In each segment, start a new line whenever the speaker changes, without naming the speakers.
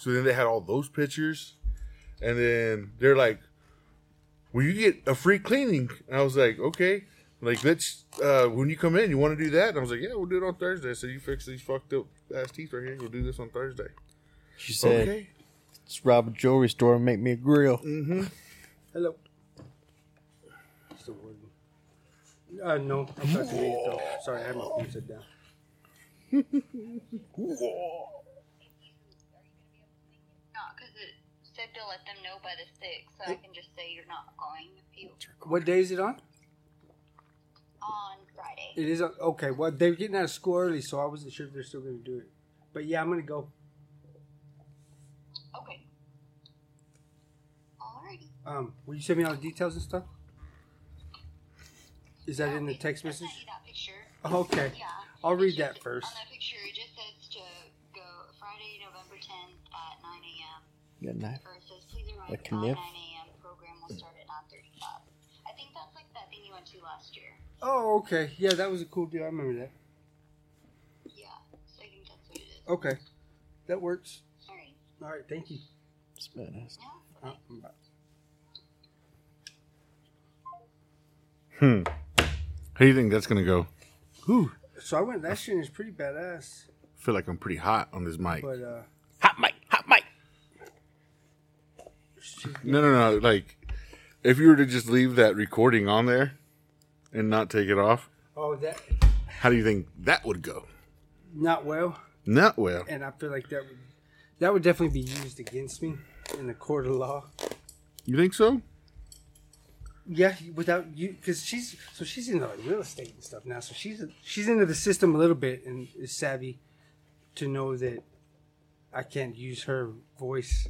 So then they had all those pictures, and then they're like, "Well, you get a free cleaning." And I was like, "Okay." Like let's uh, when you come in, you want to do that? And I was like, "Yeah, we'll do it on Thursday." So you fix these fucked up ass teeth right here. We'll do this on Thursday.
She said,
okay.
"Let's rob a jewelry store and make me a grill."
Mm. Hello. Still working. Uh, no, I'm not doing it though. Sorry, I had my phone set down.
Not because it said to let them know by the sixth, so I can just say you're not going if you
What day is it on?
on Friday.
It is on, okay. Well, they were getting out of school early, so I wasn't sure if they're still going to do it. But yeah, I'm going to go.
Okay. Alrighty.
Um, will you send me all the details and stuff? Is that in the text
I sent
message? Oh,
you that picture.
Okay.
Yeah.
I'll
It's
read
just-
that first.
On that picture, it just says to go Friday, November 10th at 9 a.m.
Yeah, nah.
Or it says please arrive
A
at
kniff?
9 a.m. Program will start at 9:35. I think that's like that thing you went to last year.
Oh, okay. Yeah, that was a cool deal. I remember that.
Yeah. So I think that's what it is.
Okay. That works.
Sorry.
All right. Thank you.
It's badass.
No.
Uh, I'm back.
How do you think that's gonna go?
Whew. So I went last year and it's pretty badass.
I feel like I'm pretty hot on this mic.
But, uh,
Hot mic, hot mic.
No, no, no. Like, if you were to just leave that recording on there and not take it off,
oh, that,
how do you think that would go?
not well.
Not well.
And I feel like that would, that would definitely be used against me in the court of law.
You think so?
Yeah, without you, because she's so she's into like real estate and stuff now. So she's she's into the system a little bit and is savvy to know that I can't use her voice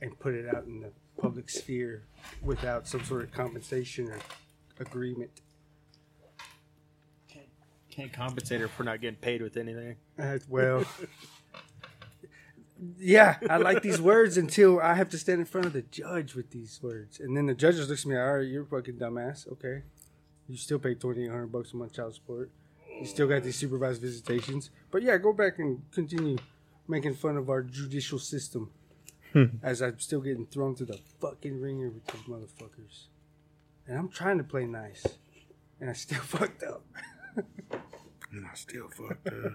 and put it out in the public sphere without some sort of compensation or agreement.
Can't compensate her for not getting paid with anything.
Uh, well, yeah, I like these words until I have to stand in front of the judge with these words, and then the judge just looks at me. All right, you're a fucking dumbass. Okay, you still pay twenty eight hundred bucks a month child support. You still got these supervised visitations. But yeah, go back and continue making fun of our judicial system, as I'm still getting thrown through the fucking ringer with these motherfuckers, and I'm trying to play nice, and I still fucked up.
And I still fucked up.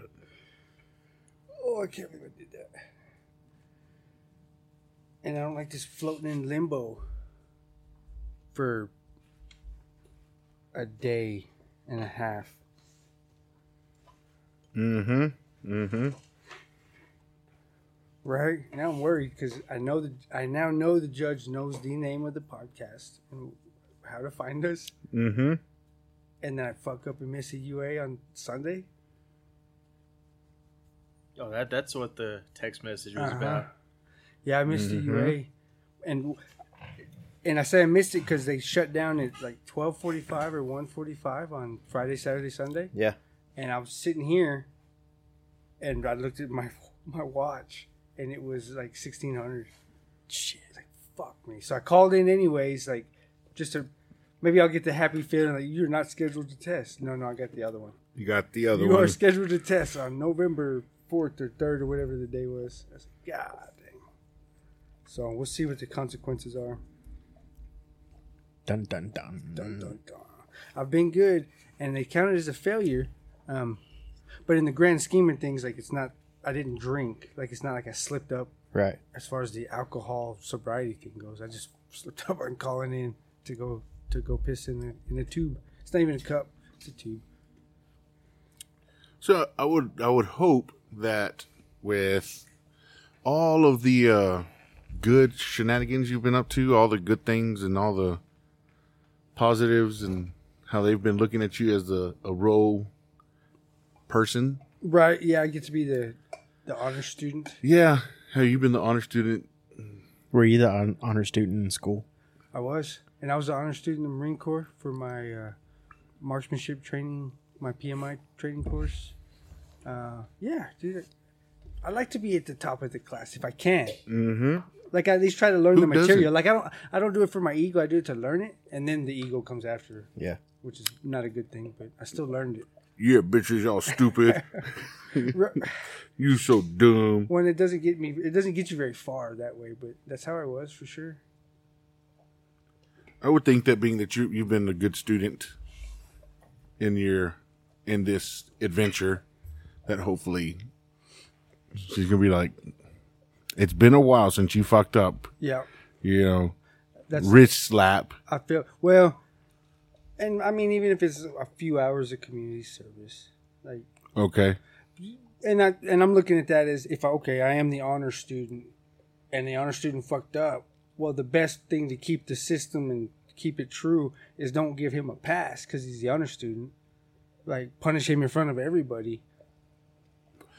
Oh, I can't believe I did that. And I don't like this floating in limbo for a day and a half.
mm-hmm. Mm-hmm.
Right now, I'm worried because I know that I now know the judge knows the name of the podcast and how to find us.
Mm-hmm.
And then I fuck up and miss a UA on Sunday.
Oh, that that's what the text message was
Uh-huh.
about.
Yeah, I missed the UA, and and I say I missed it because they shut down at like twelve forty five or one forty five on Friday, Saturday, Sunday,
Yeah.
and I was sitting here, and I looked at my my watch, and it was like sixteen hundred. Shit, like fuck me. So I called in anyways, like just to maybe I'll get the happy feeling like you're not scheduled to test. No, no, I got the other one.
You got the other
you
one.
are scheduled to test on November fourth or third or whatever the day was. I was like, God dang. So we'll see what the consequences are.
Dun dun dun.
Dun, dun, dun. I've been good, and they counted as a failure. Um, but in the grand scheme of things, like it's not. I didn't drink. Like it's not like I slipped up
Right.
as far as the alcohol sobriety thing goes. I just slipped up on calling in to go to go piss in the in the tube. It's not even a cup. It's a tube.
So I would I would hope that with all of the uh, good shenanigans you've been up to, all the good things and all the positives and how they've been looking at you as a, a role person.
Right? Yeah, I get to be the the honor student.
Yeah. How you've been the honor student.
Were you the hon- honor student in school?
I was, and I was an honor student in the Marine Corps for my uh, marksmanship training, my PMI training course. Uh, yeah, dude, I like to be at the top of the class if I can.
Mm-hmm.
Like I at least try to learn
Who
the material.
doesn't?
Like I don't, I don't do it for my ego. I do it to learn it, and then the ego comes after,
Yeah.
which is not a good thing. But I still learned it.
yeah, bitches, y'all stupid.
Ru-
you so dumb.
when it doesn't get me, it doesn't get you very far that way. But that's how I was for sure.
I would think that being that you you've been a good student in your in this adventure, that hopefully she's gonna be like, it's been a while since you fucked up.
Yeah,
You know,
that's
wrist slap.
I feel well, and I mean even if it's a few hours of community service, like
Okay.
and I and I'm looking at that as if I, okay, I am the honor student, and the honor student fucked up. Well, the best thing to keep the system and keep it true is don't give him a pass because he's the honor student. Like punish him in front of everybody.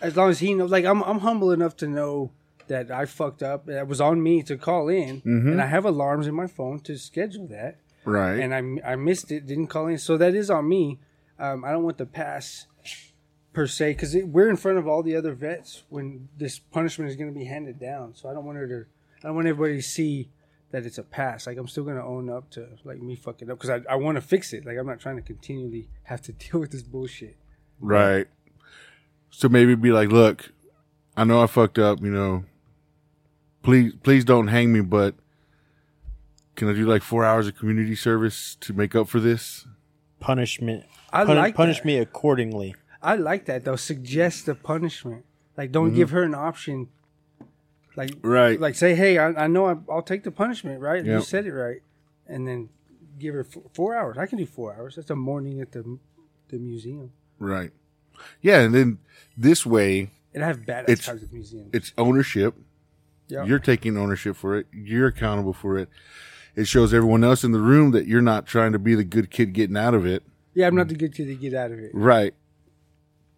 As long as he knows, like I'm, I'm humble enough to know that I fucked up. and It was on me to call in, and I have alarms in my phone to schedule that
Right.
and I, I missed it, didn't call in. So that is on me. Um, I don't want the pass per se because we're in front of all the other vets when this punishment is going to be handed down. So I don't want her to. I don't want everybody to see that it's a pass. Like I'm still going to own up to like me fucking up because I, I want to fix it. Like I'm not trying to continually have to deal with this bullshit.
Right. So maybe be like, look, I know I fucked up, you know. Please please don't hang me, but can I do like four hours of community service to make up for this?
Punishment.
I
Pun-
like
punish
that.
me accordingly.
I like that though. Suggest the punishment. Like don't give her an option. Like
Mm-hmm. Right.
like say, hey, I, I know I, I'll take the punishment, right? You
Yep.
said it right, and then give her four, four hours. I can do four hours. That's a morning at the the museum,
Right. Yeah, and then this way
and I have badass
It's-
times at the museum.
it's ownership.
Yeah,
You're taking ownership for it. You're accountable for it. It shows everyone else in the room that you're not trying to be the good kid getting out of it.
yeah. I'm not
Mm.
the good kid to get out of it.
Right.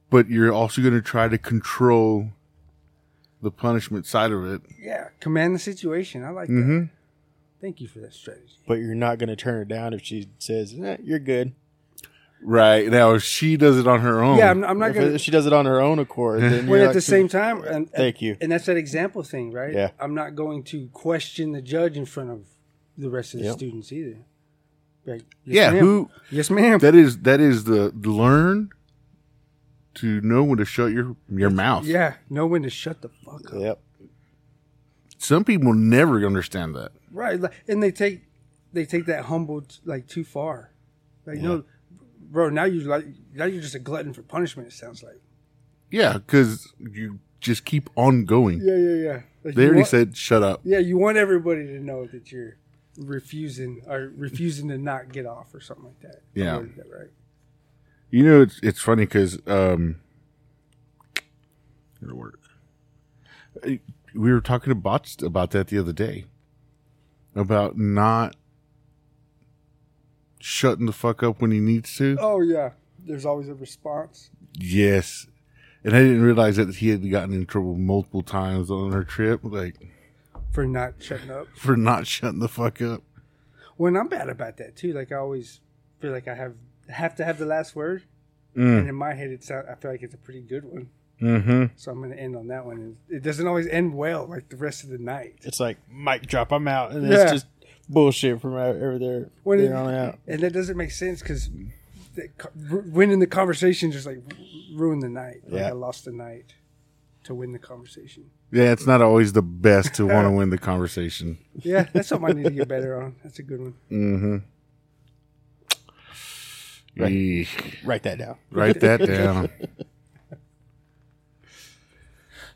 But you're also going to try to control the punishment side of it.
Yeah, command the situation. I like that.
Mm-hmm.
Thank you for that strategy.
But you're not going to turn her down if she says, eh, you're good.
Right. Now, if she does Oh. it on her own.
Yeah, I'm, I'm not
if,
gonna.
if she does it on her own accord, then
When
you're
at the
not-
same time, and,
Thank you.
and that's that example thing, right?
Yeah.
I'm not going to question the judge in front of the rest of the
Yep.
students either. Like, yes,
yeah,
ma'am.
who
Yes, ma'am.
that is that is the learn to know when to shut your your mouth.
yeah, know when to shut the fuck up.
Yep.
Some people never understand that.
Right, like, and they take they take that humble like too far. Like, no, bro. Now you like now you're just a glutton for punishment. It sounds like.
Yeah, cuz you just keep on going.
Yeah, yeah, yeah. Like,
They
you
already
want-
said shut up.
Yeah, you want everybody to know that you're refusing or refusing to not get off or something like that. I
Yeah.
worded that right.
You know, it's it's funny because um, it'll work. Uh, We were talking to bots about that the other day, about not shutting the fuck up when he needs to.
Oh yeah, there's always a response.
Yes, and I didn't realize that he had gotten in trouble multiple times on our trip, like
for not shutting up.
for not shutting the fuck up.
When I'm bad about that too, like I always feel like I have have to have the last word, and in my head it's not, I feel like it's a pretty good one,
Mm-hmm.
so I'm gonna end on that one. And it doesn't always end well, like the rest of the night.
It's like, mic drop, I'm out. And
Yeah.
it's just bullshit from over there,
When
there
it-
on out.
And that doesn't make sense because winning the conversation just like ruined the night. Like
Yeah.
I lost the night to win the conversation.
Yeah, it's not always the best to want to win the conversation.
Yeah, that's something I need to get better on. That's a good one.
Mm-hmm.
Right. Write that down.
Write that down.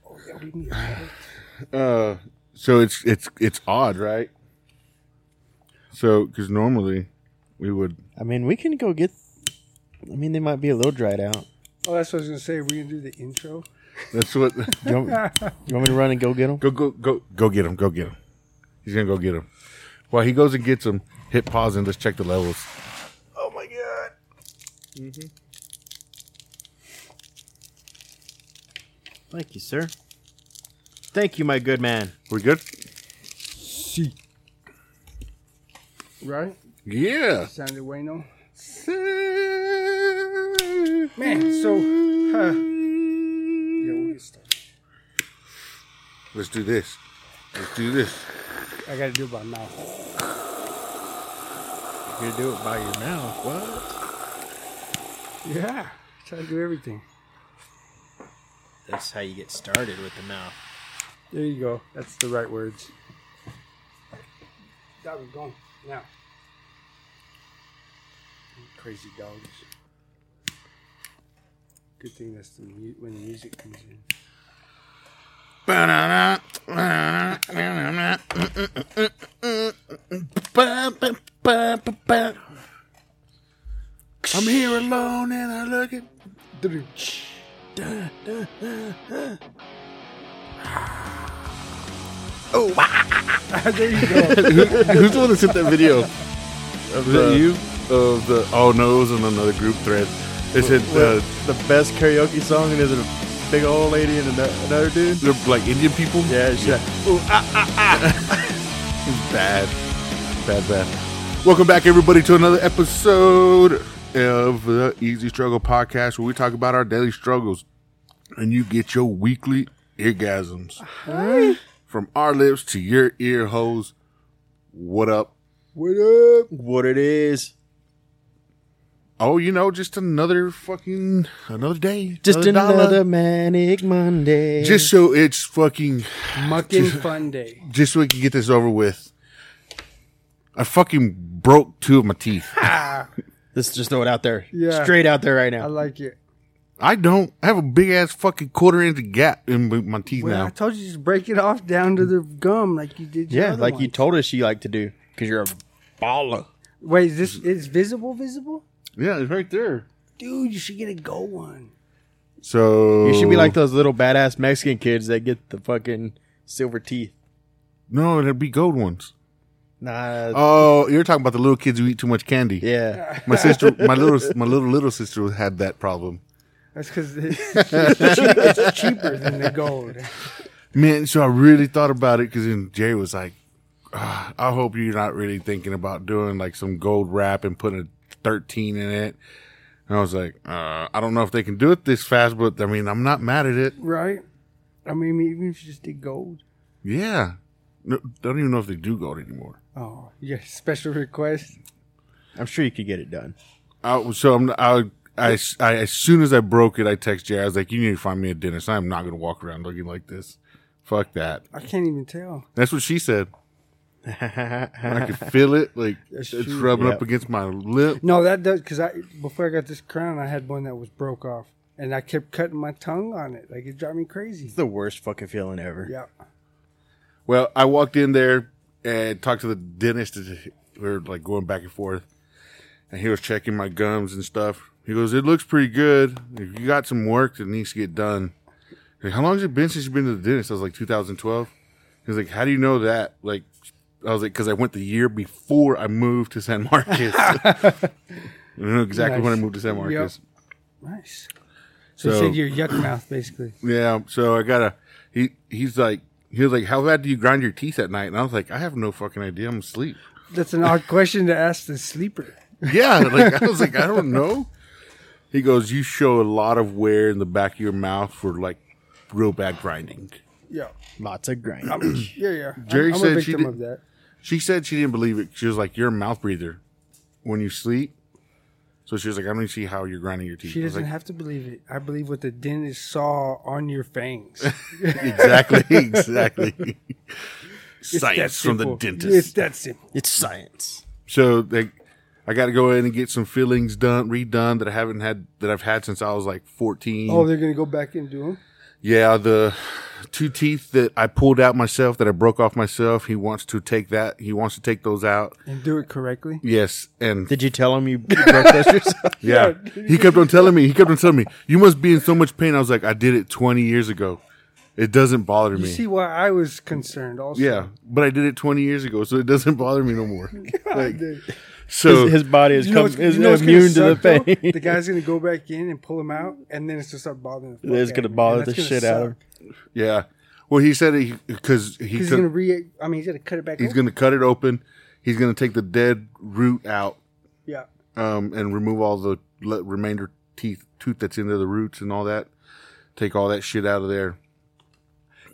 Oh, yeah, we need a-
Uh, so it's it's it's odd, right? So because normally we would
I mean, we can go get. I mean, they might be a little dried out.
oh, that's what I was gonna say. Are we gonna do the intro?
that's what
You want, you want me to run and go get them?
go go go go get him go get him he's gonna go get him while he goes and gets him hit pause and let's check the levels
Oh my god.
Thank you, sir. Thank you, my good man.
we good
Right?
yeah
Sounded bueno. Man, so huh. yeah, we'll get started.
let's do this let's do this
I gotta do it by mouth.
You do it by your mouth. What?
Yeah. Try to do everything.
That's how you get started with the mouth.
There you go. That's the right words. That was gone. Now. Crazy dogs. Good thing that's the mu- when the music comes in.
I'm here alone and I look at. Oh.
there you go.
Who, who's the one that sent that video? Of the, you? Of the oh no, it was on another group thread. They said uh,
the best karaoke song and is it a big old lady and ano- another dude?
they're like Indian people. ah,
Yeah, it's yeah.
It's bad. Bad, bad. ah. Welcome back, everybody, to another episode of the Easy Struggle Podcast where we talk about our daily struggles and you get your weekly orgasms from our lips to your ear holes. What up?
what up?
what it is.
Oh, you know, just another fucking another day.
Just
dollar.
another manic Monday.
Just so it's fucking
Mucking fun day.
just so we can get this over with. I fucking broke two of my teeth.
Let's just throw it out there.
Yeah.
Straight out there right
I
now.
like it.
I don't. I have a big ass fucking quarter inch gap in b- my teeth
Well, I
now.
told you just break it off down to the gum like you did. your
Yeah,
other
like you
ones.
told us you like to do because you're a baller.
Wait, is this is visible visible?
yeah, it's right there.
Dude, you should get a gold one.
So
You should be like those little badass Mexican kids that get the fucking silver teeth.
no, it'd be gold ones.
Nah.
Oh, you're talking about the little kids who eat too much candy.
Yeah.
My sister, my little, my little little sister had that problem.
That's because it's, it's cheaper than the gold.
Man, so I really thought about it because then Jay was like, "Ah, "I hope you're not really thinking about doing like some gold wrap and putting a 13 in it." And I was like, uh, "I don't know if they can do it this fast, but I mean, I'm not mad at it."
Right? I mean, even if you just did gold.
Yeah, no, don't even know if they do gold anymore.
Oh, yeah, special request.
I'm sure you could get it done.
I, so I'm, I, I, I, as soon as I broke it, I text Jay. I was like, "You need to find me a dentist. I'm not gonna walk around looking like this. Fuck that."
I can't even tell.
That's what she said. I could feel it, like
That's
it's
true.
rubbing up
Yep.
against my lip.
No, that does because I before I got this crown, I had one that was broke off, and I kept cutting my tongue on it. Like it drive me crazy.
It's the worst fucking feeling ever.
Yeah.
Well, I walked in there and talked to the dentist. and We were like going back and forth, and he was checking my gums and stuff. He goes, "It looks pretty good. If you got some work that needs to get done." He's like, How long has it been since you've been to the dentist? I was like 2012. He was like, "How do you know that?" Like, I was like, "Cause I went the year before I moved to San Marcos. I know exactly when I
Nice.
moved to San Marcos."
Yep. Nice. So,
So-
you said your yuck mouth, basically.
Yeah, so I gotta. He he's like he was like, "How bad do you grind your teeth at night?" And I was like, "I have no fucking idea. I'm asleep."
That's an odd question to ask the sleeper.
Yeah, like I was like, "I don't know." He goes, "You show a lot of wear in the back of your mouth for like real bad grinding."
Yeah.
Lots of grinding.
Yeah, yeah.
Jerry
I'm, I'm a
said she
victim
did-
of that.
She said she didn't believe it. She was like, "You're a mouth breather when you sleep." So she was like, "I don't see how you're grinding your teeth."
She
I was
doesn't
like,
have to believe it. I believe what the dentist saw on your fangs.
exactly, exactly. Science
That's
from the
simple.
dentist.
It's that simple.
It's science.
So they, I got to go in and get some fillings done, redone that I haven't had that I've had since I was like fourteen.
Oh, they're gonna go back and do them.
yeah, the two teeth that I pulled out myself that I broke off myself. He wants to take that. He wants to take those out.
and do it correctly.
Yes, and
Did you tell him you broke those yourself?
yeah, he kept on telling me. He kept on telling me, "You must be in so much pain." I was like, "I did it twenty years ago. It doesn't bother
You
me."
see why I was concerned also.
yeah, but I did it twenty years ago, so it doesn't bother me no more. Like,
dude.
so
his, his body is,
You know,
com-
what's-
is
you know what's gonna
immune to the
suck, though?
pain.
The guy's gonna go back in and pull him out, and then it's gonna start bothering. The fuck
It's
out
gonna
of him,
bother
and
the
that's
shit
gonna
out of him.
suck.
yeah, well, he said he because he
'Cause He's
took-
gonna re. I mean, he's gonna cut it back.
He's
open.
going to cut it open. He's going to take the dead root out
Yeah.
um, and remove all the le- remainder teeth, tooth that's into the roots and all that. Take all that shit out of there.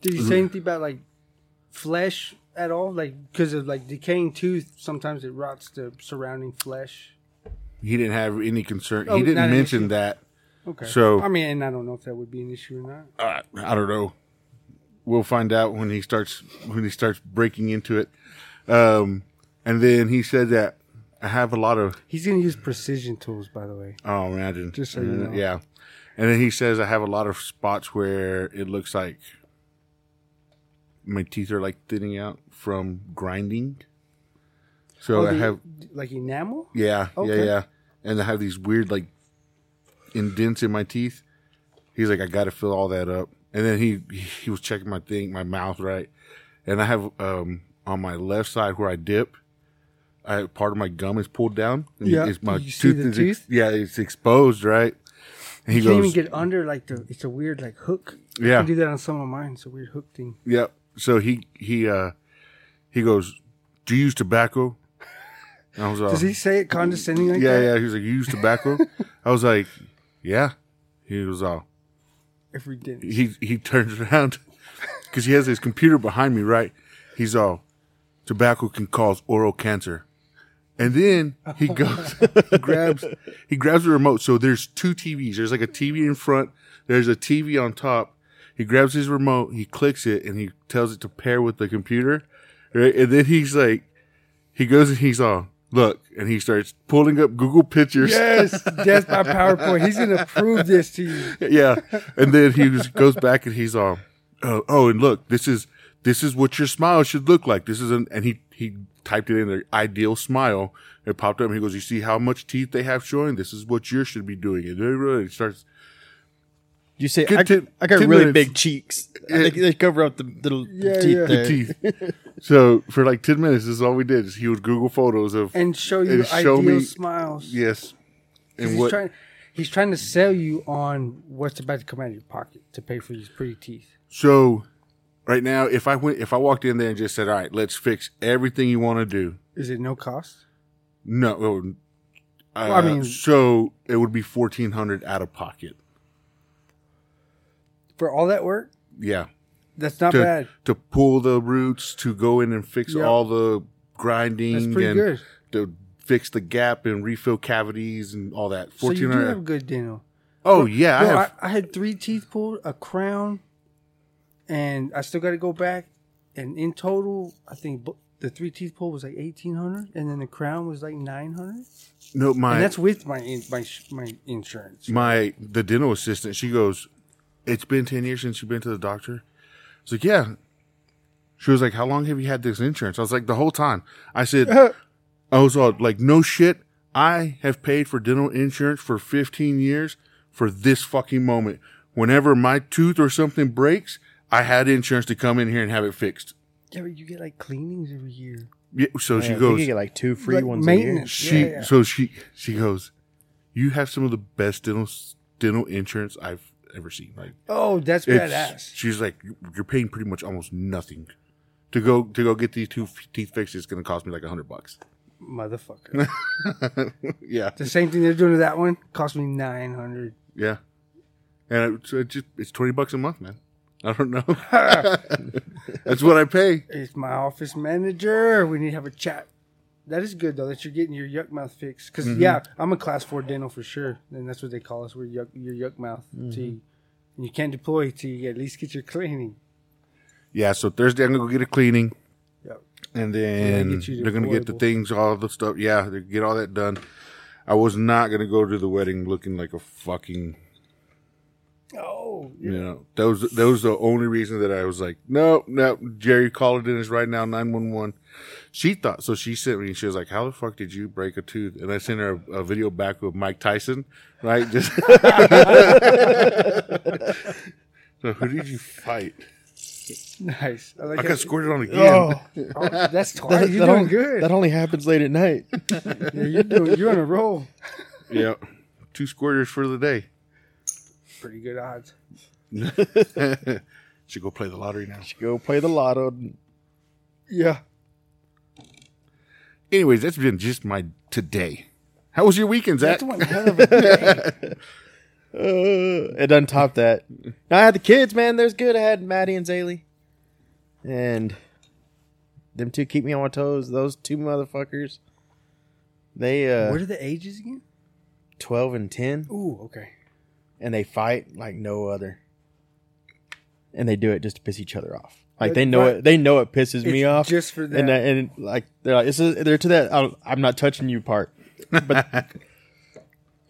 Did you say anything about like flesh at all? Like because of like decaying tooth, sometimes it rots the surrounding flesh.
He didn't have any concern.
Oh,
he
not
didn't
an
mention
issue.
that.
Okay.
So-
I mean, and I don't know if that would be an issue or not.
Uh, I don't know. We'll find out when he starts when he starts breaking into it. Um, and then he said that I have a lot of
He's gonna use precision tools, by the way.
Oh, imagine.
Just so you
Uh,
know.
Yeah. And then he says, I have a lot of spots where it looks like my teeth are like thinning out from grinding. So
Oh,
I
the-
have,
like enamel.
yeah, yeah,
Okay.
yeah. And I have these weird like indents in my teeth. He's like, I got to fill all that up. And then he, he was checking my thing, my mouth, right? And I have, um, on my left side where I dip, I part of my gum is pulled down. And
Yeah.
it's my
You see the
is ex-
tooth?
yeah, it's exposed, right? And he
You can't
goes,
even get under like the. It's a weird like hook. I
yeah,
can do that on some of mine. It's a weird hook thing.
yeah. So he he uh he goes, do you use tobacco? And I was uh, like,
Does he say it condescending like
Oh. yeah,
that?
yeah. He was like, you use tobacco? I was like, yeah. He was all.
Every dinner.
He he turns around because he has his computer behind me, right? He's all, tobacco can cause oral cancer. And then he goes, he grabs, he grabs the remote. So there's two TVs. There's like a TV in front. There's a TV on top. He grabs his remote. He clicks it and he tells it to pair with the computer. Right. And then he's like, he goes and he's all, look. And he starts pulling up Google pictures.
Yes, death by PowerPoint. He's gonna prove this to you.
yeah. And then he just goes back and he's all, oh, oh, and look, this is this is what your smile should look like. This is an and he he typed it in their ideal smile. It popped up and he goes, you see how much teeth they have showing. This is what yours should be doing. And then really starts.
You say
Good
I,
tip-
I got
two
really
minutes.
big cheeks. They, they cover up the, the
Yeah,
teeth.
yeah. The
there.
teeth. So for like ten minutes, this is all we did. Is he would Google photos of
And show you
And show
ideal
me-
smiles.
yes,
'Cause
and
he's
what
trying. He's trying to sell you on what's about to come out of your pocket to pay for these pretty teeth.
so. Right now, if I went, if I walked in there and just said, "All right, let's fix everything you want to do,"
Is it no cost?
No, it would- uh,
I mean-
so it would be fourteen hundred out of pocket.
for all that work,
Yeah,
that's not
to
bad.
to pull the roots, to go in and fix
Yeah.
all the grinding,
That's pretty
and
good.
to fix the gap and refill cavities and all that.
So you
Fourteen
do have
hundred.
good dental.
Oh yeah, I
Yo,
have.
I, I had three teeth pulled, a crown, and I still got to go back. And in total, I think bo- the three teeth pulled was like eighteen hundred, and then the crown was like nine hundred.
no, my
And that's with my in, my sh- my insurance.
my the dental assistant. She goes, "It's been ten years since you've been to the doctor." I was like, "Yeah." She was like, "How long have you had this insurance?" I was like, "The whole time." I said, I was all like, no shit. I have paid for dental insurance for 15 years for this fucking moment. Whenever my tooth or something breaks, I had insurance to come in here and have it fixed.
Yeah, but you get like cleanings every year.
Yeah, So
Yeah, I
she
think you
goes,
get like two free
Like
ones
maintenance.
she,
Yeah, yeah.
so she, she goes, you have some of the best dental, dental insurance I've ever seen. Like,
Oh, that's
it's,
badass.
she's like, you're paying pretty much almost nothing to go, to go get these two f- teeth fixed. It's going to cost me like a hundred bucks.
Motherfucker.
Yeah.
the same thing they're doing to that one cost me nine hundred.
Yeah, and it, so it just it's twenty bucks a month, man. I don't know. That's what I pay.
It's my office manager. We need to have a chat. That is good though that you're getting your yuck mouth fixed. because yeah, I'm a class four dental for sure, and that's what they call us. We're yuck, your yuck mouth. Till you, and you can't deploy till you at least get your cleaning.
Yeah, so Thursday I'm gonna go get a cleaning,
Yep.
and then
They're gonna get you
they're gonna get the
deployable.
things, all the stuff. Yeah, they get all that done. I was not gonna go to the wedding looking like a fucking
Oh,
you know. That was that was the only reason that I was like, no, no. Jerry called it in is right now nine one one. She thought so. She sent me. She was like, "How the fuck did you break a tooth?" And I sent her a, a video back of Mike Tyson, right? Just So who did you fight?
nice. I like
I
that.
got squirted on again.
Oh, that's twice.
That,
you're
that
doing
only,
good.
That only happens late at night.
Yeah, you're doing. You're on a roll.
Yeah, two squirters for the day.
Pretty good odds.
Should go play the lottery now.
Go play the lotto.
Yeah.
Anyways, that's been just my today. How was your weekend, Zach?
That's one hell of a day.
Uh, it doesn't top that. Now I had the kids, man. There's good. I had Maddie and Zaylee, and them two keep me on my toes. Those two motherfuckers. They uh,
what are the ages again?
twelve and ten,
Ooh, okay.
and they fight like no other. And they do it just to piss each other off. Like they know it. They know it pisses me
It's
off.
just for that.
And that- and like they're like, it's a, they're to that I'll, I'm not touching you part. But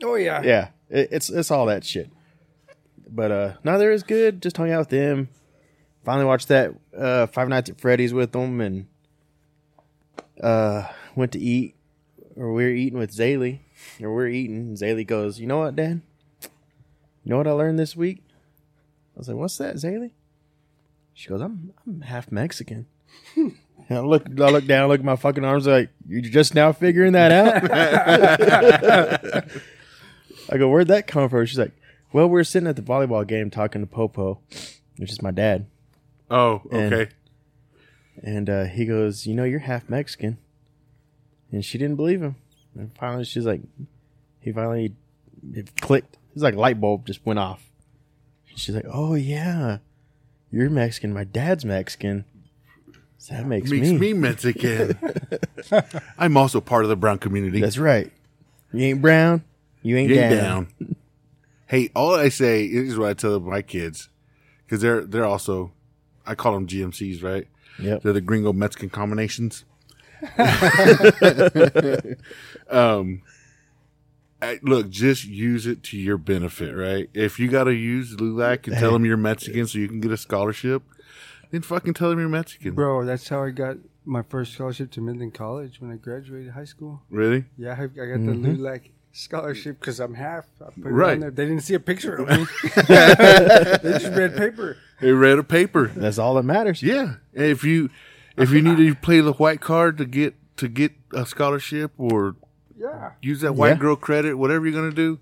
oh yeah.
yeah, it, it's it's all that shit. But uh, no, there is good. Just hung out with them. Finally watched that uh, Five Nights at Freddy's with them, and uh, went to eat, or we were eating with Zaylee, or we were eating. And Zaylee goes, "You know what, Dad? You know what I learned this week?" I was like, "What's that, Zaylee?" She goes, "I'm I'm half Mexican." And I look, I look down, look at my fucking arms, like you're just now figuring that out. I go, where'd that come from? She's like, well, we were sitting at the volleyball game talking to Popo, which is my dad.
Oh,
And-
okay.
And uh, he goes, you know, you're half Mexican. And she didn't believe him. And finally, she's like, he finally it clicked. It's like light bulb just went off. She's like, oh, yeah, you're Mexican. My dad's Mexican. So that makes,
Makes
me.
me Mexican. I'm also part of the brown community.
That's right. You ain't brown. You ain't,
Yay
down.
down. hey, all I say is what I tell my kids because they're they're also I call them GMCs, right?
Yep.
They're the Gringo Mexican combinations. um, I- look, just use it to your benefit, right? If you got to use LULAC and tell them you're Mexican so you can get a scholarship, then fucking tell them you're Mexican.
Bro, that's how I got my first scholarship to Midland College when I graduated high school.
Really?
Yeah, I, I got
Mm-hmm.
the LULAC scholarship because I'm half. I put it on
Right.
there. They didn't see a picture of me. they just read paper.
They read a paper.
That's all that matters.
Yeah, and if you if you need to play the white card to get to get a scholarship or
Yeah.
use that white
Yeah.
girl credit, whatever you're gonna do,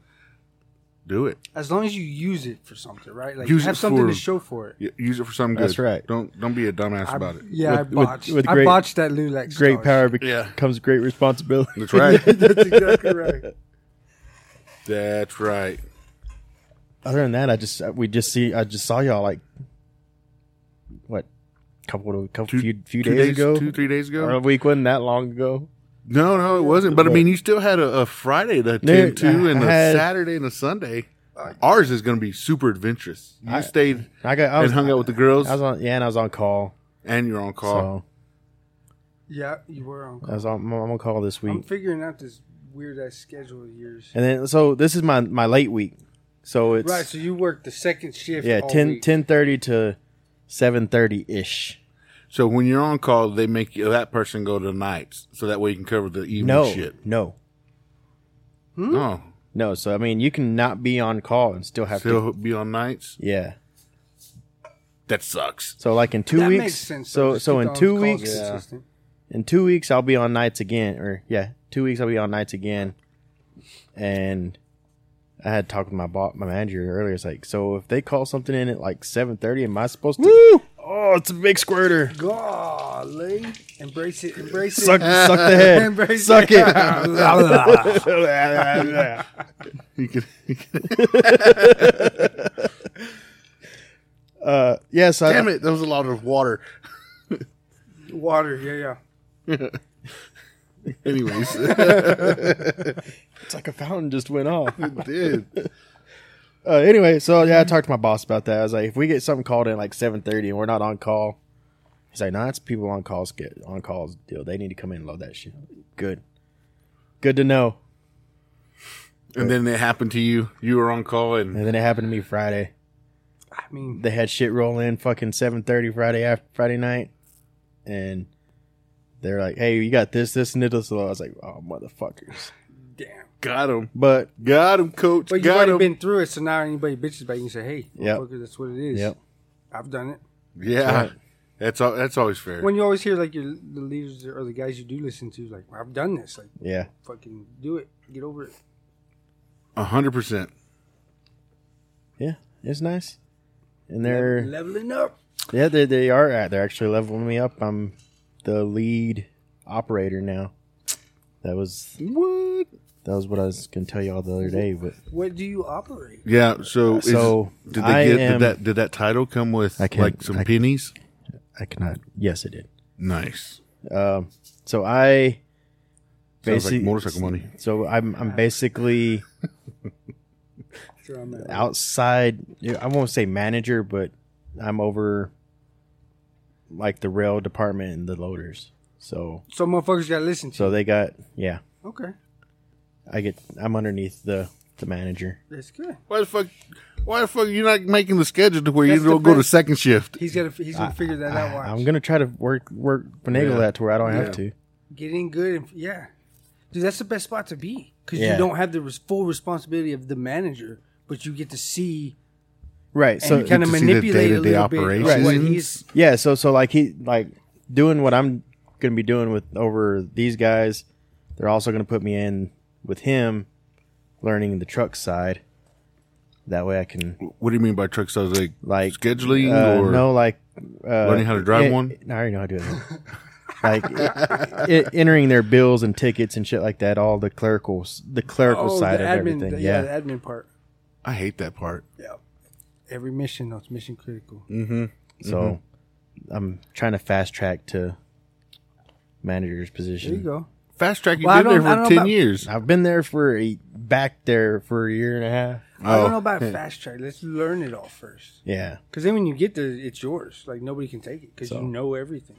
do it.
As long as you use it for something, right? Like
Use
you have
it
something
for-
to show for it.
Y- Use it for something good.
That's right.
Don't don't be a dumbass about it.
Yeah, I
With- with-
botched.
with
I
great-
botched that LULAC.
Great power
scholarship.
bec-
Yeah.
comes great responsibility.
That's right.
That's exactly right.
That's right.
other than that, I just uh, we just see I just saw y'all like what couple couple
Two-
few few
two
days, ago,
two three days
or
ago.
a week wasn't that long ago.
No, no, it wasn't. But I mean, you still had a, a Friday to
Dude,
attend to, and
I
a
had-
Saturday and a Sunday. Ours is gonna be super adventurous. You
I-
stayed
I got I
and
was
hung out with the girls,
I was on yeah, and I was on call.
and you're on call.
Yeah, you were on.
So I was on I'm on call this
I'm
week,
figuring out this weird ass schedule of yours.
and then so this is my my late week. So it's
Right, so you work the second shift.
yeah
all
10,
week.
1030 to seven thirty ish.
So when you're on call, they make you, that person go to nights, so that way you can cover the evening
No, Hmm?
shit.
no,
No,
no. So I mean, you can not be on call and still have to
still be on nights.
yeah.
That sucks.
So like in two
That
weeks,
makes sense.
so
Just
so
keep
in
the
two
on-call
weeks,
consistent.
in two weeks I'll be on nights again, or yeah, two weeks I'll be on nights again. And I had talked with my boss, my manager earlier. It's like, so if they call something in at like seven thirty, am I supposed to? Oh, it's a big squirter.
Golly, embrace it, embrace it,
Suck, suck the head.
embrace
Suck
it.
it.
You could,
uh, yeah, so
damn
I,
it, that was a lot of water.
Water, yeah, yeah.
Anyways,
it's like a fountain just went off.
dude,
uh, anyway, so yeah, I talked to my boss about that. I was like, if we get something called in like seven thirty and we're not on call, he's like, no, that's people on calls get on calls deal. They need to come in and load that shit. Good, good to know.
and then it happened to you. You were on call, and
And then it happened to me Friday.
I mean,
They had shit roll in fucking seven thirty Friday after Friday night, and they're like, hey, you got this, this, and this. I was like, oh motherfuckers.
damn.
got him,
But
got him, coach,
But you've
got
already
him.
been through it, so now anybody bitches about you and say, "Hey,
Yep.
motherfucker, that's what it is."
yep,
I've done it.
yeah, that's all. That's always fair.
When you always hear like your the leaders or the guys you do listen to, like, "I've done this," like,
yeah,
fucking do it, get over it.
A hundred percent.
yeah, it's nice. And they're
leveling up.
Yeah, they, they are. uh, They're actually leveling me up. I'm the lead operator now. That was
What?
that was what I was gonna tell y'all the other day. But
What do you operate?
Yeah. So, is-
So,
did
I
they get
am-
did that? Did that title come with
I can't-
like some
I-
pennies?
I cannot. Yes, it did.
Nice.
Um, so I
Sounds
basically
like motorcycle money.
So I'm I'm basically
sure on that.
outside I won't say manager, but I'm over like the rail department and the loaders. So
So motherfuckers gotta listen to.
so they got yeah.
you. Okay,
I get I'm underneath the the manager.
that's good.
Why the fuck? Why the fuck you not making the schedule to where you
That's the
don't go to
best.
second shift?
He's gonna he's gonna figure that out. Watch.
I'm gonna try to work work finagle
Yeah.
that to where I don't
Yeah.
have to.
getting good and yeah, dude, that's the best spot to be because
Yeah.
you don't have the res- full responsibility of the manager, but you get to see
Right.
and
So
you kind of
to see the
manipulate a
day-to-day
little bit of what
operations.
he's
yeah, so so like he like doing what I'm gonna be doing with over these guys, they're also gonna put me in with him learning the truck side. That way I can
What do you mean by truck stops? Like,
Like,
scheduling
Uh,
or
no, like uh,
learning how to drive
en-
one?
I already know how to do it. like e- entering their bills and tickets and shit like that. All the clerical, s- the clerical
oh,
side
the
of
admin,
everything.
the-
yeah.
the admin part.
I hate that part.
Every mission, though, it's mission critical.
Mm-hmm.
So I'm trying to fast track to manager's
There you
position.
go.
Fast track, you've
Well, I
been there
don't- I
for
don't
ten
know about-
years.
I've been there for a back there for a year and a half.
I don't know about
Oh. yeah.
fast track. Let's learn it all first,
Yeah,
because then when you get there, it's yours. Like nobody can take it because
So.
you know everything.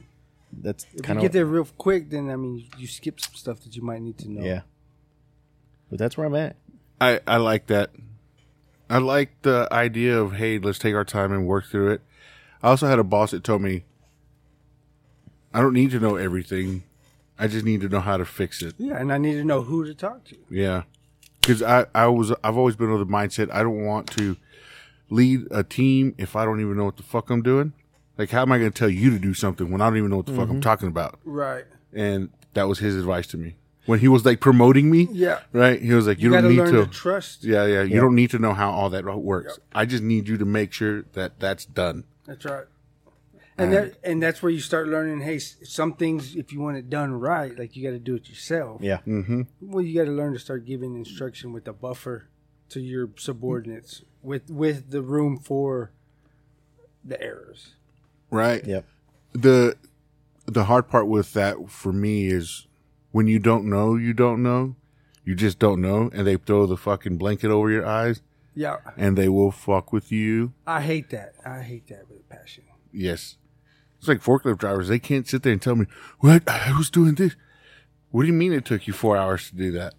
that's
If
kind
you
of
get there real quick, then I mean, you skip some stuff that you might need to know.
yeah. But that's where I'm at.
I, I like that. I like the idea of hey, let's take our time and work through it. I also had a boss that told me, I don't need to know everything. I just need to know how to fix it.
yeah. And I need to know who to talk to.
Yeah, because I I was I've always been of the mindset I don't want to lead a team if I don't even know what the fuck I'm doing. Like, how am I going to tell you to do something when I don't even know what the fuck
Mm-hmm.
I'm talking about?
Right.
And that was his advice to me when he was like promoting me.
Yeah.
Right? He was like, "You,
You,
don't
gotta
need
learn
to
to trust.
Yeah, yeah. You don't need to know how all that works. I just need you to make sure that that's done.
That's right. And that and that's where you start learning. Hey, s- some things if you want it done right, like you got to do it yourself.
Yeah,
Mm-hmm.
Well, you got to learn to start giving instruction with a buffer to your subordinates, with with the room for the errors.
Right.
Yep.
The the hard part with that for me is when you don't know, you don't know. You just don't know, and they throw the fucking blanket over your eyes,
Yeah,
and they will fuck with you.
I hate that. I hate that with a passion.
Yes. It's like forklift drivers. They can't sit there and tell me, what? I was doing this. What do you mean it took you four hours to do that?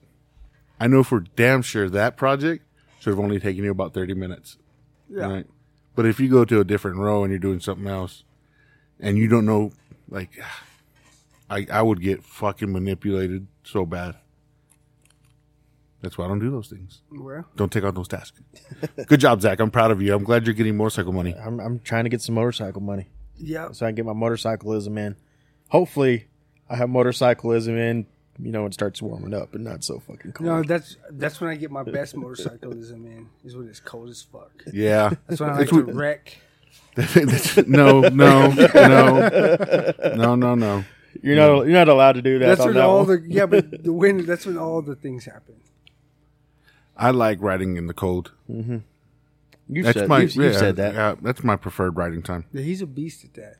I know for damn sure that project should have only taken you about 30 minutes.
Yeah.
Right. But if you go to a different row and you're doing something else and you don't know, like, I, I would get fucking manipulated so bad. That's why I don't do those things.
Well,
Don't take on those tasks. Good job, Zach. I'm proud of you. I'm glad you're getting motorcycle money.
I'm I'm trying to get some motorcycle money.
yeah,
so I can get my motorcyclism in. Hopefully, I have motorcyclism in. You know, it starts warming up and not so fucking cold.
no, that's that's when I get my best motorcyclism in. Is when it's cold as fuck.
Yeah.
That's when I
That's
like to
what-
wreck.
That's- no, no, no, no, no, no.
you're not you're not allowed to do that.
That's
on
when
that
all
one.
the yeah, but the wind. That's when all the things happen.
I like riding in the cold.
you
That's
said,
my.
you,
yeah,
you said that.
yeah, that's my preferred riding time.
Yeah, he's a beast at that.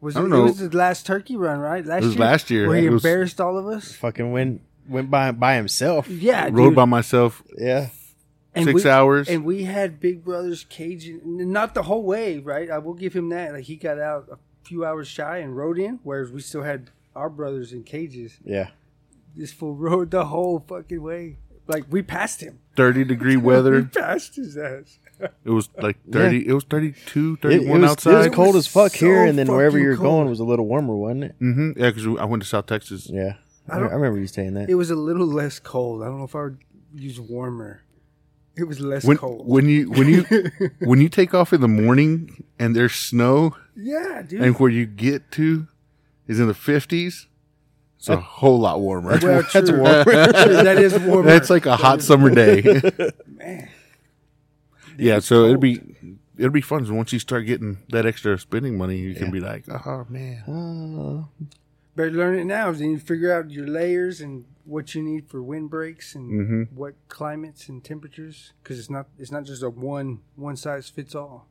Was
I
it,
don't
it
know.
was the last turkey run, right? Last
was last year.
Where he
It was-
embarrassed all of us.
Fucking went went by by himself.
Yeah,
Rode
dude.
by myself
Yeah,
And
six
we-
hours.
And we had Big Brother's Cajun, n- not the whole way, right? I will give him that. Like he got out a few hours shy and rode in, whereas we still had our brothers in cages.
yeah.
This fool rode the whole fucking way. Like we passed him.
Thirty degree
We
weather.
passed his ass.
It was like thirty. It was 32,
It, it
31
was, it
outside.
was cold
was
as fuck
so
here, and then wherever
fucking
you're
cold. Mm.
going was a little warmer, wasn't it?
hmm Yeah, because I went to South Texas.
Yeah, I,
I
re-
don't-
I remember you saying that.
It was a little less cold. I don't know if I would use warmer. It was less
When
cold.
when you when you when you take off in the morning and there's snow
yeah, dude.
and where you get to is in the fifties, it's a whole lot warmer.
well,
That's
true.
warmer.
True, that is warmer.
That's like a hot summer day.
man.
Yeah, so it'd be it'd be fun once you start getting that extra spending money, you can be like, oh man,
Uh,
Better learn it now. Then you figure out your layers and what you need for wind breaks and
Mm-hmm.
what climates and temperatures. Because it's not it's not just a one one size fits all.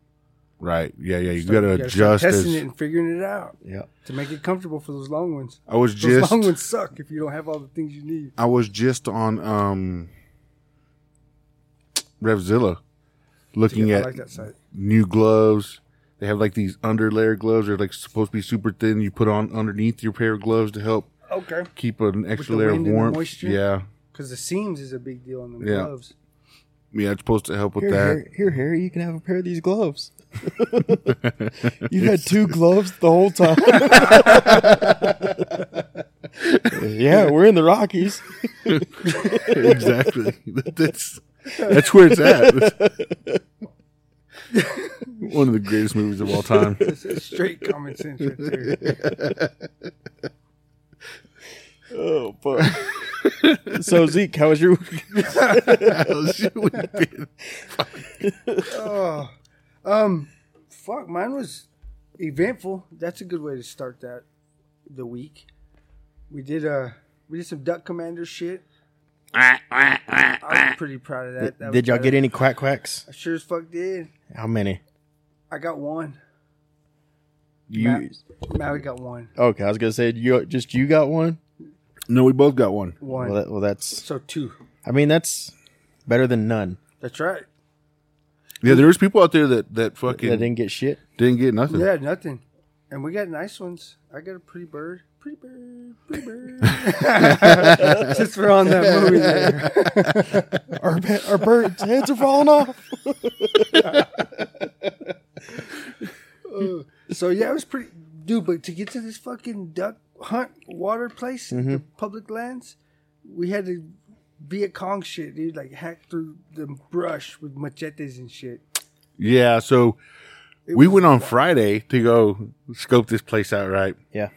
right? Yeah, yeah, you
Start-
gotta
gotta start
adjust.
testing
as-
it and figuring it out
yeah,
to make it comfortable for those long ones.
I was
Those
just
long ones suck if you don't have all the things you need.
I was just on um Revzilla looking
Yeah, I
at
like that site.
new gloves. They have like these underlayer gloves. They're like supposed to be super thin. You put on underneath your pair of gloves to help
Okay.
keep an extra
the
layer of
wind and the
warmth.
moisture?
Yeah,
Because the seams is a big deal on the
Yeah.
gloves.
yeah, it's supposed to help with
Here,
that.
Harry, here, Harry, you can have a pair of these gloves. you had two gloves the whole time. yeah, we're in the Rockies.
exactly. That's that's where it's at. One of the greatest movies of all time.
It's a straight common sense right there.
Oh, fuck. so, Zeke, how was your week?
Oh, um, fuck. Mine was eventful. That's a good way to start that the week. We did uh we did some duck commander shit. I was pretty proud of that. that
Did
was
y'all
better.
get any quack quacks?
I sure as fuck did.
How many?
I got one.
you
Maui got one.
Okay, I was gonna say you just you got one.
no, we both got one.
One.
Well, that, well, that's
so two.
I mean that's better than none.
That's right.
Yeah, there's people out there that that
That
fucking
didn't
didn't,
get shit.
get nothing.
Yeah, nothing. And we got nice ones. I got a pretty bird. Pretty bird. Pretty bird. Since we're on that movie there.
Our be- our birds' heads are falling off.
So yeah, it was pretty, dude. But to get to this fucking duck hunt water place,
Mm-hmm.
the public lands, we had to Viet Cong shit, dude. Like hack through the brush with machetes and shit.
Yeah, so we went on Friday to go scope this place out. Right,
Yeah,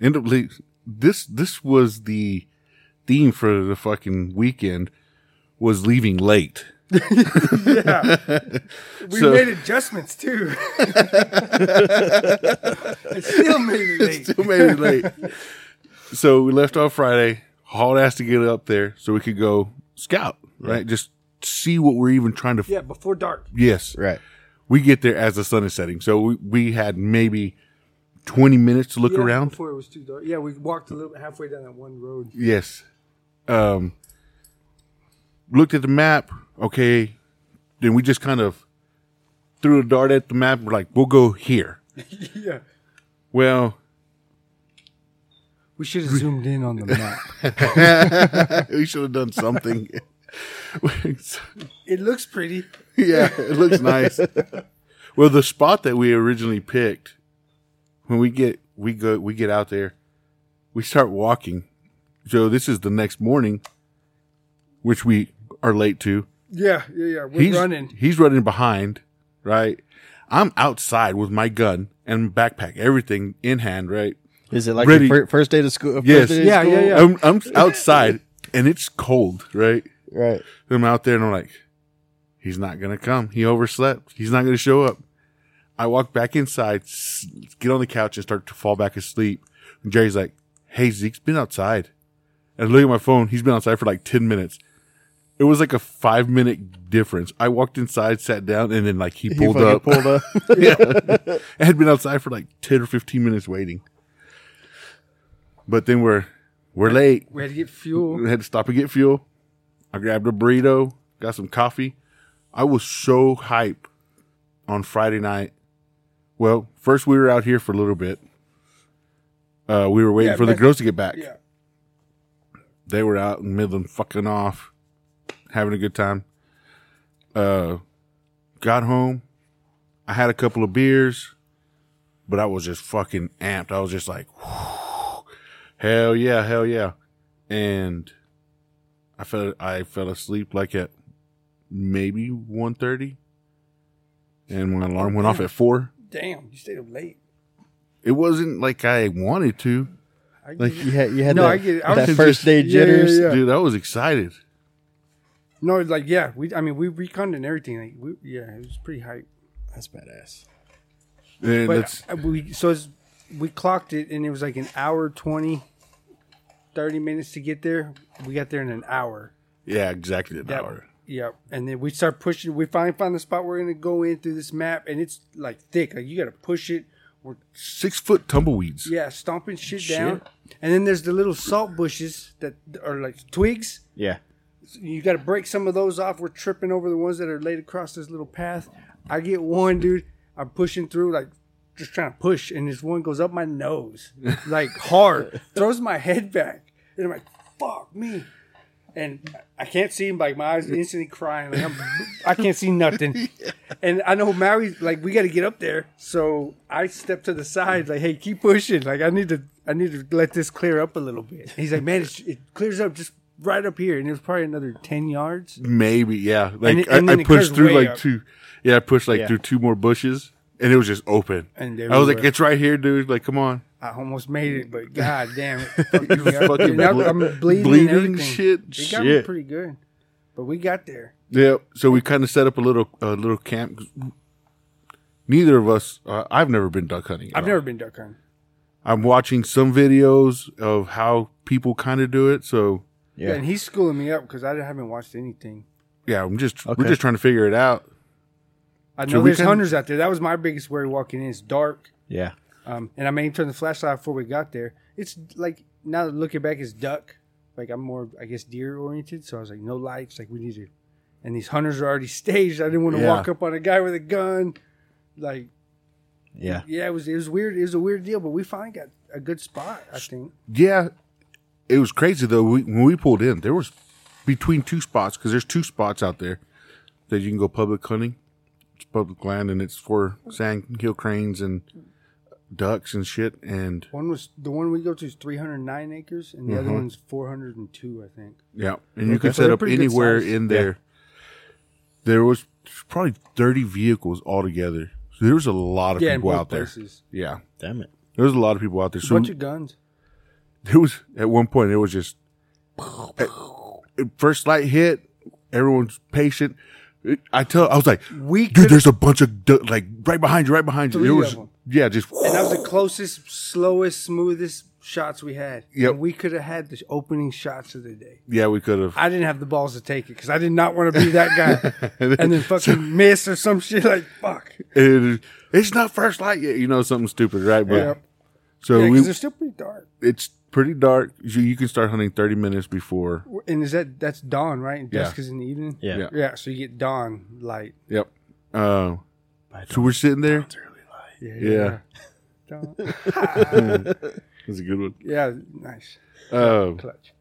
end up le- this this was the theme for the fucking weekend was leaving late.
We
So-
made adjustments too. it still made it late.
Still made it late. so we left off Friday, hauled ass to get up there so we could go scout, right? Just see what we're even trying to.
Yeah, before dark.
Yes.
right.
We get there as the sun is setting. So we, we had maybe 20 minutes to look
Yeah,
around.
before it was too dark. Yeah, we walked a little halfway down that one road.
Yes. Um, looked at the map. Okay. Then we just kind of threw a dart at the map. We're like, we'll go here.
Yeah,
Well,
we should have zoomed in on the map.
we should have done something.
it looks pretty.
yeah, it looks nice. well, the spot that we originally picked, when we get we go we get out there, we start walking. So this is the next morning, which we are late to.
Yeah, yeah, yeah. We're
he's
running.
He's running behind, right? I'm outside with my gun and backpack, everything in hand, right?
Is it like
Ready.
your fir- first day to school?
Yes.
First day to
Yeah,
school?
yeah, yeah.
I'm, I'm outside and it's cold, right?
Right.
I'm out there and I'm like, he's not going to come. He overslept. He's not going to show up. I walk back inside, s- get on the couch and start to fall back asleep. And Jerry's like, Hey, Zeke's been outside. And I look at my phone. He's been outside for like 10 minutes. It was like a five minute difference. I walked inside, sat down, and then like he
He
pulled
fucking
up.
Pulled up.
I had been outside for like 10 or 15 minutes waiting. But then we're, we're late.
We had to get fuel.
We had to stop and get fuel. I grabbed a burrito, got some coffee. I was so hyped on Friday night. Well, first we were out here for a little bit. Uh, we were waiting
Yeah,
for the
but-
girls to get back.
Yeah.
They were out in Midland fucking off, having a good time. Uh, got home. I had a couple of beers, but I was just fucking amped. I was just like, hell yeah, hell yeah. And I fell I fell asleep like at maybe 1.30. And my alarm went off at four.
Damn, you stayed up late.
It wasn't like I wanted to.
I
Like you had, you had
No,
that,
I get it. I
that
was
first
just-
day
yeah, yeah,
jitters.
yeah.
Dude, I was excited.
No, it's like yeah, we. I mean, we reconned and everything. Like, we, yeah, it was pretty hype.
That's badass.
And
But
that's
uh, we so it's, we clocked it, and it was like an hour 20, 30 minutes to get there. We got there in an hour.
yeah, exactly an
That-
hour.
Yep. And then we start pushing. We finally found the spot we're gonna go in through this map, and it's like thick. Like you gotta push it. We're
Six foot tumbleweeds.
yeah, stomping shit down. And then there's the little salt bushes that are like twigs.
Yeah.
you got to break some of those off. We're tripping over the ones that are laid across this little path. I get one, dude. I'm pushing through, like just trying to push, and this one goes up my nose, like hard, throws my head back, and I'm like, "Fuck me!" And I can't see him. Like my eyes instantly crying. Like I'm, I can't see nothing. And I know Maui. Like we got to get up there. So I step to the side. Like, hey, keep pushing. Like I need to. I need to let this clear up a little bit. He's like, man, it, it clears up just right up here, and it was probably another ten yards.
Maybe, yeah. Like
it- and
I,
then
I
it curves
pushed through
way
like
up.
two. Yeah, I pushed like
Yeah.
through two more bushes, and it was just open.
And they
I was
were-
like, "It's right here, dude! Like, come on!"
I almost made it, but god damn it, fucking me up.
Fucking
And now I'm bleeding,
bleeding
and everything.
shit.
It got me
Shit.
pretty good, but we got there.
Yep. So we kind of set up a little a little camp. Neither of us. Uh, I've never been duck hunting. at
I've
all.
never been duck hunting.
I'm watching some videos of how people kind of do it. So
Yeah. and he's schooling me up because I haven't watched anything.
yeah, I'm just
Okay.
we're just trying to figure it out.
I know
So we
there's
can-
hunters out there. That was my biggest worry walking in. It's dark,
Yeah.
um, and I made him turn the flashlight off before we got there. It's like now looking back, it's duck. Like I'm more, I guess, deer oriented. So I was like, no lights. Like we need to. And these hunters are already staged. I didn't want to
Yeah.
walk up on a guy with a gun. Like
Yeah.
Yeah, it was it was weird. It was a weird deal, but we finally got a good spot. I think
Yeah, it was crazy though. We, when we pulled in, there was between two spots because there's two spots out there that you can go public hunting. It's public land and it's for sandhill cranes and ducks and shit. And
one was the one we go to is three hundred nine acres, and the
Mm-hmm.
other one's four hundred and two. I think.
yeah, and you
Okay.
can
So
set
they're
up
pretty good
anywhere
size.
in there. There was probably 30 vehicles altogether. So there was a lot of
Yeah, in
people
both
out there.
places.
Yeah,
Damn it.
there was a lot of people out there.
A
So
bunch of guns.
there was at one point it was just eh, first light hit everyone's patient i tell i was like
We
dude
could,
there's a bunch of du- like right behind you right behind you
Three
it
of
was
them.
yeah just
and that was the closest, slowest, smoothest shots we had.
Yep.
And we could have had the opening shots of the day.
yeah we could have
I didn't have the balls to take it because I did not want to be that guy and then fucking miss or some shit like fuck.
it, it's not first light yet you know something stupid right but
Yep.
so
Yeah, because
we,
they're still pretty dark.
it's pretty dark you, you can start hunting 30 minutes before
And is that that's dawn right? And
Yeah.
Dusk is in the evening.
Yeah.
Yeah.
Yeah. So you get dawn light.
yep uh, so we're sitting there yeah
Dawn.
that's a good one
Yeah, nice.
uh,
Clutch.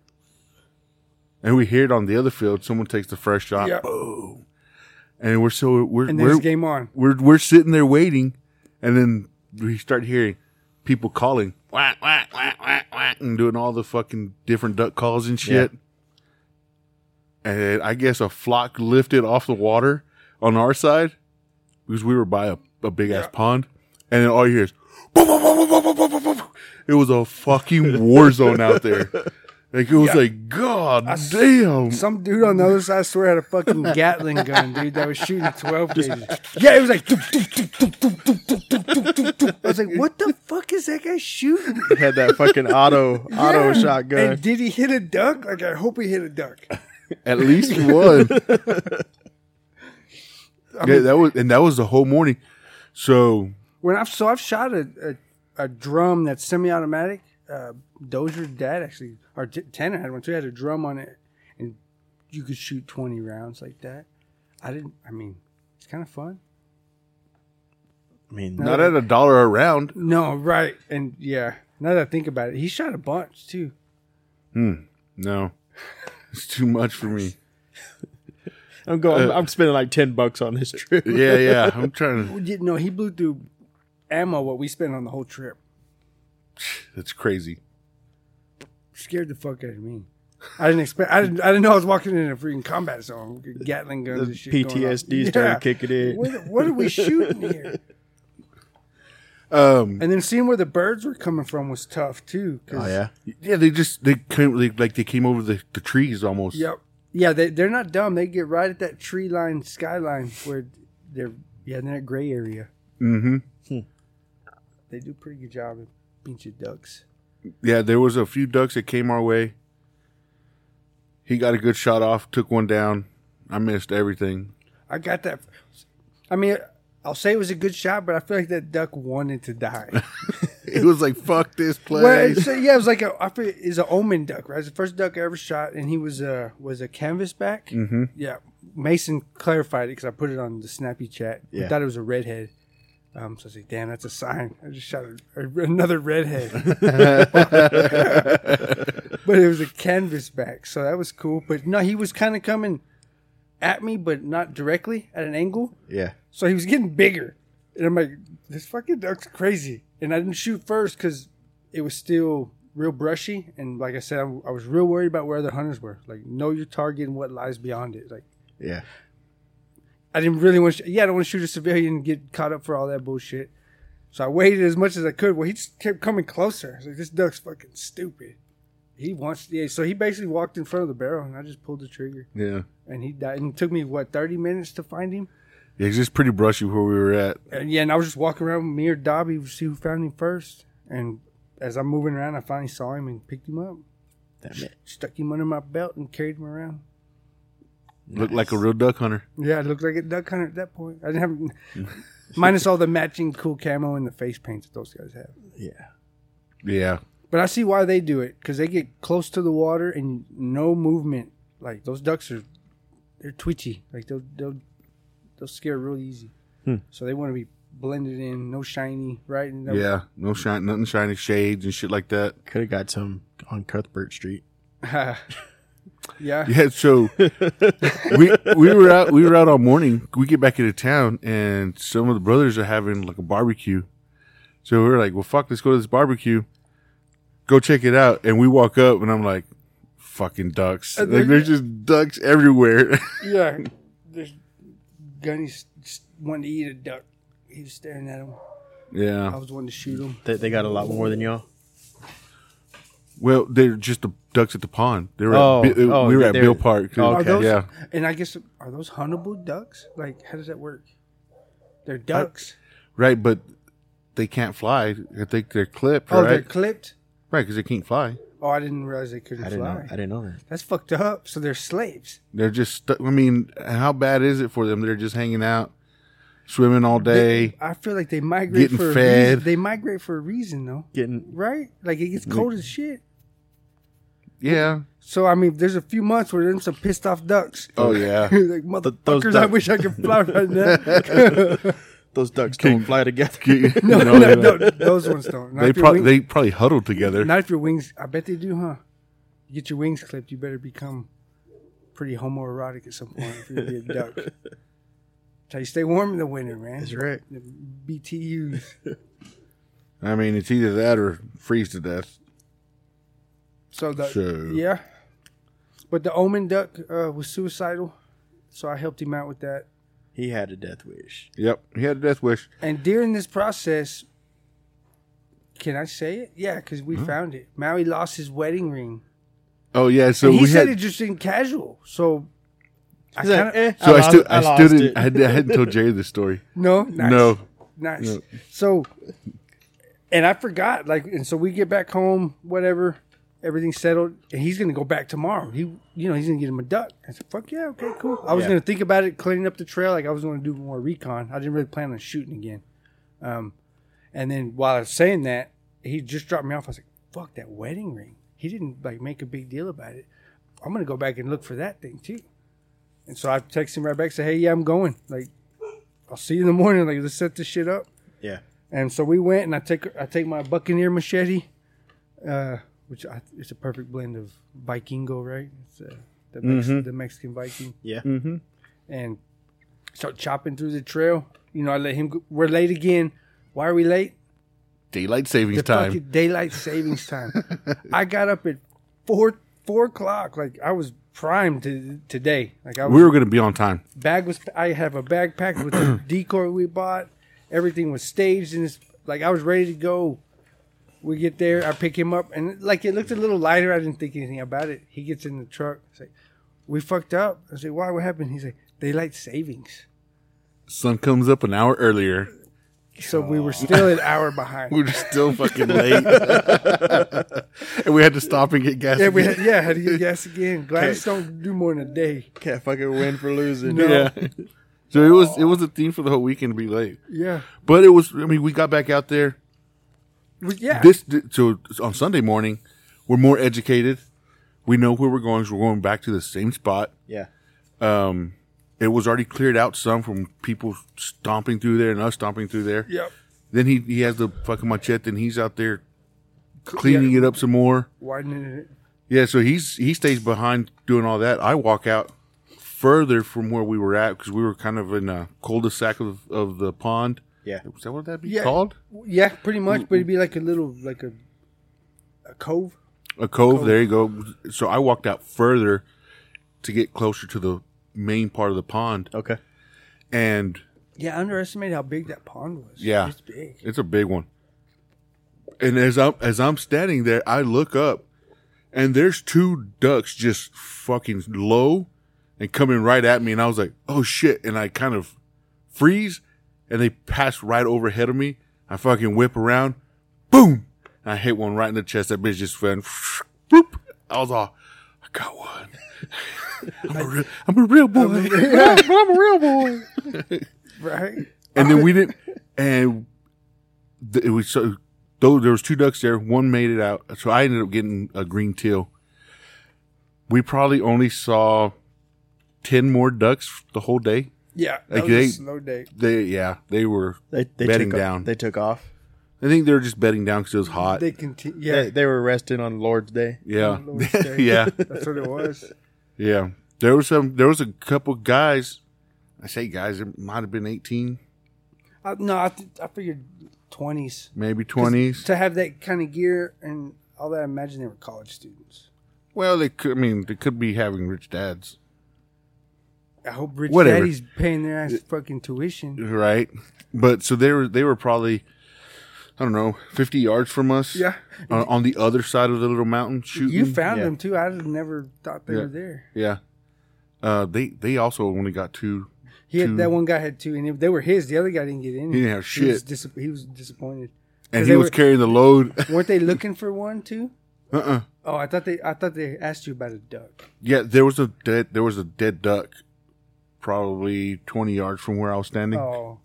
and we hear it on the other field someone takes the first shot
Yep.
boom and we're so we're
And then
Uh, we're,
it's game on.
we're we're sitting there waiting, and then we start hearing people calling whack whack whack whack whack and doing all the fucking different duck calls and shit. And I guess a flock lifted off the water on our side because we were by a, a big ass pond, and then all you hear is boom, boom, boom, boom, boom, boom, boom, boom, boom. it was a fucking war zone out there. Like it was like God damn.
Some dude on the other side, I swear, had a fucking Gatling gun, dude, that was shooting 12 gauges. Yeah, it was like. doop, doop, doop, doop, doop, doop, doop, doop, doop, doop, doop. I was like, what the fuck is that guy shooting?
Had that fucking auto auto
Yeah.
shotgun.
And did he hit a duck? Like, I hope he hit a duck.
At least one. yeah, that was and that was the whole morning. So
When I've so I've shot a a, a drum that's semi-automatic. Uh, Dozier's dad actually, or T- Tanner had one too. Had a drum on it, and you could shoot twenty rounds like that. I didn't. I mean, it's kind of fun.
I mean,
not at a dollar a round.
No, right, and yeah. Now that I think about it, he shot a bunch too.
No, it's too much for me.
I'm going.
Uh,
I'm, I'm spending like ten bucks on this trip.
Yeah, yeah. I'm trying. to
We didn't know he blew through ammo what we spent on the whole trip.
That's crazy.
Scared the fuck out of me. I didn't expect. I didn't. I didn't know I was walking in a freaking combat zone. Gatling guns
The
and shit. going off.
PTSD started
Yeah.
kicking in.
What, what are we shooting here?
Um,
And then seeing where the birds were coming from was tough too. 'cause-
Oh yeah.
yeah, they just they came they, like they came over the, the trees almost.
Yep. Yeah, they they're not dumb. They get right at that tree line skyline where they're yeah in that gray area.
Mm-hmm.
They do a pretty good job of pinch of ducks.
Yeah, there was a few ducks that came our way. He got a good shot off, took one down. I missed everything.
I got that. I mean, I'll say it was a good shot, but I feel like that duck wanted to die.
It was like fuck this
Well,
place.
so, yeah, it was like a I forget, is an omen duck, right? It's the first duck I ever shot, and he was a was a canvasback.
Mm-hmm.
Mhm.
Yeah, Mason clarified it because I put it on the snappy chat. He
Yeah.
thought it was a redhead. Um, so I was like, "Damn, that's a sign." I just shot a, a- another redhead, but it was a canvasback, so that was cool. But no, he was kind of coming at me, but not directly at an angle.
Yeah.
So he was getting bigger. And I'm like, this fucking duck's crazy. And I didn't shoot first because it was still real brushy. And like I said, I'm, I was real worried about where other hunters were. Like, know your target and what lies beyond it. Like,
Yeah.
I didn't really want to, yeah, I don't want to shoot a civilian and get caught up for all that bullshit. So I waited as much as I could. Well, he just kept coming closer. I was like, this duck's fucking stupid. He wants, yeah. So he basically walked in front of the barrel and I just pulled the trigger.
yeah.
And he died. And it took me, what, 30 minutes to find him?
Yeah, it's just pretty brushy where we were at.
And yeah, and I was just walking around with me or Dobby to see who found him first. And as I'm moving around, I finally saw him and picked him up,
Damn it.
stuck him under my belt, and carried him around.
Looked like a real duck hunter.
Yeah, I looked like a duck hunter at that point. I didn't have minus all the matching cool camo and the face paints that those guys have.
Yeah.
Yeah.
But I see why they do it because they get close to the water and no movement. Like those ducks are, they're twitchy. Like they'll they'll they'll scare real easy. So they want to be blended in, no shiny, right? And that-
Yeah. No shine nothing shiny shades and shit like that.
Could have got some on Cuthbert Street.
yeah.
Yeah, so we we were out we were out all morning. We get back into town and some of the brothers are having like a barbecue. So we were like, Well fuck, let's go to this barbecue. Go check it out. And we walk up and I'm like, fucking ducks.
And
Like
they're-
there's just ducks everywhere.
Yeah, there's Gunny's just wanting to eat a duck. He was staring at him. I
yeah.
was wanting to shoot him.
They, they got a lot more than y'all.
Well, they're just the ducks at the pond. They were
Oh,
at, Bi-
oh,
we were at
they're-
Bill Park.
oh,
Are
Okay.
those,
Yeah.
And I guess are those huntable ducks? Like, how does that work? They're ducks.
Right, but they can't fly. I think they're clipped,
oh, they're
right?
clipped.
Right, because they can't fly.
Oh, I didn't realize they couldn't
I didn't know.
fly.
I didn't know that.
That's fucked up. So they're slaves.
They're just stuck. I mean, how bad is it for them? They're just hanging out, swimming all day.
I feel like they migrate
Getting
for a
fed.
reason. They migrate for a reason, though,
Getting
right? Like it gets cold as shit.
yeah.
So I mean, there's a few months where there's some pissed off ducks.
Oh yeah.
like motherfuckers, I
duck-
wish I could fly right now.
those ducks don't fly together.
no,
no, no, those ones don't. Not
They
if your
probably
wing-
they probably huddled together.
not if your wings. I bet they do, huh? You get your wings clipped, you better become pretty homoerotic at some point if you're gonna be a duck. So you stay warm in the winter, man.
That's right.
The BTUs.
I mean, it's either that or freeze to death.
So the
So-
Uh, yeah, but the omen duck uh, was suicidal, so I helped him out with that.
He had a death wish.
Yep, he had a death wish.
And during this process, can I say it? Yeah, because we
Mm-hmm.
found it. Maui lost his wedding ring.
Oh yeah, so
And he
we
said
had.
it just in casual. So I
He's like,
kinda,
eh,
so I,
lost-
stood. I,
lost
stood.
it.
In, I, had, I hadn't told Jerry this story.
no, nice,
No,
nice.
No.
So, and I forgot. Like, and so we get back home, whatever, everything's settled, and he's gonna go back tomorrow. He, you know, he's gonna get him a duck. I said, "Fuck yeah, okay, cool." I was
Yeah.
gonna think about it, cleaning up the trail. Like I was gonna do more recon. I didn't really plan on shooting again. Um, and then while I was saying that, he just dropped me off. I was like, "Fuck that wedding ring." He didn't like make a big deal about it. I'm gonna go back and look for that thing too. And so I text him right back, say, "Hey, yeah, I'm going. Like, I'll see you in the morning. Like, let's set this shit up."
Yeah.
And so we went, and I take I take my buccaneer machete, uh, which I, it's a perfect blend of Vikingo, right? It's uh, the, Mex-
Mm-hmm.
the Mexican Viking,
Yeah.
and start chopping through the trail. You know, I let him. Go. We're late again. Why are we late?
daylight savings
the
time.
fucking daylight savings time. I got up at four four o'clock. Like I was primed to today. Like I was
we were going to be on time.
bag was I have a bag packed with the decoy we bought. Everything was staged and it's like I was ready to go. We get there, I pick him up and like it looked a little lighter. I didn't think anything about it. He gets in the truck. It's like, we fucked up. I say, why? What happened? He's like, daylight savings.
Sun comes up an hour earlier.
So we were still an hour behind.
We were still fucking late, and we had to stop and get gas.
Yeah, we had, yeah, had to get gas again. Gladys don't do more than a day.
Can't fucking win for losing.
Yeah. So it was it was a theme for the whole weekend to be late.
Yeah.
But it was I mean, we got back out there
We- yeah.
This so on Sunday morning, we're more educated. We know where we're going. 'cause We're going back to the same spot.
Yeah.
Um, it was already cleared out some from people stomping through there and us stomping through there.
yep.
Then he he has the fucking machete and he's out there cleaning it up some more.
Widening it.
Yeah, so he's he stays behind doing all that. I walk out further from where we were at because we were kind of in a cul-de-sac of, of the pond.
Yeah.
Is that what that'd be
Yeah.
called?
Yeah, pretty much. But it'd be like a little, like a, a cove.
A cove. There you go. So I walked out further to get closer to the main part of the pond,
Okay.
and
Yeah, I underestimated how big that pond was.
Yeah.
it's big.
It's a big one. And as I'm as I'm standing there, I look up, and there's two ducks just fucking low, and coming right at me. And I was like, "Oh shit!" And I kind of freeze, and they pass right overhead of me. I fucking whip around, boom! And I hit one right in the chest. That bitch just went, boop. I was all, "I got one." I'm, a real, I'm a real boy.
but I'm a real boy.
Right?
and then we didn't and th- it was so though there was two ducks there one made it out so i ended up getting a green teal we probably only saw 10 more ducks the whole day
Yeah. That
Like
was
they-
a slow day.
they yeah they were
They, they
Bedding
took
down.
Off, they took off.
i think they were just bedding down because it was hot
They continue. Yeah.
They, they were resting on Lord's Day.
yeah
Lord's Day.
yeah
That's what it was.
yeah there was some there was a couple guys i say guys it might have been 18
I, no, I, th- I figured 20s.
maybe 20s
To have that kind of gear and all that, I imagine they were college students.
well they could i mean they could be having rich dads
I hope Rich
Whatever.
Daddy's paying their ass fucking tuition.
right? But so they were they were probably I don't know fifty yards from us.
Yeah.
on, on the other side of the little mountain shooting.
You found
Yeah.
them too. I'd have never thought they
Mm-hmm. Yeah.
were there.
yeah. Uh, they they also only got two.
He had,
Two.
that one guy had two, and if they were his, the other guy didn't get any.
He didn't have
He was,
shit.
dis- he was disappointed.
And
Because
he
they
was
were-
carrying the load.
Weren't they looking for one too?
uh-uh.
Oh, I thought they I thought they asked you about a duck.
Yeah, there was a dead there was a dead duck, probably twenty yards from where I was standing.
Oh,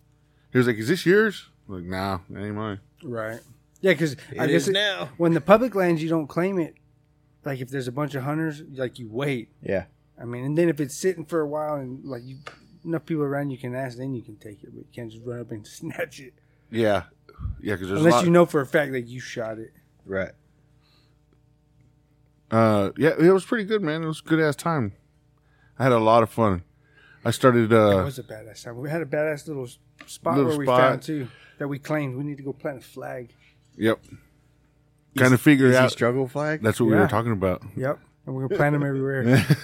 He was like, "Is this yours?" I'm like, nah, that ain't mine.
right. Yeah, because I guess it-
now.
when the public lands, you don't claim it. Like if there's a bunch of hunters, like you wait.
Yeah.
I mean, and then if it's sitting for a while and like you, enough people around, you can ask, then you can take it, but you can't just run up and snatch it
Yeah, yeah, because there's a
unless
lot-
you know for a fact that you shot it.
Right.
uh yeah it was pretty good man it was a good ass time i had a lot of fun i started
That
uh
was a badass time. We had a badass little s- spot
Little
where
spot.
we found too that we claimed we need to go plant a flag.
yep kind of figured
Is he
out
struggle flag?
that's what we were
Yeah.
talking about
Yep, and we're gonna plant them everywhere.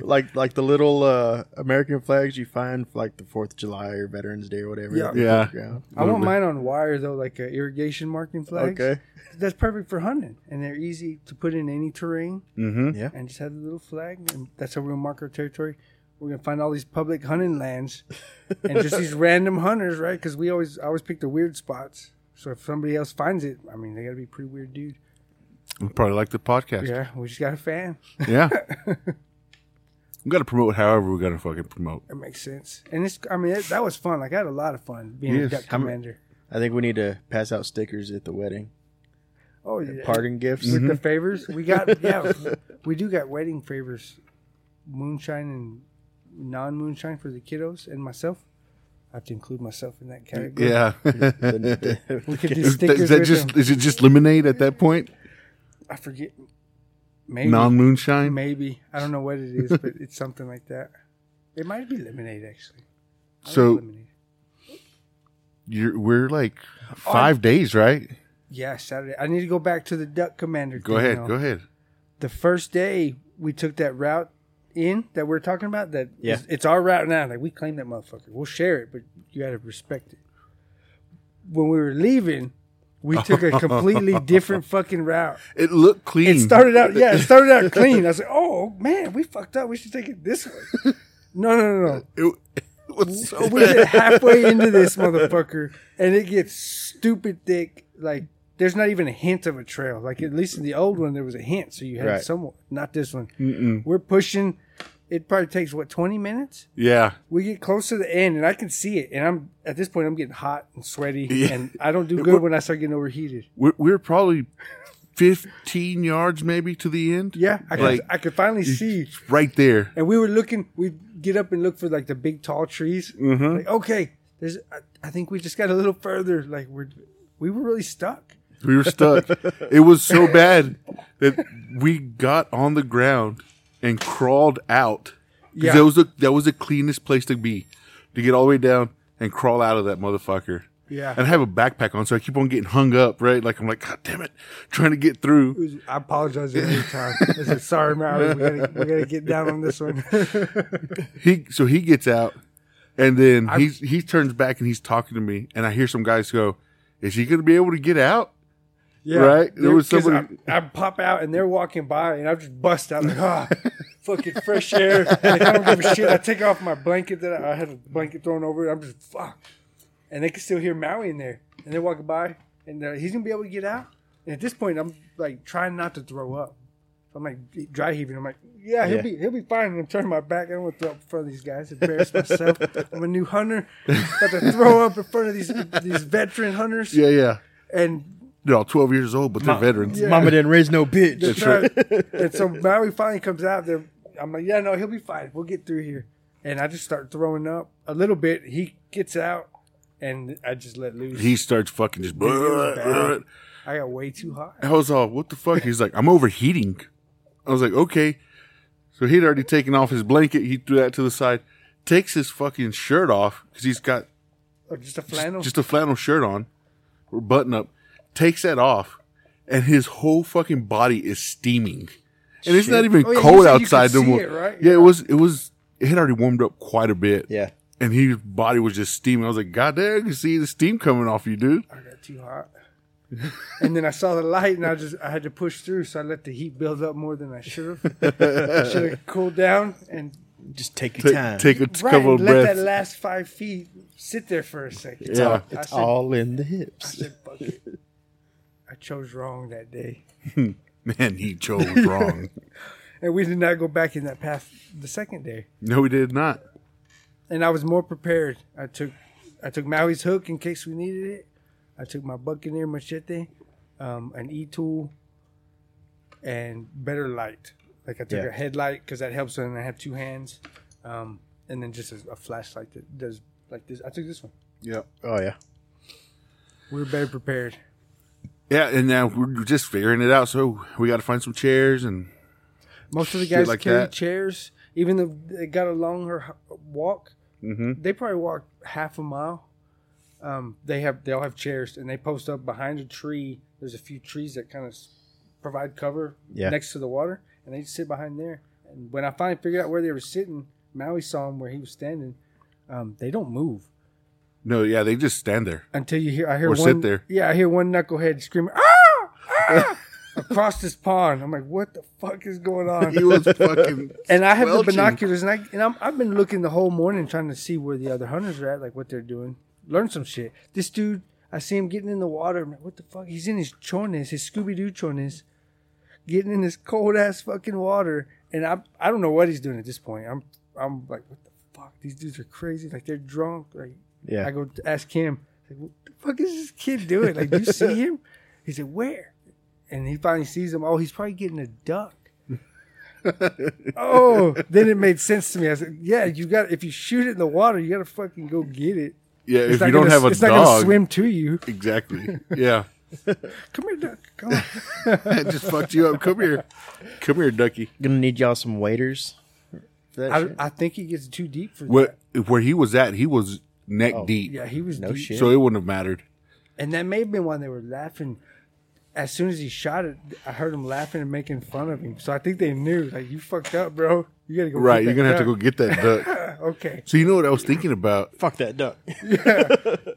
Like like the little uh, American flags you find for like the Fourth of July or Veterans Day or whatever.
Yeah.
yeah
Yeah.
I want mine on wire though, like a irrigation marking flags.
Okay.
That's perfect for hunting, and they're easy to put in any terrain.
mm-hmm
And just have the little flag, and that's how we're gonna mark our territory. We're gonna find all these public hunting lands, and just these random hunters, right? Because we always I always pick the weird spots. So if somebody else finds it, I mean, they gotta be a pretty weird dude.
probably like the podcast
Yeah, we just got a fan.
yeah, we gotta promote however we gotta fucking promote
That makes sense. And it's I mean that, that was fun. Like I had a lot of fun being
Yes.
a duck
How many-
commander.
I think we need to pass out stickers at the wedding.
Oh yeah.
Parting gifts.
Mm-hmm.
with the favors. We got yeah, we do got wedding favors, moonshine and non moonshine for the kiddos and myself. I have to include myself in that category.
yeah
We could do
is that,
stickers
is that
with
just
them.
is it just lemonade at that point
I forget. Maybe
non-moonshine
maybe I don't know what it is, but it's something like that. It might be lemonade actually. I like
so
lemonade.
you're we're like
Oh,
five days right
yeah, Saturday. I need to go back to the duck commander.
go
thing,
ahead
though.
go ahead
the first day we took that route in that we are talking about that
Yeah.
is- it's our route now like we claim that motherfucker we'll share it but you gotta respect it when we were leaving we took a completely different fucking route
it looked clean
it started out yeah it started out clean i was like oh man we fucked up we should take it this way no no no no
it, it was so
we get
bad.
halfway into this motherfucker and it gets stupid thick like there's not even a hint of a trail like at least in the old one there was a hint so you had
Right.
somewhat not this one
Mm-mm.
we're pushing it probably takes what twenty minutes.
Yeah.
We get close to the end, and I can see it. And I'm at this point, I'm getting hot and sweaty,
Yeah.
and I don't do good when I start getting overheated.
We're, we're probably 15 yards maybe to the end.
Yeah, I could,
Like-
I could finally see.
Right there.
And we were looking. We'd get up and look for like the big tall trees. Like okay, there's. I, I think we just got a little further. Like we're, we were really stuck.
We were stuck. it was so bad that we got on the ground and crawled out. 'Cause
Yeah.
That was the that was the cleanest place to be. To get all the way down and crawl out of that motherfucker.
Yeah.
And I have a backpack on, so I keep on getting hung up, right? Like I'm like, God damn it, trying to get
It
through.
was, I apologize every time. I said, sorry, Mary. We gotta, we gotta get down on this one.
He so he gets out and then he's he turns back and he's talking to me and I hear some guys go, Is he gonna be able to get out?
yeah,
Right? There was
'cause
somebody-
I, I pop out and they're walking by, and I just bust out like, ah, fucking fresh air. Like, I don't give a shit. I take off my blanket that I, I had a blanket thrown over it. I'm just fuck, and they can still hear Maui in there, and they're walking by, and they're, he's gonna be able to get out. And at this point, I'm like trying not to throw up. I'm like dry heaving. I'm like, yeah, he'll
Yeah.
be he'll be fine. And I'm turning my back. I don't want to throw up in front of these guys. Embarrass myself. I'm a new hunter. About to throw up in front of these these veteran hunters.
Yeah, yeah.
And
They're all twelve years old, but they're veterans.
yeah.
Mama didn't raise no bitch.
That's right.
and so Maui finally comes out there. I'm like, yeah, no, he'll be fine. We'll get through here. And I just start throwing up a little bit. He gets out, and I just let loose.
He starts fucking just
bad. I got way too hot.
I was all, what the fuck? He's like, I'm overheating. I was like, okay. So he'd already taken off his blanket. He threw that to the side, takes his fucking shirt off because he's got
Or just a flannel.
just a flannel shirt on or button up, takes that off, and his whole fucking body is steaming. And it's not even
Oh, yeah, you
cold
said you could
outside no
see
more.
it, right?
Yeah,
Yeah.
it was, it was, it had already warmed up quite a bit.
Yeah.
And his body was just steaming. I was like, God damn, you can see the steam coming off you, dude.
I got too hot. and then I saw the light, and I just I had to push through, so I let the heat build up more than I should have. should have cooled down and
Just take your
Take,
time.
take a t-
right,
couple
let
of breaths.
that last five feet sit there for a second.
Yeah.
I
it's
said,
all in the
I
hips.
said, fuck it. I chose wrong that day,
Man, he chose wrong.
and we did not go back in that path the second day.
No, he did not.
And I was more prepared. I took I took Maui's hook in case we needed it. I took my Buccaneer machete, um, an E tool, and better light. Like I took
Yeah.
a headlight because that helps, and I have two hands, um, and then just a, a flashlight that does like this. I took this one.
Yep.
Oh yeah.
We were better prepared.
Yeah, and now we're just figuring it out. So we got to find some chairs and
Most of the
Shit
guys
like
carry
that.
chairs, even though they got a longer h- walk.
Mm-hmm.
They probably walked half a mile. Um, they have they all have chairs, and they post up behind a tree. There's a few trees that kind of provide cover
Yeah.
next to the water, and they just sit behind there. And when I finally figured out where they were sitting, Maui saw him where he was standing. Um, they don't move
no, yeah, they just stand there.
until you hear. I hear
Or
one.
sit there.
Yeah, I hear one knucklehead screaming, "Ah!" ah!" across this pond. I'm like, what the fuck is going on?
He was fucking.
and I have the
squelching.
binoculars, and I and I'm, I've been looking the whole morning trying to see where the other hunters are at, like what they're doing, learn some shit. This dude, I see him getting in the water. I'm like, what the fuck? He's in his chonis, his Scooby Doo chonis, getting in this cold ass fucking water, and I I don't know what he's doing at this point. I'm I'm like, what the fuck? These dudes are crazy. Like they're drunk. Like
Yeah.
I go to ask him, like, what the fuck is this kid doing? Like, do you see him? He said, where? And he finally sees him. Oh, he's probably getting a duck. oh, then it made sense to me. I said, yeah, you got if you shoot it in the water, you got to fucking go get it.
Yeah,
It's
if
not
you don't
gonna-
have a
it's not gonna
dog,
swim to you.
exactly. Yeah,
Come here, duck. Come on.
that just fucked you up. Come here, come here, Ducky.
Gonna need y'all some waiters. For that shit.
I, I think he gets too deep for
Where
that.
where he was at, he was neck deep,
Yeah, he was
No
deep.
shit.
so it wouldn't have mattered.
And that may have been why they were laughing. As soon as he shot it, I heard him laughing and making fun of him. So I think they knew, like, you fucked up, bro. You gotta go.
Right,
get
you're
that
gonna have to go
duck."
get that duck.
Okay.
So you know what I was thinking about?
Fuck that duck.
You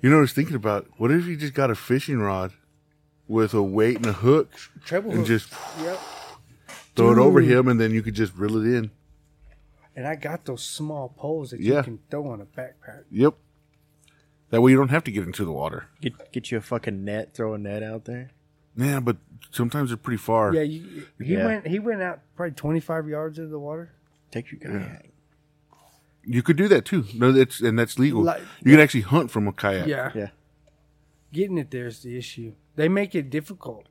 know what I was thinking about? What if you just got a fishing rod with a weight and a hook
Treble
and
hook.
just
Yep.
throw it over him, and then you could just reel it in?
And I got those small poles that
Yeah.
you can throw on a backpack.
Yep. That way you don't have to get into the water.
Get get you a fucking net. Throw a net out there.
Yeah, but sometimes they're pretty far.
Yeah, you, he
Yeah.
went. He went out probably twenty five yards into the water.
Take your kayak.
You could do that too. No, that's and that's legal.
Like-
you can actually hunt from a kayak
Yeah.
Yeah.
Getting it there is the issue. They make it difficult.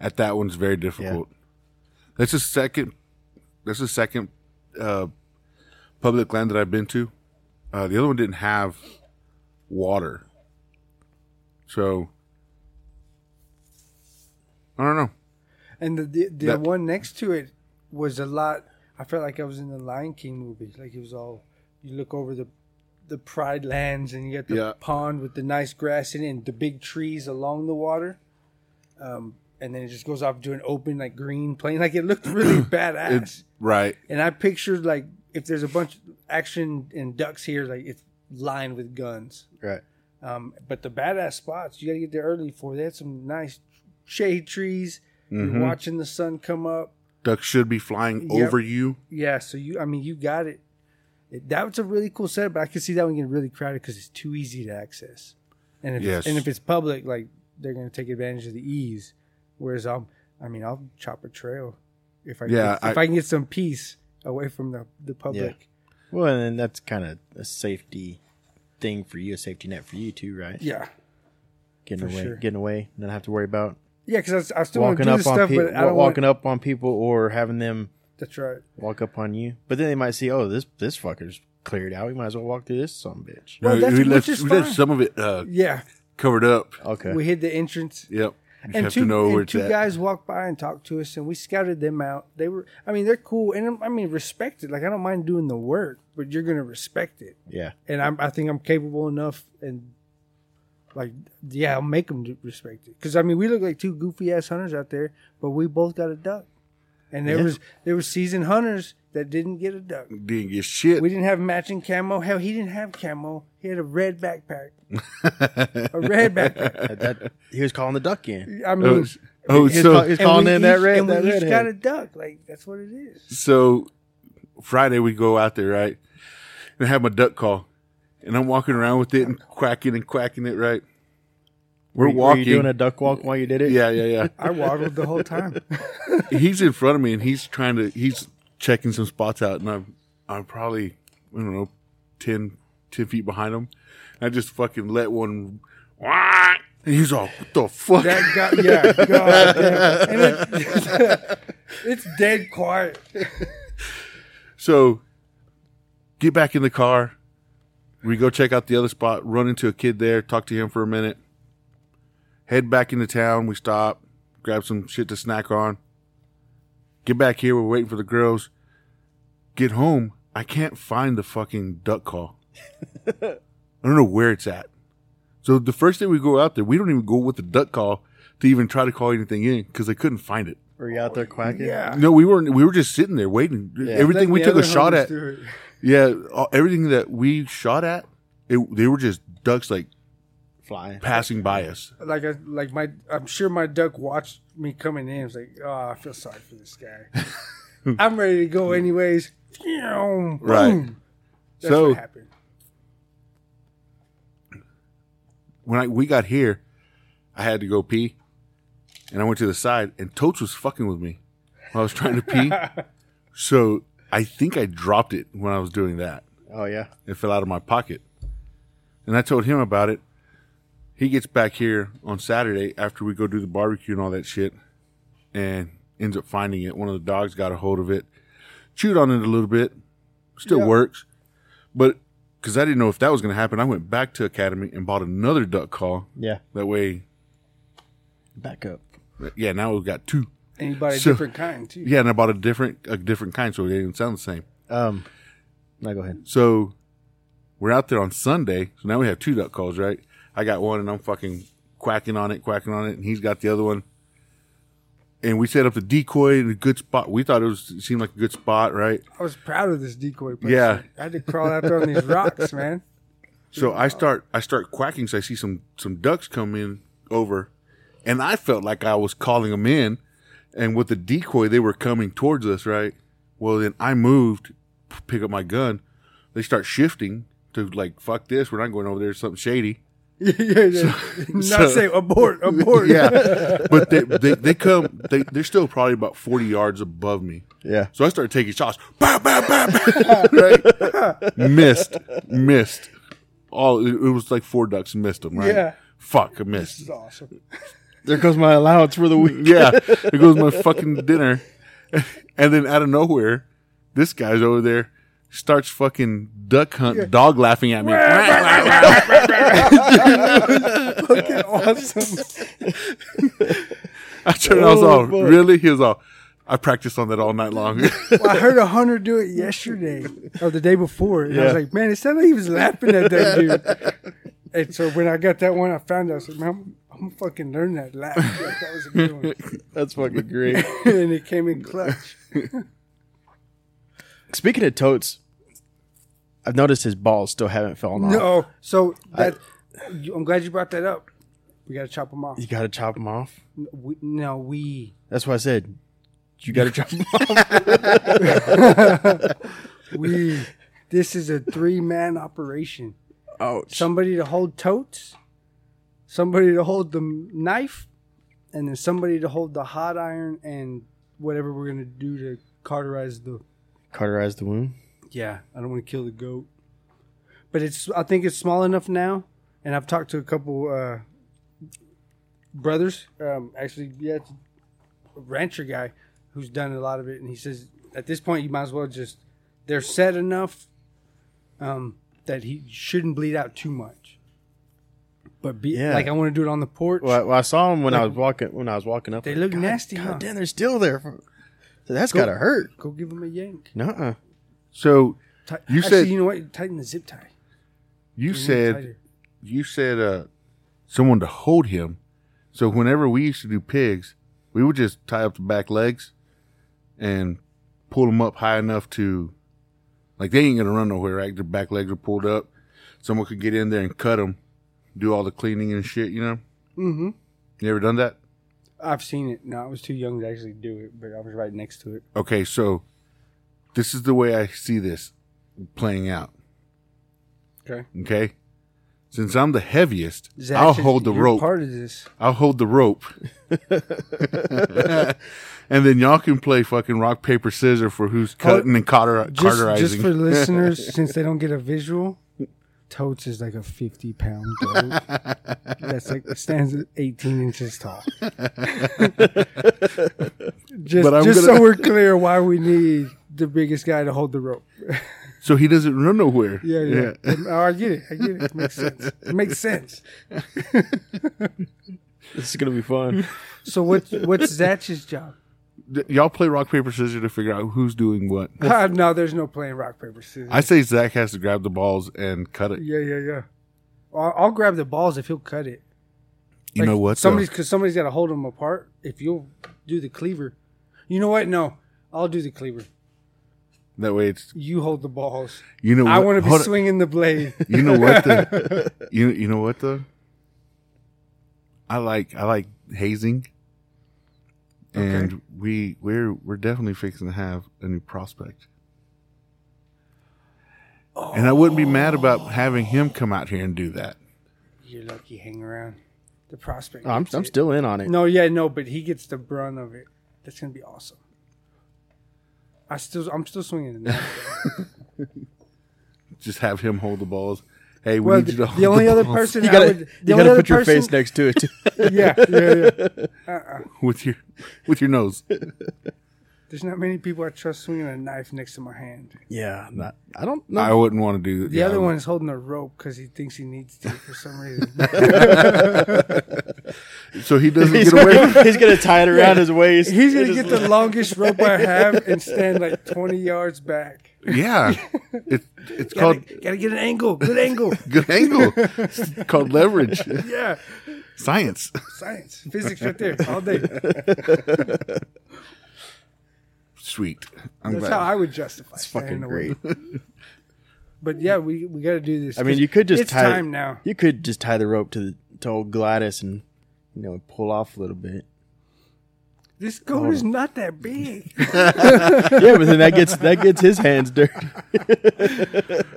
at that one's very difficult. That's the second. That's the second uh, public land that I've been to. Uh, the other one didn't have water, so I don't know.
And the the, the
That-
one next to it was a lot. I felt like I was in the Lion King movie. Like it was all. You look over the the Pride Lands, and you got the
Yeah.
pond with the nice grass in it, and the big trees along the water. Um, and then it just goes off to an open, like green plain. Like it looked really badass.
It's right.
and I pictured like if there's a bunch of action and ducks here, like it's lined with guns.
Right.
Um, but the badass spots you got to get there early for. They had some nice shade trees.
Mm-hmm.
You're watching the sun come up.
Ducks should be flying
Yep.
over you.
Yeah, so you, I mean, you got it. it that was a really cool setup. but I could see that one getting really crowded because it's too easy to access. And if
Yes.
and if it's public, like they're going to take advantage of the ease. Whereas I'll, I mean, I'll chop a trail if I
Yeah,
get, if
I-
I can get some peace away from the the public.
Well, and then that's kind of a safety thing for you, a safety net for you too, right?
Yeah.
Getting
for
away,
sure.
getting away, not have to worry about
Yeah, because I, I still want to
walking
do
up
this
on
stuff,
people,
but I don't
walking
want,
up on people, or having them
That's right.
walk up on you. But then they might see, oh, this this fucker's cleared out. We might as well walk through this some bitch.
Well,
No,
that's-
we
which
left,
is
we left
fine.
some of it uh,
Yeah,
covered up.
Okay.
we hid the entrance,
Yep. You
and
have
two,
to know
and
where it's
two
at.
guys walked by and talked to us, and we scouted them out. They were, I mean, they're cool, and I mean, respected. Like I don't mind doing the work, but you're gonna respect it,
yeah.
and I'm, I think I'm capable enough, and like, yeah, I'll make them respect it. Because I mean, we look like two goofy ass hunters out there, but we both got a duck, and there
Yeah.
was there were seasoned hunters that didn't get a duck.
Didn't get shit.
We didn't have matching camo. Hell, he didn't have camo. He had a red backpack. a red backpack.
That- that- he was calling the duck in.
I mean,
oh, s- oh,
He's,
so
call- he's
and
calling
we
in that
each-
red.
And we
that
each
redhead.
got a duck. Like that's what it is.
so Friday we go out there, right? And I have my duck call. And I'm walking around with it and quacking and quacking it, right? We're
Were you-
walking.
Were you doing a duck walk while you did it?
yeah, yeah,
I waddled the whole time.
yeah. he's in front of me and he's trying to he's checking some spots out and I'm I'm probably I don't know 10, 10 feet behind him. I just fucking let one and he's all what the fuck
That got yeah. God, damn. And it- it's dead quiet.
So get back in the car. We go check out the other spot, run into a kid there, talk to him for a minute, head back into town. We stop, grab some shit to snack on, get back here. We're waiting for the girls. Get home. I can't find the fucking duck call. I don't know where it's at. So the first day we go out there, we don't even go with the duck call to even try to call anything in because they couldn't find it.
Were you out there quacking?
Yeah.
No, we weren't. We were just sitting there waiting. Everything
Letting
we
the
took a
other
shot
homies
at,
do it.
yeah, all, everything that we shot at, it, they were just ducks like
Flying.
passing by us.
Like I, like my, I'm sure my duck watched me coming in. It's like, oh, I feel sorry for this guy. I'm ready to go anyways. Boom.
Right.
That's
So-
what happened.
When I, we got here, I had to go pee, and I went to the side, and Totes was fucking with me while I was trying to pee. so I think I dropped it when I was doing that.
Oh yeah.
It fell out of my pocket, and I told him about it. He gets back here on Saturday after we go do the barbecue and all that shit, and ends up finding it. One of the dogs got a hold of it, chewed on it a little bit, still
Yeah.
works. But because I didn't know if that was going to happen, I went back to Academy and bought another duck call.
Yeah.
That way,
Back up.
yeah, now we've got two.
And you bought a
So-
different kind too.
Yeah, and I bought a different a different kind, so they didn't sound the same.
Um. Now go ahead.
So we're out there on Sunday. So now we have two duck calls, right? I got one and I'm fucking quacking on it, quacking on it, and he's got the other one. And we set up the decoy in a good spot. We thought it was it seemed like a good spot, right?
I was proud of this decoy. Person.
Yeah.
I had to crawl out there on these rocks, man.
So I start I start quacking, so I see some some ducks come in over, and I felt like I was calling them in, and with the decoy they were coming towards us, right? Well, then I moved, p- pick up my gun. They start shifting to like fuck this, we're not going over there. Something shady.
yeah, yeah, yeah. Not
so-
say abort, abort.
yeah, but they, they they come they they're still probably about forty yards above me.
Yeah.
So I started taking shots. Bam, bam, bam, bam. right? Missed, missed. All it, it was like four ducks and missed them. Right?
Yeah.
Fuck, I missed.
It's awesome.
There goes my allowance for the week.
Yeah, it goes my fucking dinner, and then out of nowhere, this guy's over there starts fucking duck hunt, dog laughing at me.
Fucking awesome.
I turned, I was
Oh,
all,
fuck.
really? He was all, I practiced on that all night long.
Well, I heard a hunter do it yesterday or the day before. And I was
Yeah.
like, man, it sounded like he was laughing at that dude. And so when I got that one, I found out. I was like, man, I'm, I'm gonna fucking learn that laugh. Like, that was a good one.
That's fucking great.
and it came in clutch.
Speaking of totes, I've noticed his balls still haven't fallen off.
No, so that you I'm glad you brought that up. We gotta chop them off.
You got to chop them off.
We, no, we
That's why I said you got to chop them off.
we. This is a three man operation.
Ouch.
Somebody to hold totes, somebody to hold the knife, and then somebody to hold the hot iron and whatever we're gonna do to cauterize the.
Cauterize the wound.
Yeah, I don't want to kill the goat, but it's. I think it's small enough now, and I've talked to a couple uh, brothers. Um, actually, yeah, it's a rancher guy who's done a lot of it, and he says at this point you might as well just they're set enough um, that he shouldn't bleed out too much. But be
Yeah.
like I want to do it on the porch.
Well, I, well, I saw them when I was walking when I was walking up.
They look
God,
nasty,
God
huh?
damn, they're still there. So that's gotta hurt.
Go give him a yank.
Nuh-uh.
so
Ti-
You
actually,
said-
you know what? Tighten the zip tie.
you
Bring it
said,
tighter.
you said, uh, someone to hold him. So whenever we used to do pigs, we would just tie up the back legs and pull them up high enough to, like, they ain't going to run nowhere, right? Their back legs are pulled up. Someone could get in there and cut them, do all the cleaning and shit, you know? Mm-hmm. You ever done that?
I've seen it. No, I was too young to actually do it, but I was right next to it.
okay, so this is the way I see this playing out.
Okay.
Okay. Since I'm the heaviest,
Zach,
I'll
since
hold the
you're
rope.
Part of this.
I'll hold the rope. and then y'all can play fucking rock, paper, scissors for who's cutting and cauter-
Just,
cauterizing.
just for listeners, since they don't get a visual, totes is like a fifty pound goat. That's like stands at eighteen inches tall. just
But I'm
just
gonna-
so we're clear, why we need the biggest guy to hold the rope.
so he doesn't run nowhere.
Yeah, yeah. Oh, I get it. I get it. It makes sense. It makes sense.
This is gonna be fun.
So what's what's Zatch's job?
Th- Y'all play rock, paper, scissors to figure out who's doing what.
Ah, no, there's no playing rock paper scissors.
I say Zach has to grab the balls and cut it.
yeah, yeah, yeah. I'll, I'll grab the balls if he'll cut it.
You
Like,
know what? though?
Somebody's because somebody's got to hold them apart. If you'll do the cleaver, you know what? No, I'll do the cleaver.
That way, it's
You hold the balls.
you know.
I
what-
want to be
hold on.
swinging the blade.
You know what? The, you you know what though? I like I like hazing, and we we're we're definitely fixing to have a new prospect. And I wouldn't be mad about having him come out here and do that.
You're lucky. Hang around. The prospect.
I'm
gets
I'm
it.
still in on it.
No, yeah, no, but he gets the brunt of it. That's gonna be awesome. I still, I'm still swinging the knife.
Just have him hold the balls. Hey, we
Well,
need you
the,
to
the
hold
only other
balls
person
You
I
gotta,
would, the
you
only
gotta
other
put your
person,
face next to it too.
Yeah, yeah, yeah.
with your with your nose.
There's not many people I trust swinging a knife next to my hand.
yeah, I'm not, I don't know.
I wouldn't want to do
The
yeah,
other
I
one is holding a rope because he thinks he needs to for some reason.
would- So he doesn't
he's,
get away.
gonna, he's gonna tie it around his waist.
He's gonna
Just-
get the longest rope I have and stand like 20 yards back.
Yeah, it, it's
Gotta,
called
gotta get an angle, good angle.
good angle. It's called leverage.
Yeah,
Science.
science, physics, right there, all day.
Sweet. I'm
That's
glad.
how I would justify. It's
fucking great.
But yeah, we we gotta do this.
I mean, you could just
it's
tie
time now.
You could just tie the rope to the to old Gladys and you know pull off a little bit.
This coat is not that big.
yeah, but then that gets that gets his hands dirty.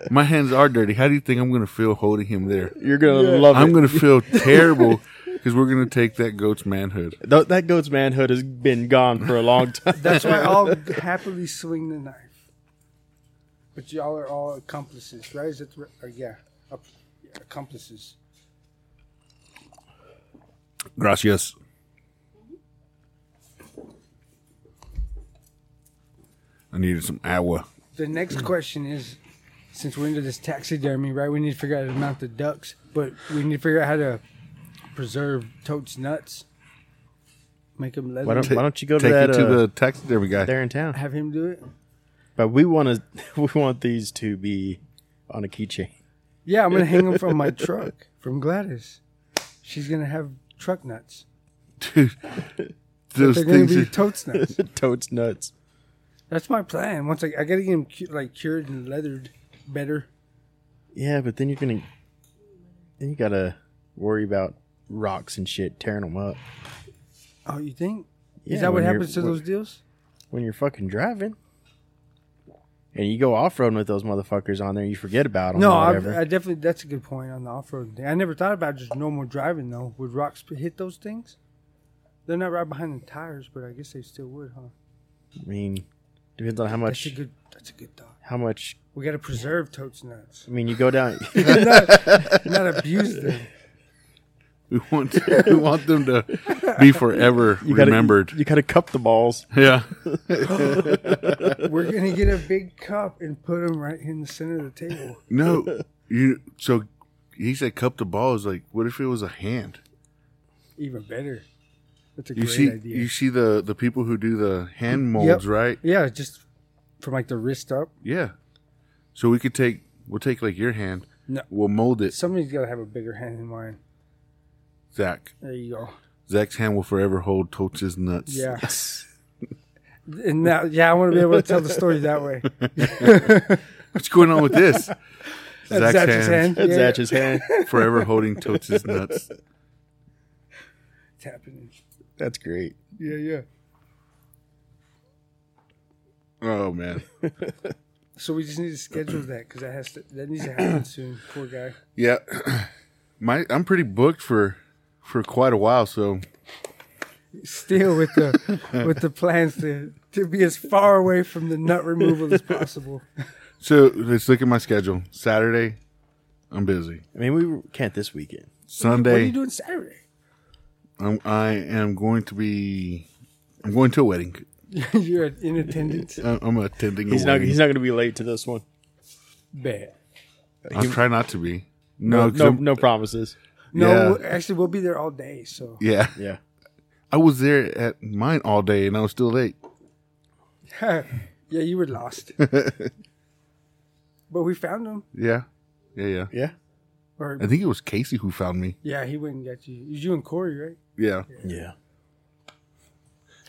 My hands are dirty. How do you think I'm going to feel holding him there?
You're gonna love
I'm
it.
going to feel terrible because we're going to take that goat's manhood.
Th- that goat's manhood has been gone for a long time.
That's why I'll happily swing the knife. But y'all are all accomplices, right? Is that the, uh, yeah, Up- yeah, accomplices.
Gracias. I needed some agua.
The next question is, since we're into this taxidermy, right? We need to figure out how to mount the ducks, but we need to figure out how to preserve totes nuts. Make them leather.
Why don't, why don't you go to
Take
that
it to
uh,
the taxidermy guy.
there in town?
have him do it?
But we want to we want these to be on a keychain.
Yeah, I'm gonna hang them from my truck from Gladys. She's gonna have truck nuts.
Dude, those
They're gonna
things.
be
that-
totes nuts.
Toad's nuts.
That's my plan. Once I, I gotta get him cu- like cured and leathered better.
Yeah, but then you're gonna then you gotta worry about rocks and shit tearing them up.
Oh, you think?
Yeah,
Is that what
when you're-
happens to
when-
those deals?
when you're fucking driving? And you go off roading with those motherfuckers on there, you forget about them.
No,
or
I,
whatever.
I definitely. That's a good point on the off-road thing. I never thought about just normal driving though. Would rocks p- hit those things? They're not right behind the tires, but I guess they still would, huh?
I mean, depends on how
That's
much
a good. That's a good thought.
how much
We gotta preserve totes nuts,
I mean, you go down.
not abuse them.
we, want we want them to be forever
You gotta,
remembered.
You, gotta cup the balls.
yeah.
We're gonna get a big cup and put them right in the center of the table.
No. You so he said cup the ball is like what if it was a hand?
Even better. That's a
You
great
see
idea.
you see the the people who do the hand molds, right?
yeah, just from like the wrist up.
Yeah. So we could take we'll take like your hand.
No.
We'll mold it.
Somebody's gotta have a bigger hand than mine.
Zach.
There you go.
Zach's hand will forever hold Totes' nuts.
Yeah. And now, yeah, I want to be able to tell the story that way.
What's going on with this? Zach's,
Zatch's
hand,
That's
Yeah.
Zatch's hand.
forever holding Totes' nuts.
It's happening.
That's great.
Yeah, yeah.
Oh man.
So we just need to schedule that because that has to that needs to happen soon. Poor guy.
Yeah. My I'm pretty booked for for quite a while, so
Still with the with the plans to to be as far away from the nut removal as possible.
so let's look at my schedule. Saturday, I'm busy.
I mean, we can't this weekend.
Sunday
What are you doing Saturday?
I'm, I am going to be. I'm going to a wedding.
You're in attendance.
I- I'm attending.
He's
a
not.
wedding.
He's not going to be late to this one.
Bad.
I'll try not to be. No, 'cause
no,
I'm-
no promises.
No,
Yeah.
actually, we'll be there all day. So
Yeah,
Yeah.
I was there at mine all day, and I was still late.
yeah, you were lost. but we found him.
Yeah, yeah, yeah.
Yeah.
Or
I think it was Casey who found me.
yeah, he went and got you. It was you and Corey, right?
Yeah,
Yeah.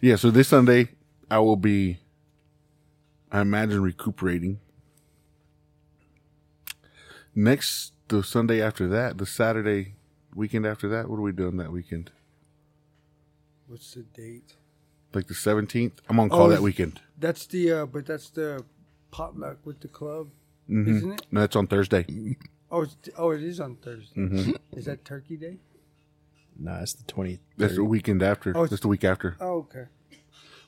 yeah. So this Sunday, I will be. I imagine recuperating. Next, the Sunday after that, the Saturday weekend after that. What are we doing that weekend?
What's the date?
Like the seventeenth. I'm on call
Oh,
that
is-
weekend.
That's the uh but that's the potluck with the club, isn't it?
No, that's on Thursday.
Oh, it's, oh, it is on Thursday. Is that Turkey Day?
No, it's the twenty.
That's the weekend after.
Oh, it's-
That's the week after.
Oh, okay.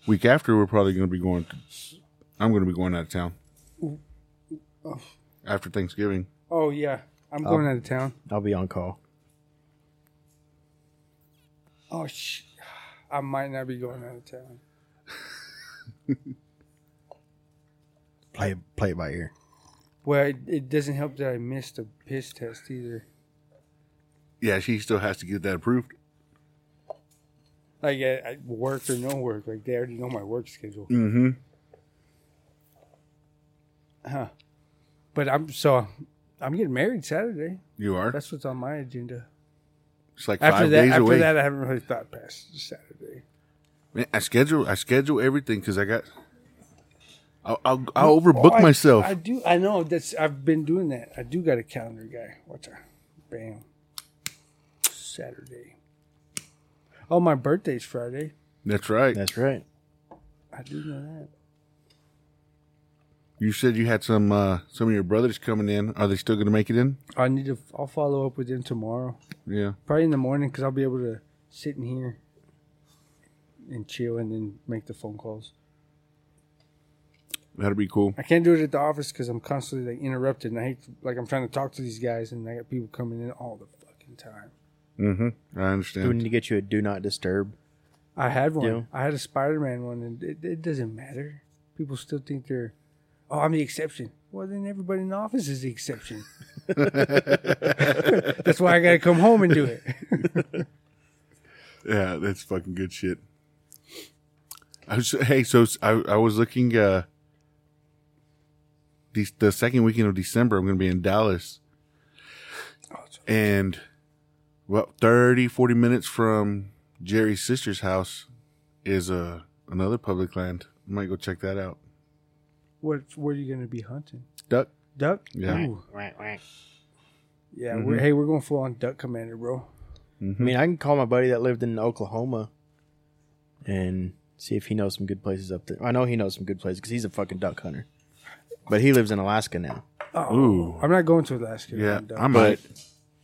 Week after, we're probably going to be going. To, I'm going to be going out of town after Thanksgiving.
Oh yeah, I'm going out of town.
I'll be on call.
Oh sh, I might not be going out of town.
Play play it by ear.
Well, it, it doesn't help that I missed a piss test either.
Yeah, she still has to get that approved.
Like at, at work or no work, like they already know my work schedule.
Mm-hmm.
Huh. But I'm so I'm getting married Saturday.
You are.
That's what's on my agenda.
It's like
After
five
that,
days
after
away.
that, I haven't really thought past Saturday.
Man, I schedule. I schedule everything because I got. I'll, I'll, I'll overbook
Oh, I-
myself.
I, do. I know that's. I've been doing that. I do got a calendar guy. Watch out. Bam. Saturday. Oh, my birthday's Friday.
That's right.
That's right.
I do know that.
you said you had some uh, some of your brothers coming in. Are they still going to make it in?
I need to. I'll follow up with them tomorrow,
Yeah.
probably in the morning, because I'll be able to sit in here and chill, and then make the phone calls.
That'd be cool.
I can't do it at the office because I'm constantly like interrupted, and I hate like I'm trying to talk to these guys, and I got people coming in all the fucking time.
Mm-hmm. I
Do we
understand.
need to get you a do not disturb?
I had one.
Yeah.
I had a Spider-Man one, and it, it doesn't matter. People still think they're, oh, I'm the exception. Well, then everybody in the office is the exception. That's why I got to come home and do it.
Yeah, that's fucking good shit. I was, hey, so I, I was looking uh the, the second weekend of December. I'm going to be in Dallas, and well, 30, 40 minutes from Jerry's sister's house is uh, another public land. I might go check that out.
what? Where are you going to be hunting?
Duck.
Duck.
Yeah.
Ooh. Yeah. We're,
Mhm.
hey, we're going full on duck commander, bro.
I mean, I can call my buddy that lived in Oklahoma and see if he knows some good places up there. I know he knows some good places because he's a fucking duck hunter. But he lives in Alaska now.
Oh,
Ooh.
I'm not going to Alaska.
Yeah,
I'm duck.
I might.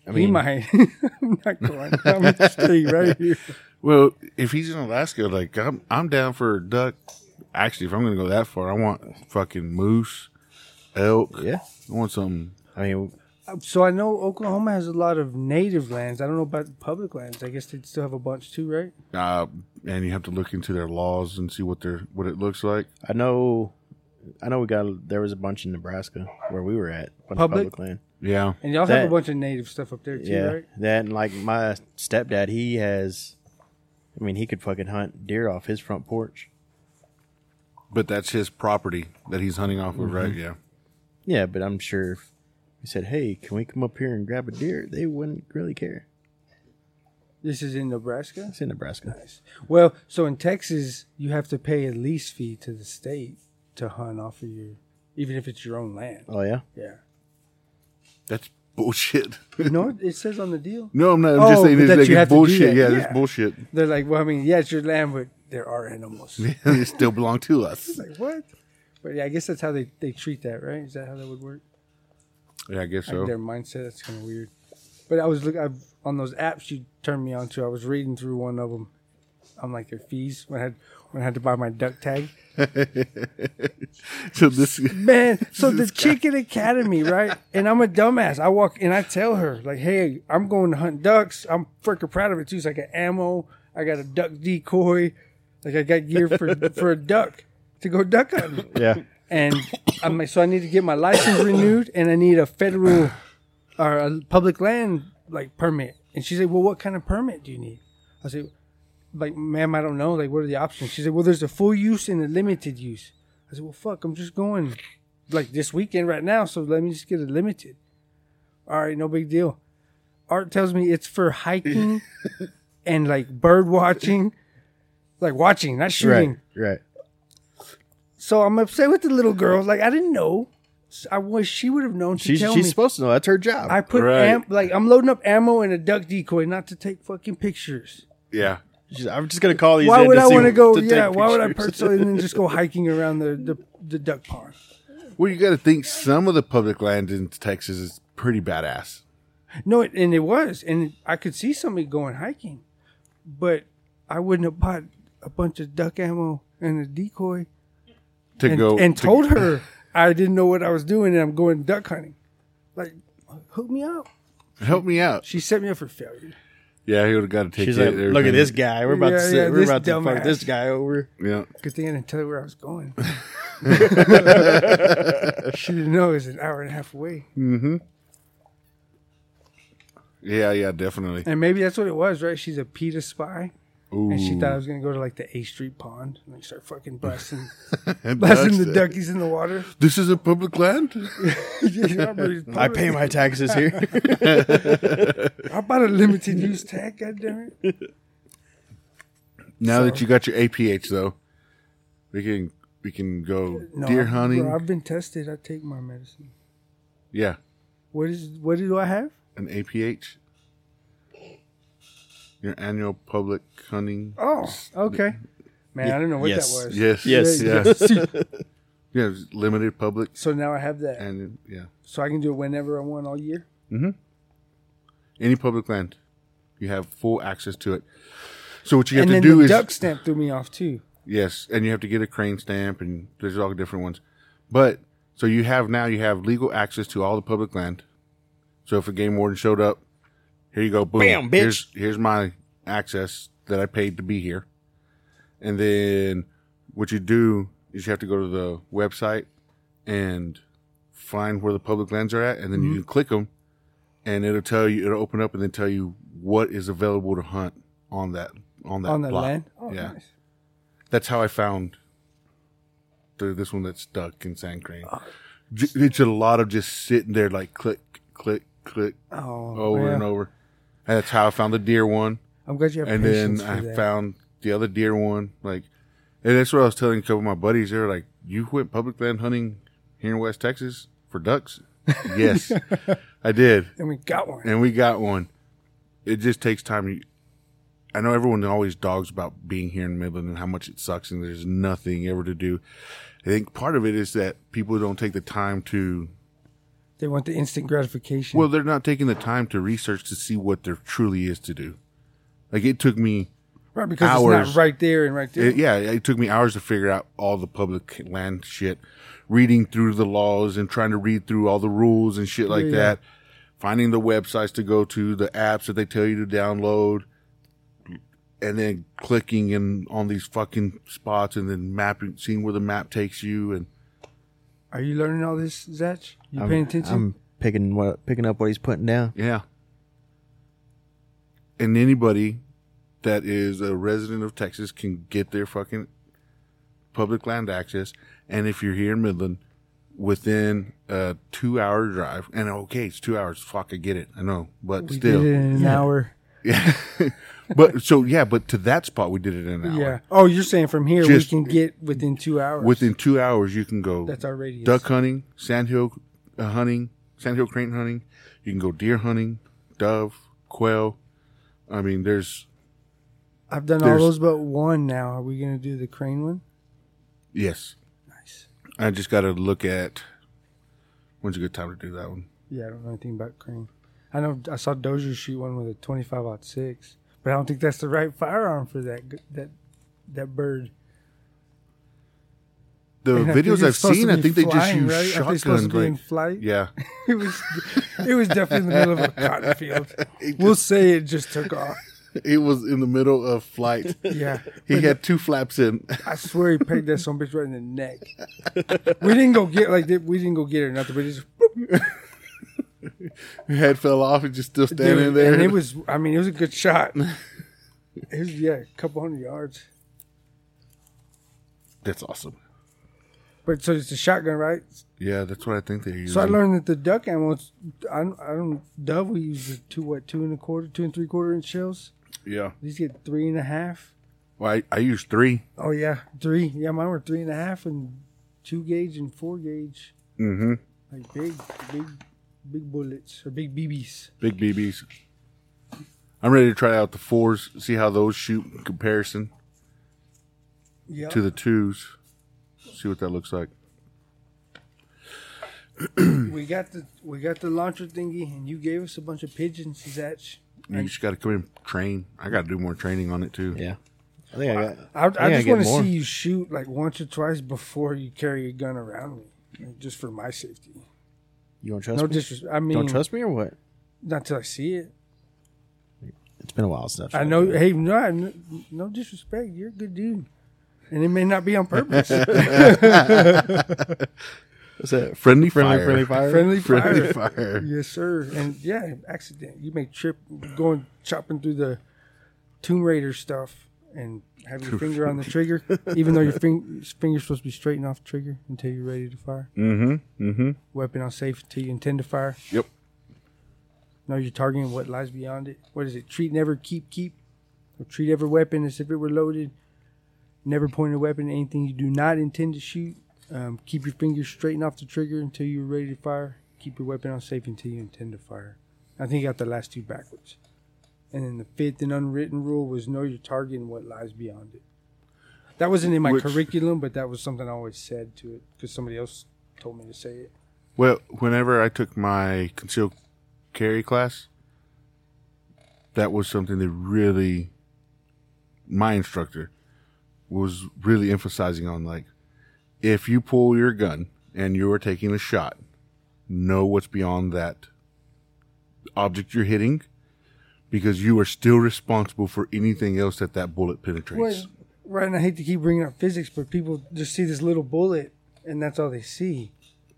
I
He
mean,
might. I'm not going. I'm staying right here.
Well, if he's in Alaska, like I'm, I'm down for a duck. Actually, if I'm gonna go that far, I want fucking moose, elk.
yeah.
I want something.
I mean,
So I know Oklahoma has a lot of native lands. I don't know about public lands. I guess they still have a bunch too, right?
Uh, and you have to look into their laws and see what their what it looks like.
I know, I know we got there was a bunch in Nebraska where we were at bunch of
Public?
public land.
Yeah,
And y'all have
That-
a bunch of native stuff up there too,
Yeah,
right?
that and like my stepdad, he has. I mean, he could fucking hunt deer off his front porch.
but that's his property that he's hunting off of, right?
Mm-hmm.
Yeah,
Yeah, but I'm sure if we said, "Hey, can we come up here and grab a deer?" They wouldn't really care.
This is in Nebraska.
It's in Nebraska.
Well, so in Texas, you have to pay a lease fee to the state to hunt off of your, even if it's your own land.
Oh yeah,
Yeah.
that's bullshit.
No, it- it says on the deal.
no, I'm not. I'm
Oh,
just saying
but
it's,
that
like,
you
it's
have to do
bullshit.
that.
Yeah,
Yeah.
it's bullshit.
They're like, well, I mean, yeah, it's your land, but there are animals.
it still belong to us.
like what? But yeah, I guess that's how they, they treat that, right? Is that how that would work?
Yeah, I guess
like their
so.
mindset. That's kind of weird. But I was looking I've, on those apps you turned me on to. I was reading through one of them. I'm like their fees when I had when I had to buy my duck tag.
so this.
Man, so the Chicken Academy, right? And I'm a dumbass. I walk and I tell her like, "Hey, I'm going to hunt ducks. I'm freaking proud of it too. So I got ammo. I got a duck decoy. Like I got gear for for a duck to go duck hunting."
yeah.
and I'm like, so I need to get my license renewed, and I need a federal or a public land like permit. And she said, well, what kind of permit do you need? I said, like, ma'am, I don't know. Like, what are the options? She said, well, there's a full use and a limited use. I said, well, fuck, I'm just going like this weekend right now, so let me just get a limited. All right, no big deal. Art tells me it's for hiking and like bird watching, like watching, not shooting.
Right. Right.
So I'm upset with the little girl. Like I didn't know. I wish she would have known to
She's
tell
she's
me.
supposed to know. That's her job.
I put
Right.
am- like I'm loading up ammo and a duck decoy, not to take fucking pictures.
Yeah,
She's, I'm just gonna call these.
why
in
would
to
I
see
want to
what-
go?
to take
yeah, why would I
pictures.
purchase and then just go hiking around the the, the duck pond?
well, you got to think some of the public land in Texas is pretty badass.
No, it, and it was, and I could see somebody going hiking, but I wouldn't have bought a bunch of duck ammo and a decoy
To
and,
go
and
to-
told her I didn't know what I was doing and I'm going duck hunting. Like, hook me up.
help me out.
She set me up for failure.
Yeah, he would have got to take
She's
it.
like, look at this guy. We're about
Yeah,
to sit.
yeah,
we're
this
about to
dumbass.
fuck this guy over.
Yeah.
Good thing I didn't tell her where I was going. she didn't know it was an hour and a half away.
Yeah, yeah, definitely.
And maybe that's what it was, right? She's a PETA spy.
Ooh.
And she thought I was going to go to like the A Street pond and like start fucking busting,
And
busting
ducks
the
that-
duckies in the water.
This is a public land?
I pay my taxes here.
I bought a limited use tag, goddammit. it.
now that you got your APH though, we can we can go deer hunting.
Bro, I've been tested. I take my medicine.
yeah.
What is what do I have?
An APH. Your annual public hunting.
Oh, okay. Man, I didn't know what
Yes.
that was.
Yes.
Yes.
Yeah.
yes.
Yeah. it's Limited public
so now I have that.
and yeah.
So I can do it whenever I want all year.
Any public land, you have full access to it. So what you have
and
to
then
do
the
is
duck stamp threw me off too.
Yes, and you have to get a crane stamp, and there's all different ones. But so you have now you have legal access to all the public land. So if a game warden showed up, here you go, boom,
Bam, bitch.
Here's, here's my access that I paid to be here. And then what you do is you have to go to the website and find where the public lands are at, and then you can click them, and it'll tell you it'll open up and then tell you what is available to hunt on that on that
on the
block.
land. Oh,
yeah
nice.
that's how I found the, this one that's stuck in sand crane.
Ah.
J- It's a lot of just sitting there, like click, click, click,
Oh,
over and over. And that's how I found the deer one.
I'm glad you have
And
patience
then
for
I
that.
found the other deer one. Like, and that's what I was telling a couple of my buddies. They were like, You went public land hunting here in West Texas for ducks? yes, I did
and we got one.
and we got one. It just takes time. You- I know everyone always dogs about being here in Midland and how much it sucks and there's nothing ever to do. I think part of it is that people don't take the time to
They want the instant gratification.
well, they're not taking the time to research to see what there truly is to do. Like it took me
right, because it's
hours.
not right there and right there.
it, yeah, it took me hours to figure out all the public land shit, reading through the laws and trying to read through all the rules and shit like
Yeah.
that, finding the websites to go to, the apps that they tell you to download, and then clicking in on these fucking spots and then mapping, seeing where the map takes you. And
Are you learning all this, Zach? You
I'm,
paying attention?
I'm picking what picking up what he's putting down.
yeah. And anybody that is a resident of Texas can get their fucking public land access. And if you're here in Midland, within a two hour drive, and okay, it's two hours. Fuck, I get it. I know, but
we
still,
did it in an
Yeah.
hour.
yeah. but so yeah, but to that spot, we did it in an hour.
Yeah. Oh, you're saying from here
Just-
we can get within two hours.
Within two hours, you can go
that's our radius.
duck hunting, sandhill uh, hunting, sandhill crane hunting. You can go deer hunting, dove, quail. I mean, there's
I've done all
there's-
those but one now. Are we gonna do the crane one?
yes.
Nice.
I just got to look at when's a good time to do that one.
Yeah, I don't know anything about crane. I know I saw Dozier shoot one with a 25 out six, but I don't think that's the right firearm for that g- that that bird.
The
And I think
videos
it's
I've
supposed to
seen, I
be
think they just
flying,
use
right? Aren't they supposed
shotguns.
to be in
Like,
flight?
yeah,
It was it was definitely in the middle of a cotton field. We'll say it just took off.
it was in the middle of flight.
Yeah,
He had two flaps in.
I swear he pegged that some bitch right in the neck. We didn't go get like we didn't go get it or nothing, but it just
head fell off and just still standing
Dude,
there.
And it was, I mean, it was a good shot. It was, yeah, a couple hundred yards.
that's awesome.
But so it's a shotgun, right?
Yeah, that's what I think they use.
So I learned that the duck ammo, it's- I don't, I don't, dove, we use the two, what, two and a quarter, two and three quarter inch shells.
Yeah,
These get three and a half.
well, I, I used three.
Oh, yeah, three. Yeah, mine were three and a half and two gauge and four gauge.
Mm-hmm.
Like big, big, big bullets or big BBs.
Big BBs. I'm ready to try out the fours, see how those shoot in comparison
Yeah.
to the twos. See what that looks like.
we got the, we got the launcher thingy and you gave us a bunch of pigeons, Zatch.
You just got to come in train. I got to do more training on it too.
Yeah, I think I got.
I, I
I
just
get
want to
more.
see you shoot like once or twice before you carry a gun around me, like, just for my safety.
You don't trust
No
me?
disrespect. I mean,
don't trust me or what?
not till I see it.
It's been a while since.
I know. Hey, no, I kn- no disrespect. You're a good dude, and it may not be on purpose.
What's that?
Friendly,
Friendly,
fire.
friendly fire.
Friendly
Friendly
fire.
fire.
Yes, sir. And yeah, accident. You may trip going chopping through the Tomb Raider stuff and have your finger on the trigger, even though your fing- finger's supposed to be straightened off the trigger until you're ready to fire.
Mm-hmm. Mm-hmm.
Weapon on safe until you intend to fire.
Yep.
No, you're targeting what lies beyond it. What is it? Treat never keep keep, or treat every weapon as if it were loaded. Never point a weapon at anything you do not intend to shoot. Um, keep your fingers straightened off the trigger until you're ready to fire. Keep your weapon on safe until you intend to fire. I think you got the last two backwards. And then the fifth and unwritten rule was know your target and what lies beyond it. That wasn't in my
Which-
curriculum, but that was something I always said to it because somebody else told me to say it.
Well, whenever I took my concealed carry class, that was something that really my instructor was really emphasizing on like if you pull your gun and you are taking a shot, know what's beyond that object you're hitting because you are still responsible for anything else that that bullet penetrates.
Well, right, and I hate to keep bringing up physics, but people just see this little bullet, and that's all they see.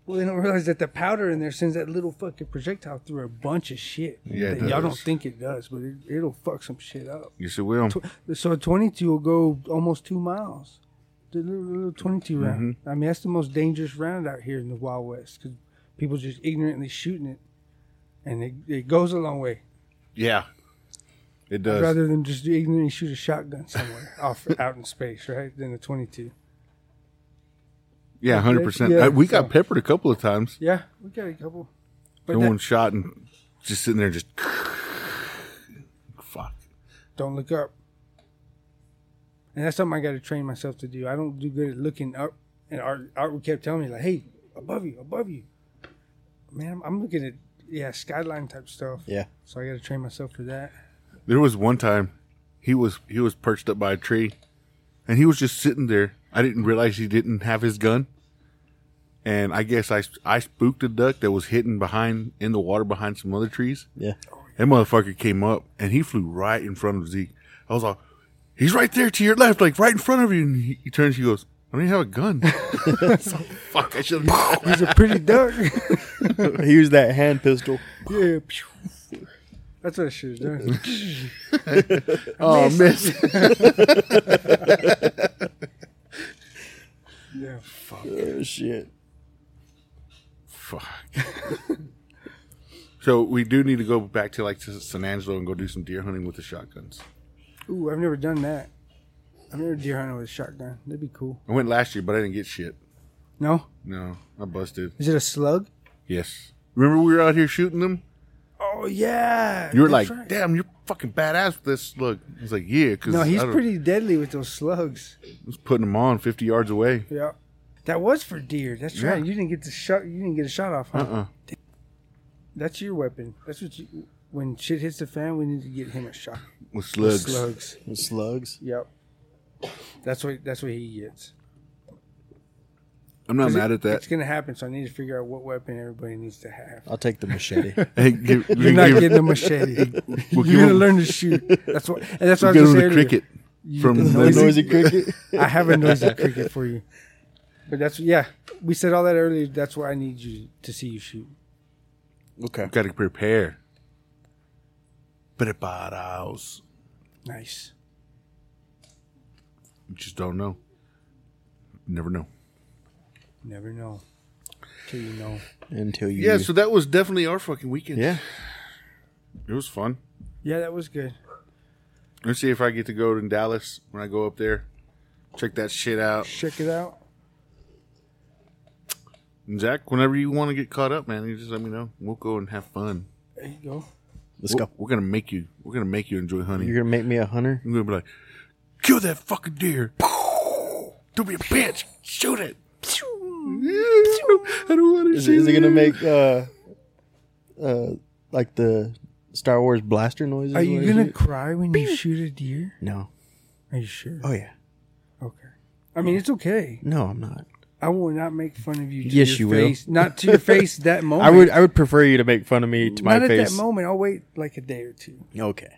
Well, they don't realize that the powder in there sends that little fucking projectile through a bunch of shit.
Yeah, it
that y'all don't
does.
think it does, but it, it'll fuck some shit up.
Yes, it will.
So a twenty-two will go almost two miles. The little, little twenty-two round.
Mm-hmm.
I mean, that's the most dangerous round out here in the Wild West because people just ignorantly shooting it, and it, it goes a long way.
Yeah, it does.
Rather than just ignorantly shoot a shotgun somewhere off out in space, right? Than a twenty-two.
yeah, hundred percent. Uh,
Yeah,
we got
so-
peppered a couple of times.
Yeah, we got a couple. But
No
that-
one shot and just sitting there, just fuck.
don't look up. And that's something I got to train myself to do. I don't do good at looking up. And Art, Art would kept telling me, like, hey, above you, above you. Man, I'm, I'm looking at, yeah, skyline type stuff.
Yeah.
So I got to train myself for that.
There was one time he was he was perched up by a tree, and he was just sitting there. I didn't realize he didn't have his gun, and I guess I I spooked a duck that was hidden behind in the water behind some other trees.
Yeah.
That motherfucker came up and he flew right in front of Zeke. I was like, he's right there to your left, like right in front of you. And he, he turns, he goes, I don't even have a gun. So, fuck, I should have.
He's a pretty duck.
he used that hand pistol.
yeah. pew. That's what I should have done.
Oh, miss.
Yeah.
Oh, shit.
Fuck. so we do need to go back to like to San Angelo and go do some deer hunting with the shotguns.
Ooh, I've never done that. I've never deer hunted with a shotgun. That'd be cool.
I went last year, but I didn't get shit.
No?
No, I busted.
Is it a slug?
Yes. Remember we were out here shooting them?
Oh, yeah.
You were
That's
like,
right.
damn, you're fucking badass with this slug. I was like, yeah, because
no, he's
I don't-
pretty deadly with those slugs.
I was putting them on 50 yards away.
Yeah. That was for deer. That's
Yeah.
right. You didn't get the shot. You didn't get a shot off. Huh?
Uh-uh.
That's your weapon. That's what you. When shit hits the fan, we need to get him a shot.
With slugs.
Slugs.
With slugs.
Yep. That's what. That's what he gets.
I'm not
'Cause it-
mad at
It's
that.
gonna happen. So I need to figure out what weapon everybody needs to have.
I'll take the machete.
Hey, give-
You're not
give-
getting a machete.
we'll give
You're gonna
him-
learn to shoot. That's what. And that's what I
give him
was gonna
the
say earlier.
cricket from
the
Noisy-
noisy cricket.
I have a noisy cricket for you. But that's yeah. We said all that earlier. That's why I need you to see you shoot.
Okay.
Got to prepare. Preparados.
Nice.
You just don't know. Never know.
Never know. Till you know.
Until you.
Yeah, so that was definitely our fucking weekend.
yeah.
It was fun.
Yeah, that was good.
Let's see if I get to go to Dallas when I go up there. Check that shit out.
Check it out.
And Zach, whenever you want to get caught up, man, you just let me know. We'll go and have fun.
There you go.
Let's
We're,
go.
we're gonna make you. We're gonna make you enjoy hunting.
You're
You're
gonna make me a hunter.
gonna be like, kill that fucking deer. Don't be a bitch. Shoot it. I don't want to
Is
shoot
it, is it gonna make uh, uh, like the Star Wars blaster noises?
Are
when
you
I
gonna
shoot?
cry when you shoot a deer?
No.
Are you sure?
Oh yeah.
Uh, Okay. I mean, it's okay.
No, I'm not.
I will not make fun of you. To
Yes,
your
you will.
face. Not to your face that moment.
I would. I would prefer you to make fun of me to my
Oh not at
face.
that moment. I'll wait like a day or two.
Okay.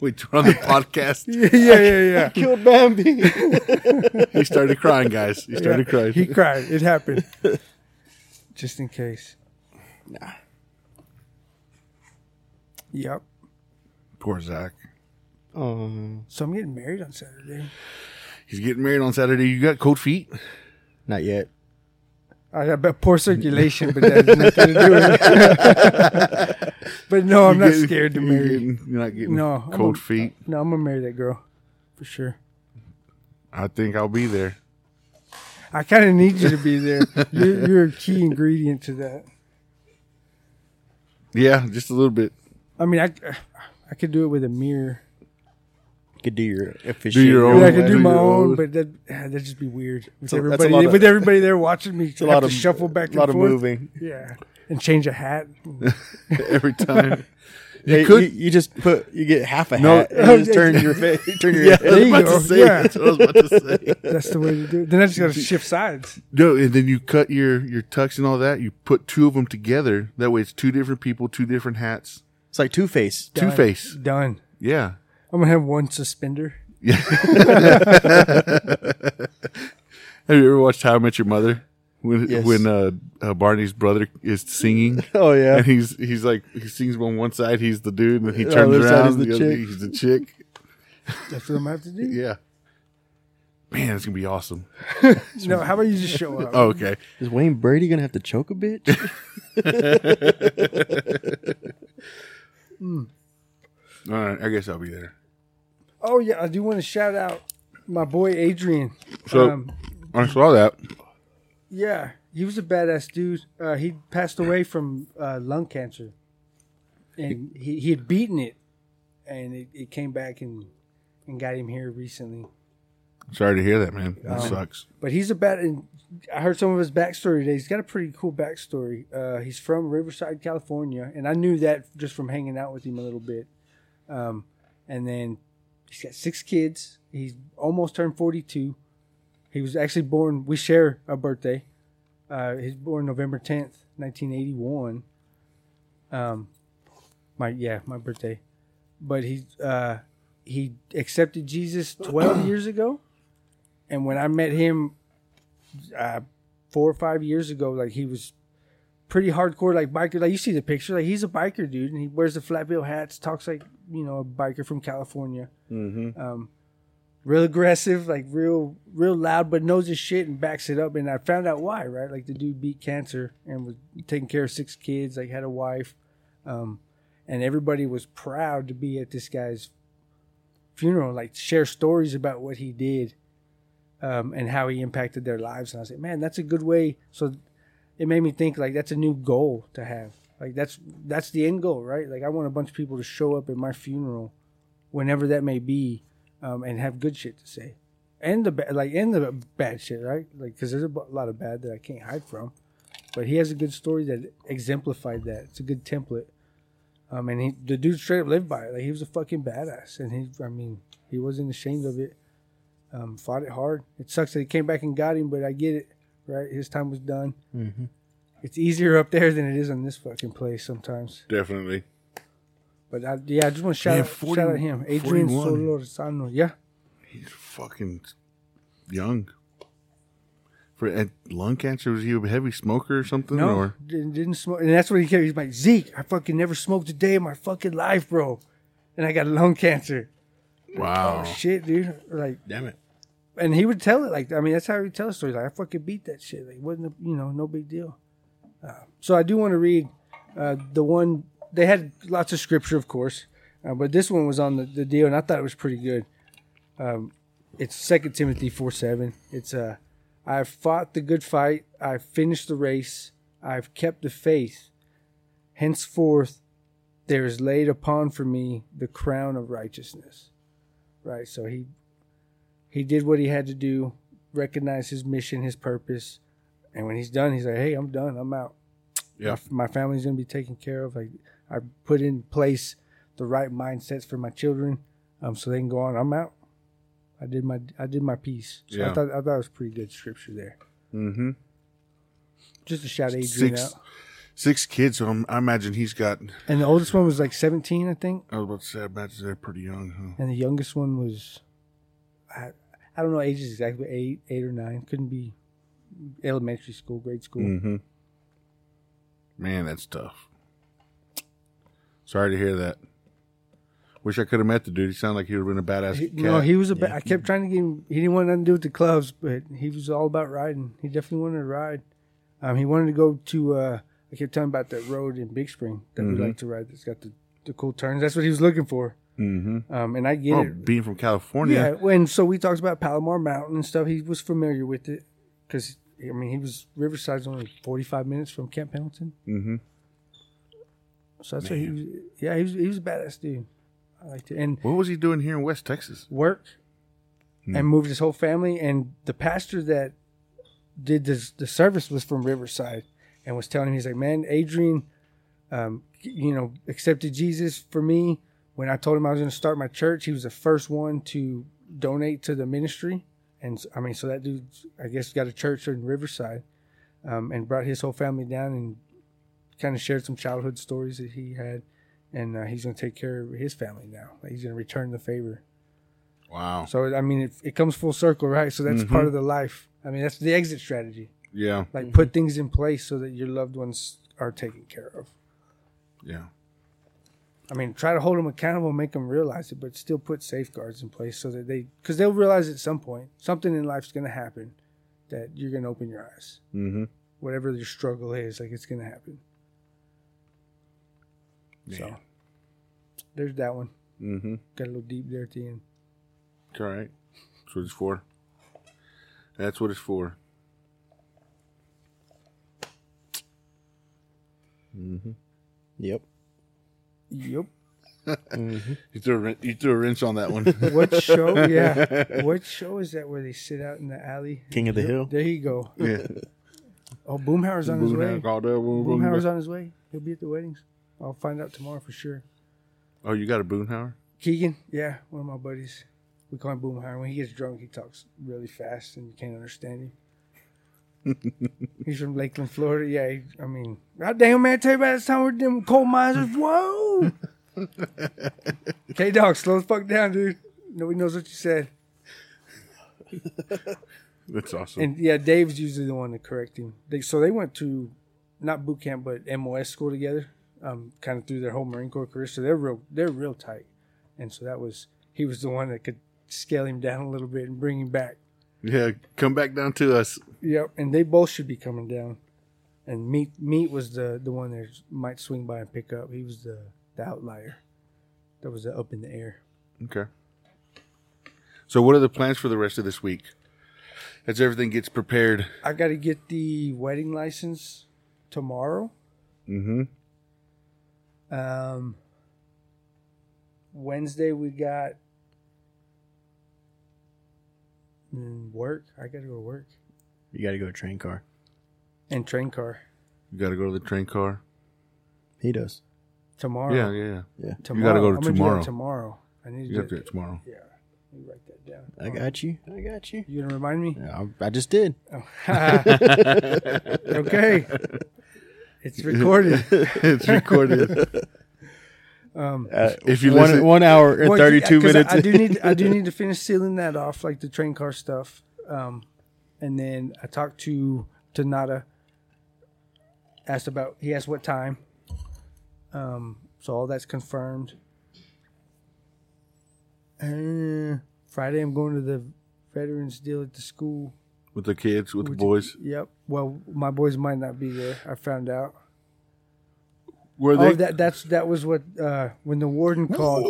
Wait, on the podcast.
yeah, yeah, yeah,
Killed Bambi.
He started crying, guys. He started crying.
He cried. It happened. Just in case.
Nah.
Yep.
Poor Zach.
Um,
So I'm getting married on Saturday.
He's getting married on Saturday. You got cold feet?
not yet.
I got bad- poor circulation, but that has nothing to do with it. but no, Oh, I'm
You're
not
getting-
scared to
you're
marry.
getting- You're not getting
No, I'm
cold
a-
feet.
No, I'm gonna marry that girl for sure.
I think I'll be there.
I kind of need you to be there. You're, you're a key ingredient to that.
Yeah, just a little bit.
I mean, I I could do it with a mirror.
You could do your efficient.
your
your
own
own
Yeah, I
way.
could do
Do
my
your
own,
own.
but that ah, that'd just be weird. With
a- that's a
everybody,
lot of-
with everybody there watching me,
a
have
lot
to
of-
shuffle back
lot
and
of
forth.
moving.
Yeah, and change a hat.
every time. You
Yeah, You,
could.
You, just put. You get half a
No.
hat. And you just turn your face. Turn your.
yeah, I was
There you
about
go.
to say.
Yeah.
That's what I was about to say.
That's the way to do it. Then I just got to shift sides.
No, and then you cut your your tucks and all that. You put two of them together. That way, it's two different people, two different hats.
It's like Two Face.
Two face.
Done.
Yeah.
I'm gonna have one suspender.
Have you ever watched How I Met Your Mother? When
Yes.
when uh, uh, Barney's brother is singing.
Oh yeah.
And he's he's like he sings on one side he's the dude and then he
The
turns
other side
around
is the
the other,
chick.
he's the chick.
That's what I'm gonna have to do.
Yeah. Man, it's gonna be awesome.
No, how about you just show up?
Oh, okay.
Is Wayne Brady gonna have to choke a bitch?
All right, I guess I'll be there.
Oh yeah, I do want to shout out my boy Adrian. Um,
So-
Um,
I saw that.
yeah, he was a badass dude. Uh, he passed away from uh, lung cancer, and he, he had beaten it, and it, it came back and and got him here recently.
Sorry to hear that, man. That
Um,
sucks.
But he's about, and I heard some of his backstory today. He's got a pretty cool backstory. Uh, he's from Riverside, California, and I knew that just from hanging out with him a little bit. Um, and then he's got six kids. He's almost turned 42. He was actually born, we share a birthday. Uh, he's born November 10th, 1981. Um, my, yeah, my birthday. But he, uh, he accepted Jesus 12 years ago and when I met him uh, four or five years ago, like he was pretty hardcore, like biker. Like you see the picture, like he's a biker dude, and he wears the flat bill hats, talks like you know a biker from California. Mm-hmm. Um, real aggressive, like real, real loud, but knows his shit and backs it up. And I found out why, right? Like the dude beat cancer and was taking care of six kids, like had a wife, um, and everybody was proud to be at this guy's funeral, like share stories about what he did um, and how he impacted their lives. And I was like, man, that's a good way. So it made me think like that's a new goal to have. Like that's that's the end goal, right? Like I want a bunch of people to show up at my funeral, whenever that may be, um, and have good shit to say, and the ba- like and the bad shit, right? Like because there's a b- lot of bad that I can't hide from. But he has a good story that exemplified that. It's a good template. Um, and he, the dude straight up lived by it. Like he was a fucking badass, and he, I mean, he wasn't ashamed of it um, fought it hard. It sucks that he came back and got him, but I get it, right? His time was done. It's easier up there than it is on this fucking place sometimes.
Definitely.
But I, yeah, I just want to shout,
Man,
out,
40
shout out him, Adrian
41.
Solorzano. Yeah,
He's fucking young. For and lung cancer, was he a heavy smoker or something?
no,
Or
didn't, didn't smoke, and that's what he kept. He's like Zeke. I fucking never smoked a day in my fucking life, bro, and I got lung cancer.
wow,
Oh, Shit, dude. Like,
damn it.
and he would tell it like I mean that's how he would tell stories like I fucking beat that shit like wasn't a, you know no big deal. Uh, so I do want to read uh, the one they had lots of scripture of course, uh, but this one was on the, the deal and I thought it was pretty good. Um, it's Second Timothy four seven. It's uh, I've fought the good fight. I've finished the race. I've kept the faith. Henceforth, there is laid upon for me the crown of righteousness. Right. So he he did what he had to do, recognized his mission, his purpose, and when he's done, he's like, "Hey, I'm done. I'm out.
Yeah,
My family's gonna be taken care of. Like, I put in place the right mindsets for my children, um, so they can go on. I'm out. I did my I did my piece. So I
Yeah.
thought I thought it was pretty good scripture there.
mm-hmm.
Just to shout Adrian
Six,
out.
six kids. So I'm, I imagine he's got.
And the oldest one was like 17, I think,
I was about to say, I imagine they're pretty young, huh?
and the youngest one was, I, I don't know ages exactly, but eight eight or nine. Couldn't be elementary school, grade school.
Mm-hmm. Man, that's tough. Sorry to hear that. Wish I could have met the dude. He sounded like he would have been a badass.
He-
cat.
no, he was a. Ba- I kept trying to get him. He didn't want nothing to do with the clubs, but he was all about riding. He definitely wanted to ride. Um, he wanted to go to. Uh, I kept telling him about that road in Big Spring that we like to ride. That's got the, the cool turns. That's what he was looking for.
mm-hmm.
Um, and I get
Oh,
it.
being from
Yeah.
California,
When so we talked about Palomar Mountain and stuff. He was familiar with it because I mean he was Riverside's only forty five minutes from Camp Pendleton.
mm-hmm.
So that's what he was. Yeah, he was. He was a badass dude. I liked it. And
What was he doing here in West Texas?
work and moved his whole family. And the pastor that did this, the service was from Riverside and was telling him, he's like, man, Adrian, um, you know, accepted Jesus for me. When I told him I was going to start my church, he was the first one to donate to the ministry. And s- I mean, so that dude, I guess, got a church in Riverside um, and brought his whole family down and kind of shared some childhood stories that he had. And uh, he's going to take care of his family now. Like, he's going to return the favor.
Wow.
So I mean, it, it comes full circle, right? So that's part of the life. I mean, that's the exit strategy.
Yeah.
Like put things in place so that your loved ones are taken care of.
Yeah.
I mean, try to hold them accountable, make them realize it, but still put safeguards in place so that they, because they'll realize at some point something in life's going to happen that you're going to open your eyes.
Mm-hmm.
Whatever your struggle is, like it's going to happen. So
Yeah.
there's that one.
Mm-hmm.
Got a little deep there at the end.
It's all right. That's what it's for. That's what it's for.
Yep.
Yep.
You threw a wren- you threw a wrench on that one.
What show? yeah. What show is that where they sit out in the alley?
King of the Hill.
There you go.
yeah.
Oh, Boomhauer's on his way. Boomhauer's
Boonhauer.
on his way. He'll be at the weddings. I'll find out tomorrow for sure.
Oh, you got a Boonhauer?
Keegan, yeah, one of my buddies. We call him Boomhauer. When he gets drunk, he talks really fast and you can't understand him. He's from Lakeland, Florida. Yeah, he, I mean, God damn, man, tell you about this time with them coal miners. Whoa! K Dog, slow the fuck down, dude. Nobody knows what you said.
That's awesome.
And yeah, Dave's usually the one to correct him. They, so they went to not boot camp but MOS school together, um, kind of through their whole Marine Corps career. So they're real they're real tight. And so that was he was the one that could scale him down a little bit and bring him back.
yeah, come back down to us.
Yep. And they both should be coming down. And meat meat was the the one that might swing by and pick up. He was the the outlier. That was the up in the air.
Okay. So, what are the plans for the rest of this week? As everything gets prepared.
I got to get the wedding license tomorrow.
Mm-hmm.
Um, Wednesday we got mm, work. I got to go to work
You got to go to train car.
and train car
You got to go to the train car.
He does.
tomorrow.
Yeah, yeah, yeah.
tomorrow.
gotta go to
I'm gonna do that
tomorrow.
tomorrow. I need to.
You have
do
to do it tomorrow.
Yeah, let me write that down.
I got you. I got you.
You gonna remind me? Oh.
I, I just did.
okay, it's recorded.
it's recorded.
Um,
Uh,
If you
one,
listen-
one hour and
well,
thirty-two
yeah, 'cause I-
minutes.
I, do need. I do need to finish sealing that off, like the train car stuff. Um, and then I talked to to Nada. Asked about. He asked what time. Um, so all that's confirmed. Uh, Friday, I'm going to the veterans deal at the school.
with the kids, with the boys.
Yep. Well, my boys might not be there. I found out.
Were they?
Oh, that that's that was what uh, when the warden called.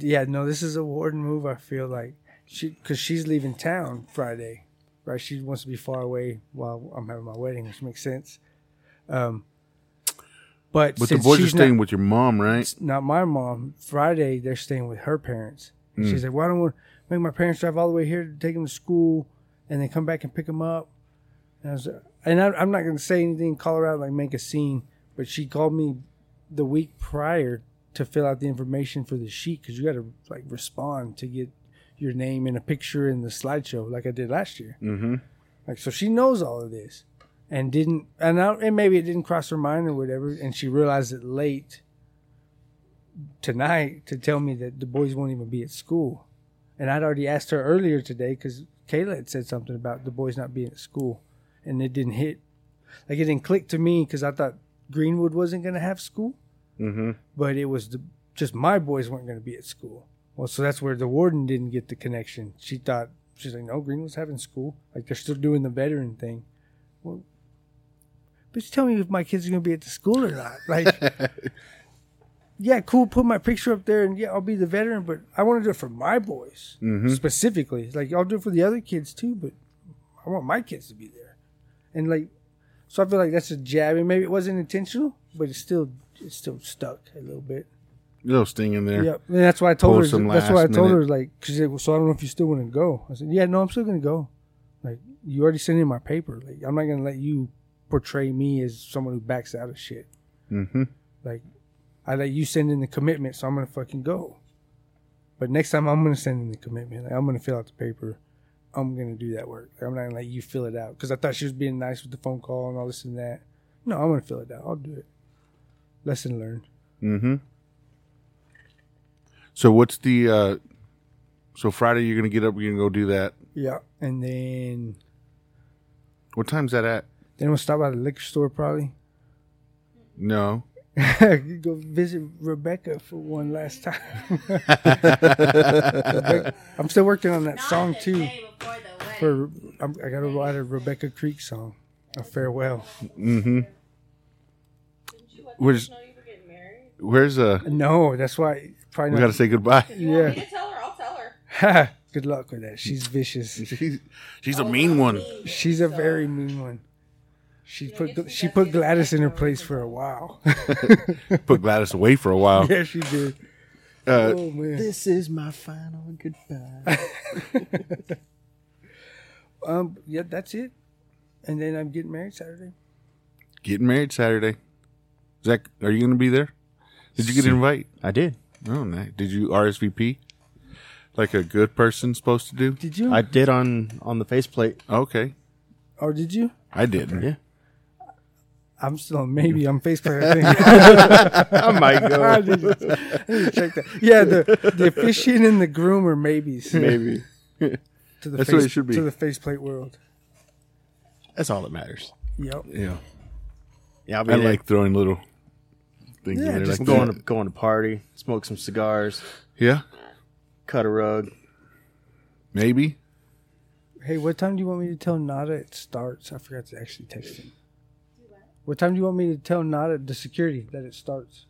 Yeah, no, this is a warden move. I feel like she because she's leaving town Friday, right? She wants to be far away while I'm having my wedding, which makes sense. Um, but
but the
since
boys are
she's
staying
not,
with your mom, right?
not my mom. Friday they're staying with her parents. And She's like, "Why don't we make my parents drive all the way here to take them to school, and then come back and pick them up?" And I was, and I, I'm not going to say anything in Colorado like make a scene, but she called me the week prior to fill out the information for the sheet because you got to like respond to get your name in a picture in the slideshow like I did last year.
Mm-hmm.
Like so, she knows all of this, and didn't, and I, and maybe it didn't cross her mind or whatever, and she realized it late tonight to tell me that the boys won't even be at school, and I'd already asked her earlier today because Kayla had said something about the boys not being at school, and it didn't hit, like it didn't click to me because I thought Greenwood wasn't going to have school,
Mm-hmm.
but it was the just my boys weren't going to be at school. Well, so that's where the warden didn't get the connection. She thought she's like, no, Greenwood's having school. Like they're still doing the veteran thing. Well, bitch, tell me if my kids are going to be at the school or not. Like, yeah, cool. Put my picture up there, and yeah, I'll be the veteran. But I want to do it for my boys
Mhm.
specifically. Like I'll do it for the other kids too, but I want my kids to be there. And like, so I feel like that's a jab, and maybe it wasn't intentional, but it's still it's still stuck a little bit.
little sting in there.
Yep. And that's why I told
Pull
her.
some
That's why I
last
told her
minute.
like, she said, well, so I don't know if you still want to go. I said, yeah, no, I'm still gonna go. Like, you already sent in my paper. Like, I'm not gonna let you portray me as someone who backs out of shit.
Mm-hmm.
Like, I let you send in the commitment, so I'm gonna fucking go. But next time, I'm gonna send in the commitment. Like, I'm gonna fill out the paper. I'm gonna do that work. I'm not gonna let you fill it out because I thought she was being nice with the phone call and all this and that. No, I'm gonna fill it out. I'll do it. Lesson learned.
Mm-hmm. So what's the? uh So Friday you're gonna get up. You're gonna go do that.
Yeah, and then
What time's that at?
Then we'll stop by the liquor store probably.
No.
You Go visit Rebecca for one last time.
Mm-hmm.
Rebe- I'm still working on that song too. For I'm, I got to write a Rebecca Creek song, a farewell.
Mm-hmm. Where's Where's uh?
No, that's why probably
We
not.
gotta say goodbye.
yeah,
to tell her? I'll tell her.
Ha, good luck with that. She's vicious.
She's she's a mean one.
She's a very mean one. She put she put Gladys in her place for a while.
Put Gladys away for a while.
yeah, she did.
Uh,
Oh man.
This is my final goodbye.
Um, yeah, that's it. And then I'm getting married Saturday.
getting married Saturday. Zach, are you gonna be there? Did you get an invite?
I did.
Oh, nice. Did you RSVP? Like a good person's supposed to do?
Did you?
I did on on the faceplate.
Okay.
or did you?
I didn't.
Yeah.
I'm still maybe I'm Facebook. I think.
I might go.
I need to- I need to check that. Yeah, the the officiant and the groom are maybes
Maybe.
to the
That's
face,
what it should be.
to the faceplate world.
That's all that matters.
Yep.
Yeah.
Yeah, I'll be
I
there.
like throwing little things
Yeah,
in there.
just
like
going
that.
to going to party, smoke some cigars,
Yeah.
cut a rug.
Maybe.
Hey, what time do you want me to tell Nada it starts? I forgot to actually text him. What time do you want me to tell Nada the security that it starts?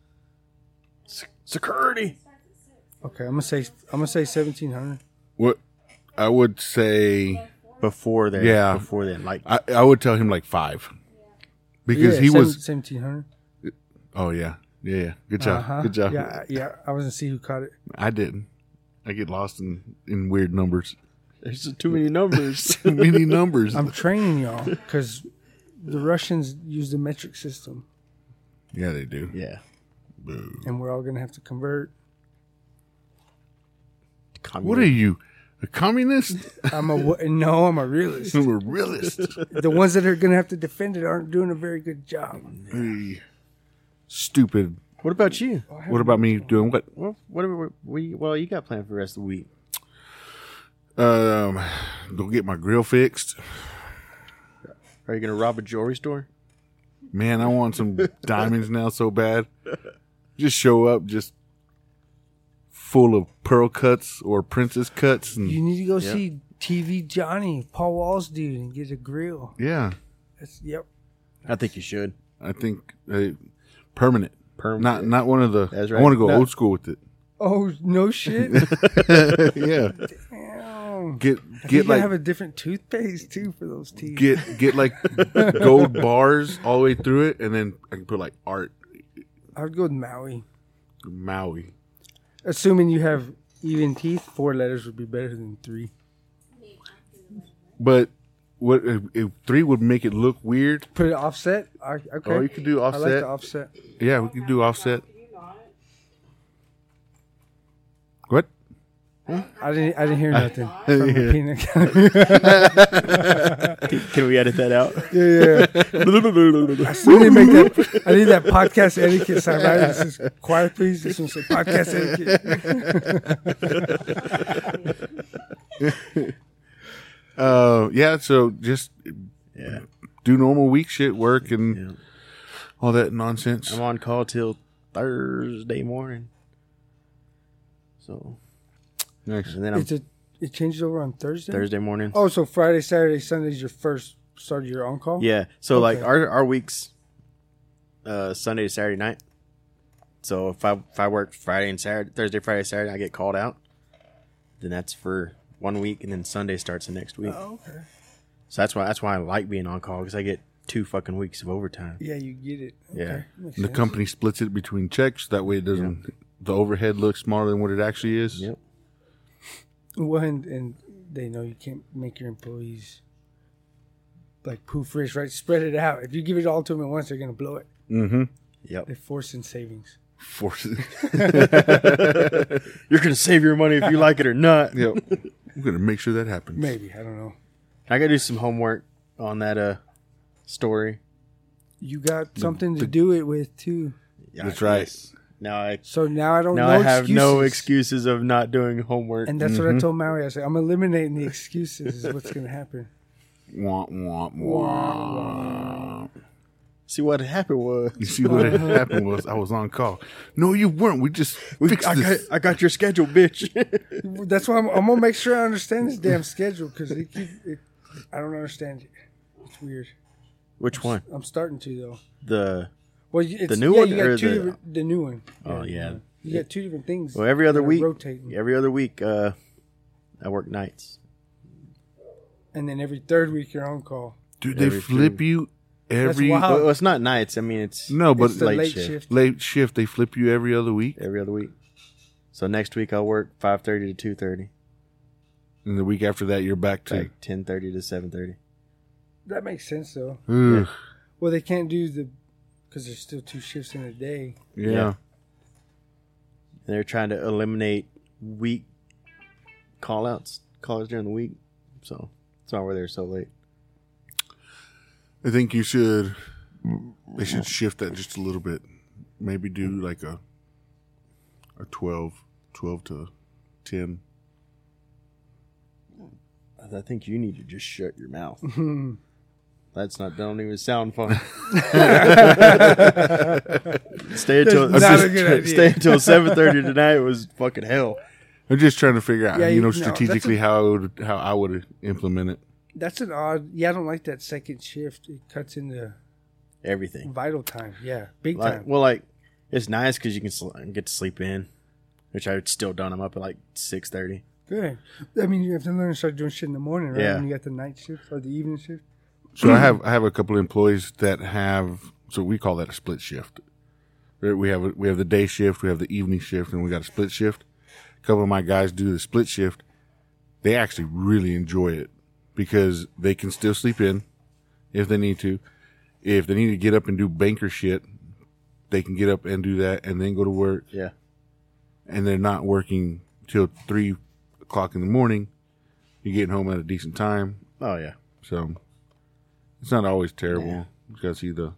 Security.
Okay, I'm gonna say I'm gonna say seventeen hundred.
What I would say
Before then.
Yeah.
Before then. Like
I, I would tell him like five. Because he was
seventeen hundred.
Oh yeah. Yeah, yeah. Good job. Good job.
Uh-huh. Yeah, yeah. I was gonna see who caught it.
I didn't. I get lost in, in weird numbers.
there's just too many numbers.
Too many numbers.
I'm training y'all because the Russians use the metric system,
yeah, they do.
yeah.
and we're all gonna have to convert.
What are you? A communist?
I'm a wa- no, I'm a realist.
I'm a realist.
The ones that are gonna have to defend it aren't doing a very good job.
Hey. Stupid.
What about you?
What about me doing what?
Well, what are we, we? Well, you got planned for the rest of the week.
Um, go get my grill fixed.
Are you gonna rob a jewelry store?
Man, I want some diamonds now so bad. Just show up, just full of pearl cuts or princess cuts,
You
and
need to go see TV Johnny, Paul Wall's dude, and get a grill.
yeah,
That's yep.
I think you should.
I think uh, permanent.
Perm.
Not not one of the.
That's
I
right.
want to go
No.
old school with it.
Oh no shit!
yeah,
Damn.
get
You
get
gotta
like
have a different toothpaste too for those teeth.
get get like gold bars all the way through it, and then I can put like art
I would go with Maui.
Maui.
Assuming you have even teeth, four letters would be better than three.
But what if, if three would make it look weird?
Put it offset. I, okay.
Oh, you could do
I like
offset.
the offset.
Yeah, we could do offset. What?
I didn't. I didn't hear nothing. from the
Yeah.
peanut gallery.
Can we edit that out?
yeah, yeah. I still need to make that. I need that podcast etiquette sign. Right? This is quiet, please. This one's like podcast etiquette.
Uh, yeah. So just
yeah.
do normal week shit, work and all that nonsense.
I'm on call till Thursday morning. So
Nice.
and then I'm
It's a, it changes over on Thursday.
Um, Thursday morning.
Oh, so Friday, Saturday, Sunday's your first start of your on call.
Yeah. So like
Okay.
our our weeks, uh, Sunday to Saturday night. So if I if I work Friday and Saturday, Thursday, Friday, Saturday, I get called out. Then that's for one week, and then Sunday starts the next week.
Oh, okay.
So that's why that's why I like being on call because I get two fucking weeks of overtime.
Yeah, you get it. Okay.
Yeah.
Makes
The
sense.
company splits it between checks. That way, it doesn't the overhead looks smaller than what it actually is.
Yep.
Well, and, and they know you can't make your employees like poof rich, right? Spread it out. If you give it all to them at once, they're gonna blow it.
Mm-hmm.
Yep.
They're forcing savings.
Force
You're gonna save your money if you like it or not.
yep. I'm gonna make sure that happens.
Maybe I don't know.
I gotta do some homework on that uh story.
You got something to do it with too.
That's right.
Yes. Now I
So now I don't.
now
no
I have no Mm-hmm. excuses
excuses.
of not doing homework.
And that's what I told Maui. I said, I'm eliminating the excuses. Is what's gonna happen.
Womp womp womp.
See what happened was
You see what had happened was I was on call. No, you weren't. We just fixed
I got,
this.
I got your schedule, bitch.
That's why I'm, I'm gonna make sure I understand this damn schedule because it keep. It, I don't understand it. It's weird.
Which one?
I'm starting to though.
The
Well, you- it's,
The new
yeah,
one
You got
or
two
the-
different- the new one.
oh yeah.
You got two different things.
Well, every other
that are
week,
rotating,
every other week, uh, I work nights.
and then every third week you're on call.
Dude, they
Every
flip
few-
you every
wild.
Well, it's not nights. I mean, it's
no, but
it's the
late,
late
shift.
shift.
late shift. They flip you every other week,
every other week. So next week I'll work five thirty to two thirty,
and the week after that you're back to.
like ten thirty to seven thirty.
That makes sense though.
Ugh,
Well, they can't do the because there's still two shifts in a day.
yeah.
Yeah. They're trying to eliminate week call outs, callers during the week. So it's not where they're so late.
I think you should. They should shift that just a little bit. Maybe do like a a 12, 12 to ten.
I think you need to just shut your mouth.
Mm-hmm.
That's not. Don't even sound fun. stay until
That's not a good idea.
stay until seven thirty tonight was fucking hell.
I'm just trying to figure out,
Yeah,
you
you-
know,
no, that's a-
strategically how I would, how I would implement it.
That's an odd. Yeah, I don't like that second shift. It cuts into
Everything.
vital time. Yeah, big
Like,
time.
well, like it's nice because you can sl- get to sleep in, which I still done. I'm up at like six thirty.
Good. I mean, you have to learn to start doing shit in the morning, right?
Yeah.
When you got the night shift or the evening shift.
So I have I have a couple of employees that have so we call that a split shift. Right, We have a, we have the day shift, we have the evening shift, and we got a split shift. A couple of my guys do the split shift. They actually really enjoy it because they can still sleep in if they need to. If they need to get up and do banker shit, they can get up and do that, and then go to work.
Yeah,
And they're not working till three o'clock in the morning. You're getting home at a decent time.
Oh yeah.
So it's not always terrible.
Yeah.
You gotta see the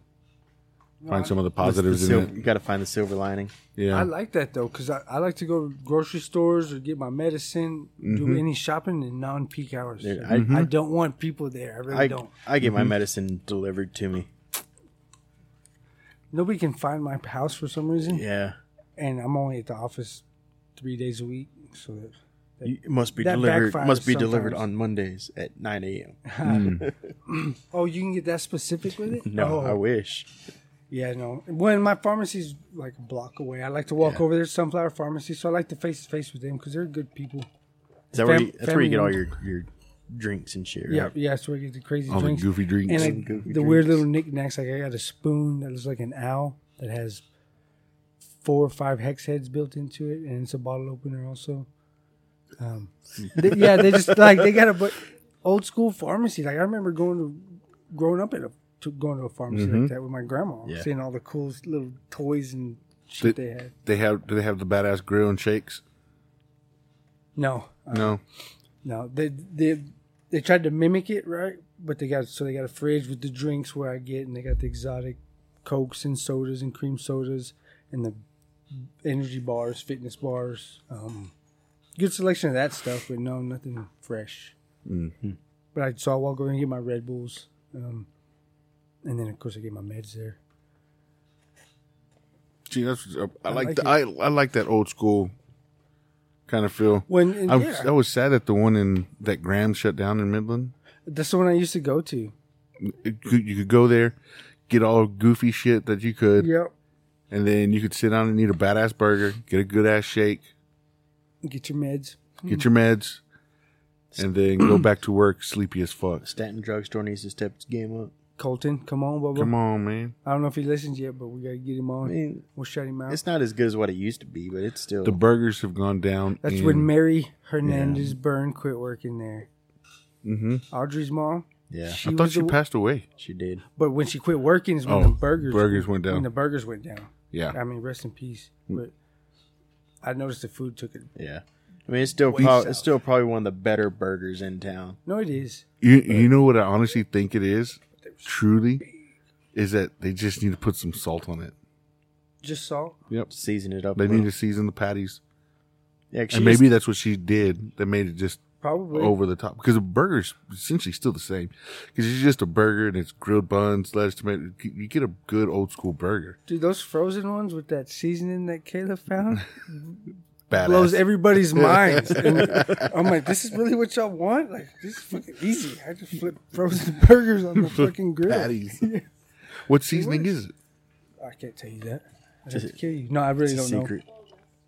find some of the positives
The sil-
in
you
it.
got to find the silver lining.
Yeah.
I like that though, because I, I like to go to grocery stores or get my medicine, do any shopping in non peak hours.
Dude,
I,
I- Mhm.
don't want people there. I really
I
don't. Mm-hmm.
I get my medicine delivered to me.
Nobody can find my house for some reason,
Yeah,
and I'm only at the office three days a week. So that,
You- it must be
That
delivered.
backfires
Must be delivered
sometimes.
on Mondays at nine a.m.
oh, you can get that specific with it?
No,
Oh.
I wish.
Yeah, no. When my pharmacy's like a block away, I like to walk over there, to Sunflower Pharmacy. So I like to face to face with them because they're good people.
Is that where
Fam-
you, that's where you get all your
family-owned.
your drinks and shit. Right?
Yeah, yeah, that's where I get the crazy
All the
drinks.
goofy drinks.
and I,
And,
the weird little knickknacks. Like I got a spoon that looks like an owl that has four or five hex heads built into it, and it's a bottle opener also. Um, they- yeah, they just like they got a bu- old school pharmacy. Like I remember going to growing up at a to going to a pharmacy like that with my grandma,
Yeah.
seeing all the cool little toys and shit
Did-
they had.
they have do they have the badass grill and shakes?
No,
No.
No, they they they tried to mimic it, right? But they got so they got a fridge with the drinks where I get, and they got the exotic cokes and sodas and cream sodas and the energy bars, fitness bars. Um, good selection of that stuff, but no, nothing fresh.
Mm-hmm.
But I so I walk over and get my Red Bulls, um, and then of course I get my meds there.
Gee, that's uh, I like
like
the, I I like that old school kind of feel.
When and
I was,
yeah,
I was sad at the one in that Graham shut down in Midland.
that's the one I used to go to.
It could- you could go there, get all goofy shit that you could,
Yep.
and then you could sit down and eat a badass burger, get a good ass shake,
Get your meds.
get
Hmm.
your meds, and then go back to work sleepy as fuck.
Statin drugstore needs to step its game up.
Colton, come on, Bubba.
Come on, man.
I don't know if he listens yet, but we gotta get him
I
on.
mean,
We'll shut him out.
it's not as good as what it used to be, but it's still
The burgers have gone down.
That's
in-
when Mary Hernandez Byrne quit working there.
Mhm.
Audrey's mom.
yeah.
She
I thought
was
she
the,
passed away.
She did.
But when she quit working is when
Oh,
the burgers
burgers went down.
When the burgers went down.
Yeah.
I mean, rest in peace.
Mm.
But I noticed the food took it.
Yeah. I mean, it's still
Way
prob-
south.
it's still probably one of the better burgers in town.
No, it is.
You you know what I honestly think it is? Truly, is that they just need to put some salt on it.
Just salt.
Yep.
Season it up. a
They need
little.
to season the patties,
yeah, 'cause she
and
used-
maybe that's what she did that made it just
Probably.
Oh.
over the top because the burger's essentially still the same because it's just a burger and it's grilled buns, lettuce, tomato. You get a good old school burger.
Dude, those frozen ones with that seasoning that Kayla found
Badass.
blows everybody's minds. And I'm like, this is really what y'all want? Like, this is fucking easy. I just flip frozen burgers on the fucking grill.
patties. what seasoning is it?
I can't tell you that. I have to kill you. No, I really
it's a
don't know.
secret.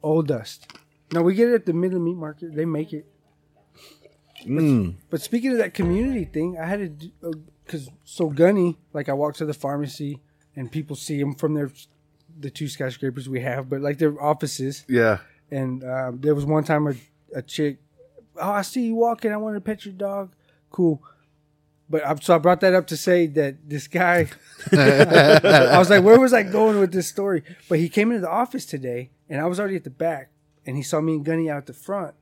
Old dust. No, we get it at the middle meat market. They make it.
Mm.
But speaking of that community thing, I had to because so Gunny, like I walk to the pharmacy and people see him from their the two skyscrapers we have, but like their offices.
Yeah.
And um, there was one time a, a chick, oh, I see you walking. I want to pet your dog. Cool. But I, so I brought that up to say that this guy, I was like, where was I going with this story? But he came into the office today and I was already at the back and he saw me and Gunny out at the front.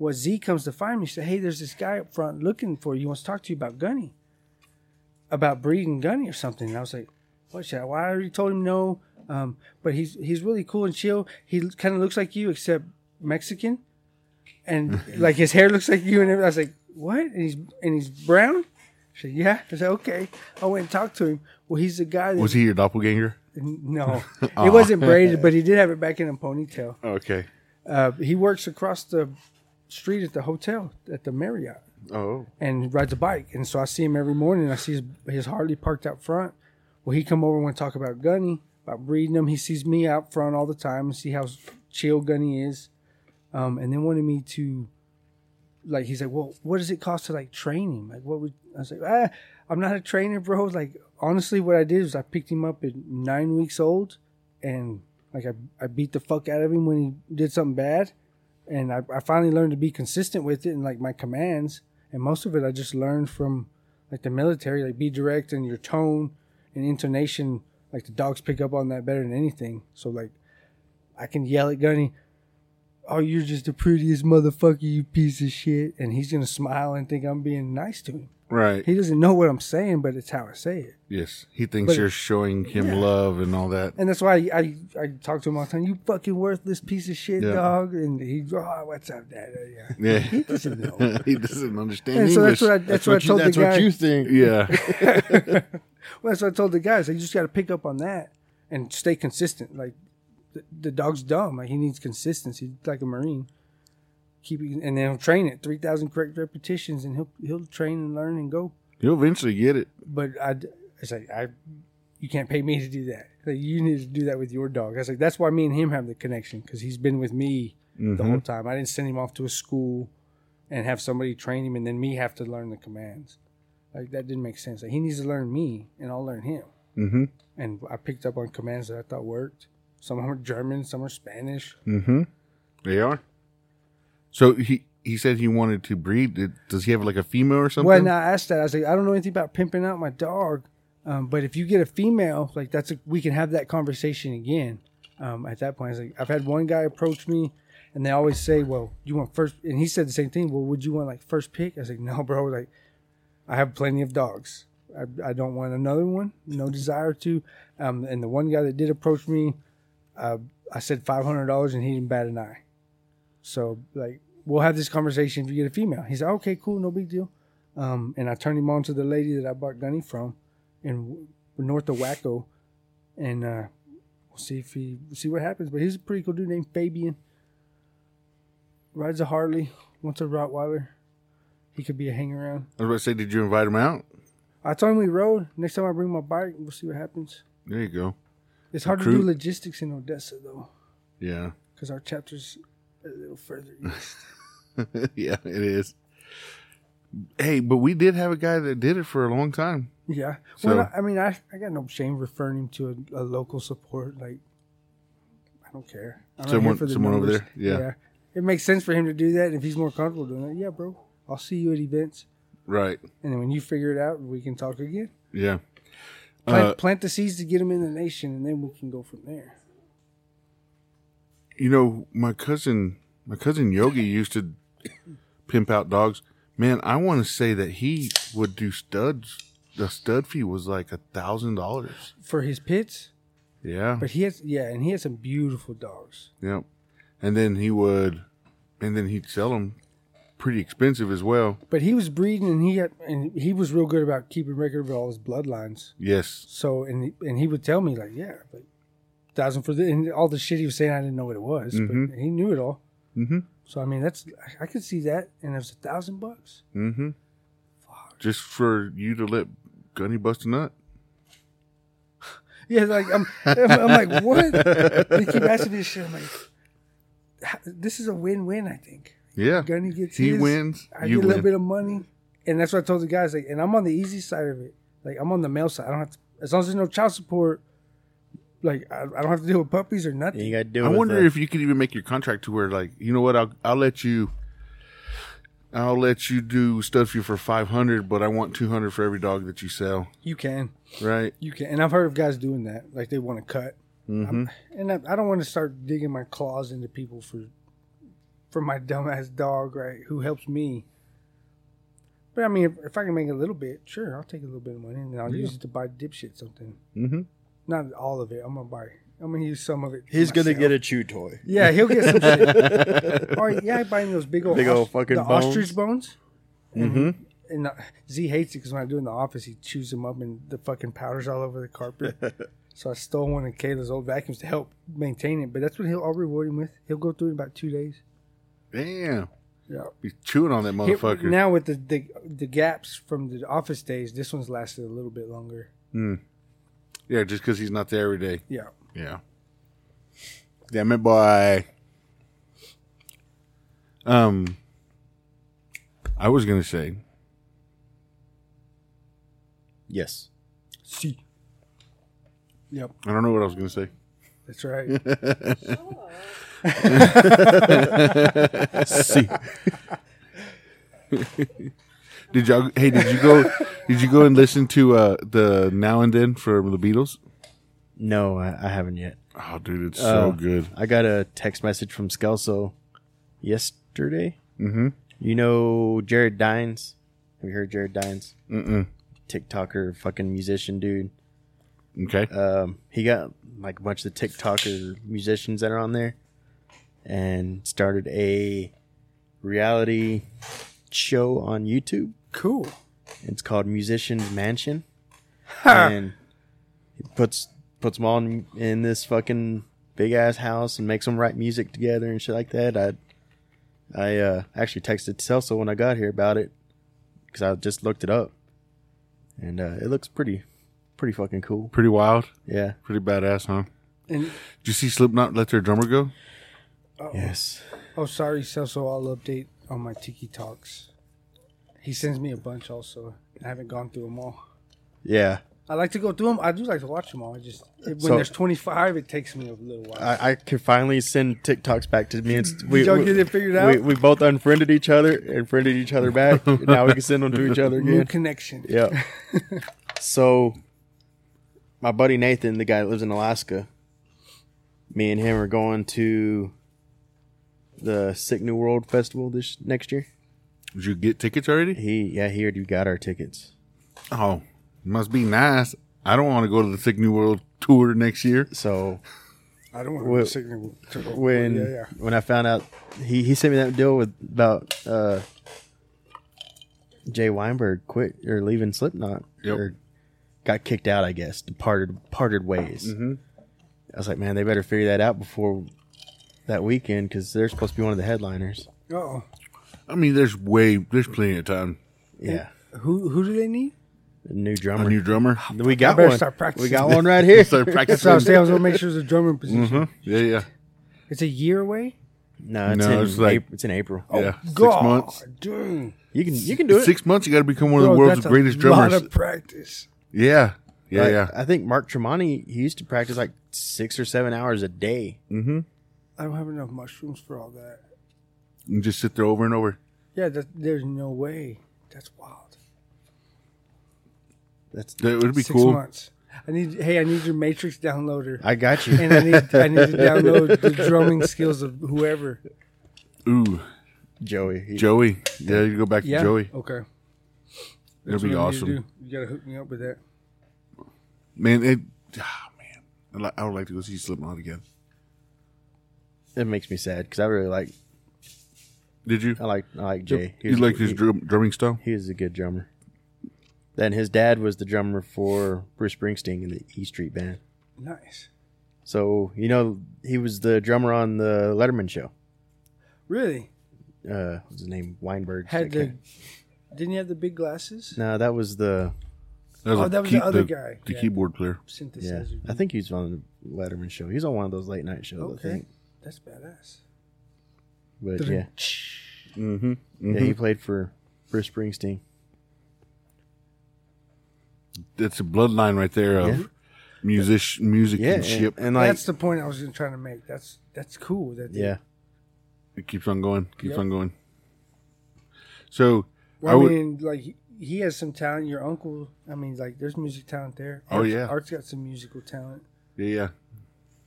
Well, Z comes to find me. He said, hey, there's this guy up front looking for you. He wants to talk to you about Gunny, about breeding Gunny or something. And I was like, what should I? Well, I already told him no. Um, but he's he's really cool and chill. He kind of looks like you, except Mexican, and like his hair looks like you and everything. I was like, what? And he's and he's brown. I said, yeah. I said, okay. I went and talked to him. Well, he's the guy that
Was he your doppelganger?
no, it wasn't braided, but he did have it back in a ponytail.
Okay.
Uh, he works across the street at the hotel at the Marriott
Oh.
and rides a bike. And so I see him every morning. I see his, his Harley parked out front. Well, he come over and want to talk about Gunny, about breeding him. He sees me out front all the time and see how chill Gunny is. Um, and then wanted me to, like, he's like, well, what does it cost to like train him? Like, what would I was like, ah, I'm not a trainer, bro. Like, honestly, what I did was I picked him up at nine weeks old, and like I, I beat the fuck out of him when he did something bad, and I, I finally learned to be consistent with it and like my commands and most of it I just learned from like the military, like be direct and your tone and intonation. Like the dogs pick up on that better than anything. So like, I can yell at Gunny, "Oh, you're just the prettiest motherfucker, you piece of shit," and he's gonna smile and think I'm being nice to him.
Right.
He doesn't know what I'm saying, but it's how I say it,
yes. He thinks
But-
you're showing him love and all that.
and that's why I I, I talk to him all the time. You fucking worthless piece of shit,
Yeah.
dog. And he, oh, what's up, dad? Yeah.
Yeah.
He doesn't know.
he doesn't understand
And
English.
so that's what I, that's, what, I told
you, that's
the guy.
what you think.
yeah.
Well, that's what I told the guys. Like, you just got to pick up on that and stay consistent. Like, the, the dog's dumb. Like, he needs consistency, like a marine. Keep it- and then he'll train it three thousand correct repetitions, and he'll he'll train and learn and go.
You'll eventually get it.
But I, d- it's like I, you can't pay me to do that. Like, you need to do that with your dog. I was like, that's why me and him have the connection because he's been with me the whole time. I didn't send him off to a school and have somebody train him, and then me have to learn the commands. Like that didn't make sense. Like, he needs to learn me, and I'll learn him
Mm-hmm.
and I picked up on commands that I thought worked. Some are German, some are Spanish.
Mm-hmm. They are. So he he said he wanted to breed. Did- Does he have like a female or something?
Well, and I asked that. I was like, I don't know anything about pimping out my dog, um, but if you get a female, like that's a, we can have that conversation again. Um, at that point, I was like, I've had one guy approach me, and they always say, "Well, you want first and he said the same thing. Well, would you want like first pick? I was like, No, bro. Like, I have plenty of dogs. I, I don't want another one. No desire to. Um, and the one guy that did approach me, uh, I said five hundred dollars, and he didn't bat an eye. So like, we'll have this conversation if you get a female. He's like, okay, cool, no big deal. Um, and I turned him on to the lady that I bought Gunny from, in w- north of Waco, and uh, we'll see if he see what happens. But he's a pretty cool dude named Fabian. Rides a Harley, wants a Rottweiler. He could be a hang around.
I was about to say, did you invite him out?
I told him we rode. Next time I bring my bike, we'll see what happens.
There you go.
It's hard to
Recruit.
do logistics in Odessa though,
Yeah.
because our chapter's a little further. east.
yeah, it is. Hey, but we did have a guy that did it for a long time.
Yeah.
So-
well, I I mean, I, I got no shame referring him to a, a local support. Like, I don't care. I'm not here
Someone-
for the
someone over
numbers.
there? Yeah.
It makes sense for him to do that if he's more comfortable doing that. Yeah, bro. I'll see you at events,
Right.
and then when you figure it out, we can talk again.
Yeah.
Plant,
Uh,
plant the seeds to get him in the nation, and then we can go from there.
you know, my cousin, my cousin Yogi used to pimp out dogs. Man, I want to say that he would do studs. The stud fee was like a thousand dollars.
For his pits,
Yeah,
but he has yeah, and he has some beautiful dogs.
yep. And then he would, and then he'd sell them pretty expensive as well.
But he was breeding, and he had, and he was real good about keeping record of all his bloodlines.
Yes,
So and and he would tell me like, yeah, like thousand for the and all the shit he was saying, I didn't know what it was,
Mhm.
but he knew it all.
Mhm.
So I mean, that's I- I could see that, and it was a thousand bucks.
Mm-hmm. Just for you to let Gunny bust a nut.
Yeah, like I'm, I'm, I'm like what? They keep asking me this shit. I'm like, "How- this is a win-win. I think
Yeah,
Gunny gets
he
his,
wins.
I
you
get a
win.
little bit of money, and that's what I told the guys. Like, and I'm on the easy side of it. Like, I'm on the male side. I don't have to, as long as there's no child support. Like, I, I don't have to deal with puppies or nothing.
And you got to do.
I
it with
wonder
uh,
the-
if you could even make your contract to where, like, you know what? I'll I'll let you. I'll let you do stud fee for five hundred, but I want two hundred for every dog that you sell.
You can.
Right?
You can, and I've heard of guys doing that. Like they want to cut,
Mm-hmm.
I'm- and I, I don't want to start digging my claws into people for, for my dumbass dog, right? Who helps me. But I mean, if, if I can make a little bit, sure, I'll take a little bit of money and I'll
Yeah.
use it to buy dipshit something.
Mm-hmm.
Not all of it. I'm gonna buy. I'm gonna use some of it. for
he's gonna
myself.
get a chew toy.
Yeah, he'll get some shit. All right, yeah, I buy him those big old,
Big
os-
old fucking
the
bones.
ostrich bones.
Mm-hmm.
And uh, Z hates it because when I do it in the office, he chews them up and the fucking powder's all over the carpet. so I stole one of Kayla's old vacuums to help maintain it. But that's what he'll I'll reward him with. He'll go through it in about two days.
Damn.
Yeah.
He's chewing on that
Here-
motherfucker.
now with the, the the gaps from the office days, this one's lasted a little bit longer.
yeah, just because he's not there every day.
Yeah.
Yeah. Damn it, boy. Um, I was gonna say
Yes.
See. Yep,
I don't know what I was gonna say.
that's right.
See. did y'all? Hey, did you go? Did you go and listen to uh, the now and then from the Beatles?
No, I, I haven't yet.
Oh, dude, it's
Uh,
so good.
I got a text message from Skelso yesterday.
Mm-hmm.
You know Jared Dines? Have you heard Jared Dines?
Mm-mm.
TikToker, fucking musician dude.
Okay.
uh,
Um, he got like a bunch of the TikToker musicians that are on there, and started a reality show on YouTube.
cool.
It's called Musicians Mansion, and he puts puts them all in, in this fucking big ass house and makes them write music together and shit like that. I I uh, actually texted Celso when I got here about it because I just looked it up, and uh, it looks pretty pretty fucking cool.
Pretty wild.
Yeah.
Pretty badass, huh?
And
Did you see Slipknot let their drummer go?
Yes.
oh, sorry, Celso. I'll update on my Tiki talks. He sends me a bunch also. I haven't gone through them all.
Yeah.
I like to go through them. I do like to watch them all. I just it- when
So-
there's 25, it takes me a little while.
I, I can finally send TikToks back to me. It's, we,
y'all
we-
get it figured
we-
out?
We, both unfriended each other and friended each other back. now we can send them to each other
New
again.
connection.
Yeah. so, my buddy Nathan, the guy that lives in Alaska, me and him are going to the Sick New World Festival this next year.
Did you get tickets already?
He, yeah, he already got our tickets.
Oh, must be nice. I don't want to go to the Sick New World tour next year.
So
I don't want
Well,
signal to go.
when
yeah, yeah.
when I found out he, he sent me that deal with about uh, Jay Weinberg quit or leaving Slipknot
Yep.
or got kicked out, I guess, departed parted ways.
Mm-hmm.
I was like, man, they better figure that out before that weekend because they're supposed to be one of the headliners.
Oh,
I mean, there's way, there's plenty of time.
Yeah,
who who do they need?
a new
A
drummer.
new drummer.
we got
better
one.
start practicing.
We got one right here.
Start
That's what I was
practicing.
saying. I was gonna make sure it's a drummer position.
Yeah, yeah,
It's a year away.
no, it's,
No,
in
it's like-
April, it's in April.
yeah.
Oh, God,
Six months.
dang.
You can you can do it.
Six months, you got to become one of
Bro,
the world's
that's
greatest
a lot
drummers.
of practice.
Yeah. Yeah.
Like,
yeah.
I think Mark Tremonti he used to practice like six or seven hours a day.
Mm-hmm.
I don't have enough mushrooms for all that.
You just sit there over and over.
Yeah, that, there's no way. That's wild.
That's
That would be
Six
cool.
months. I need. Hey, I need your Matrix downloader,
I got you.
and I need. I need to download the drumming skills of whoever.
Ooh,
Joey. He-
Joey. Yeah, you go back to
Yeah.
Joey.
Okay.
That'd be
what I need to
awesome.
do. You gotta hook me up with that.
Man, it. Ah, man. I'd li- I would like to go see Slipknot again.
it makes me sad because I really like
Did you?
I like I like Jay. He
You
was-
like his
he-
drum, drumming style?
He was a good drummer. Then his dad was the drummer for Bruce Springsteen in the E Street Band.
Nice.
So you know he was the drummer on the Letterman show.
Really?
Uh, what's his name? Weinberg.
Had
I
the?
can't-
Didn't you have the big glasses?
No, that was the
Oh,
a
that was
key-
the other guy.
The
Yeah.
keyboard player.
yeah.
Synthesizer.
I think he was on the Letterman show. He was on one of those late night shows. I
Okay.
think.
That's badass.
But yeah,
Mm-hmm.
yeah, he played for Bruce Springsteen.
That's a bloodline right there of
Yeah.
music, music
Yeah,
and ship.
and, and like
that's the point I was gonna- trying to make. That's that's cool. That they-
yeah,
it keeps on going. Keeps
Yep.
on going. So
Well, I,
I would-
mean, like he- he has some talent. Your uncle, I mean, like there's music talent there.
Oh,
Art's-
yeah.
Art's got some musical talent.
yeah, yeah.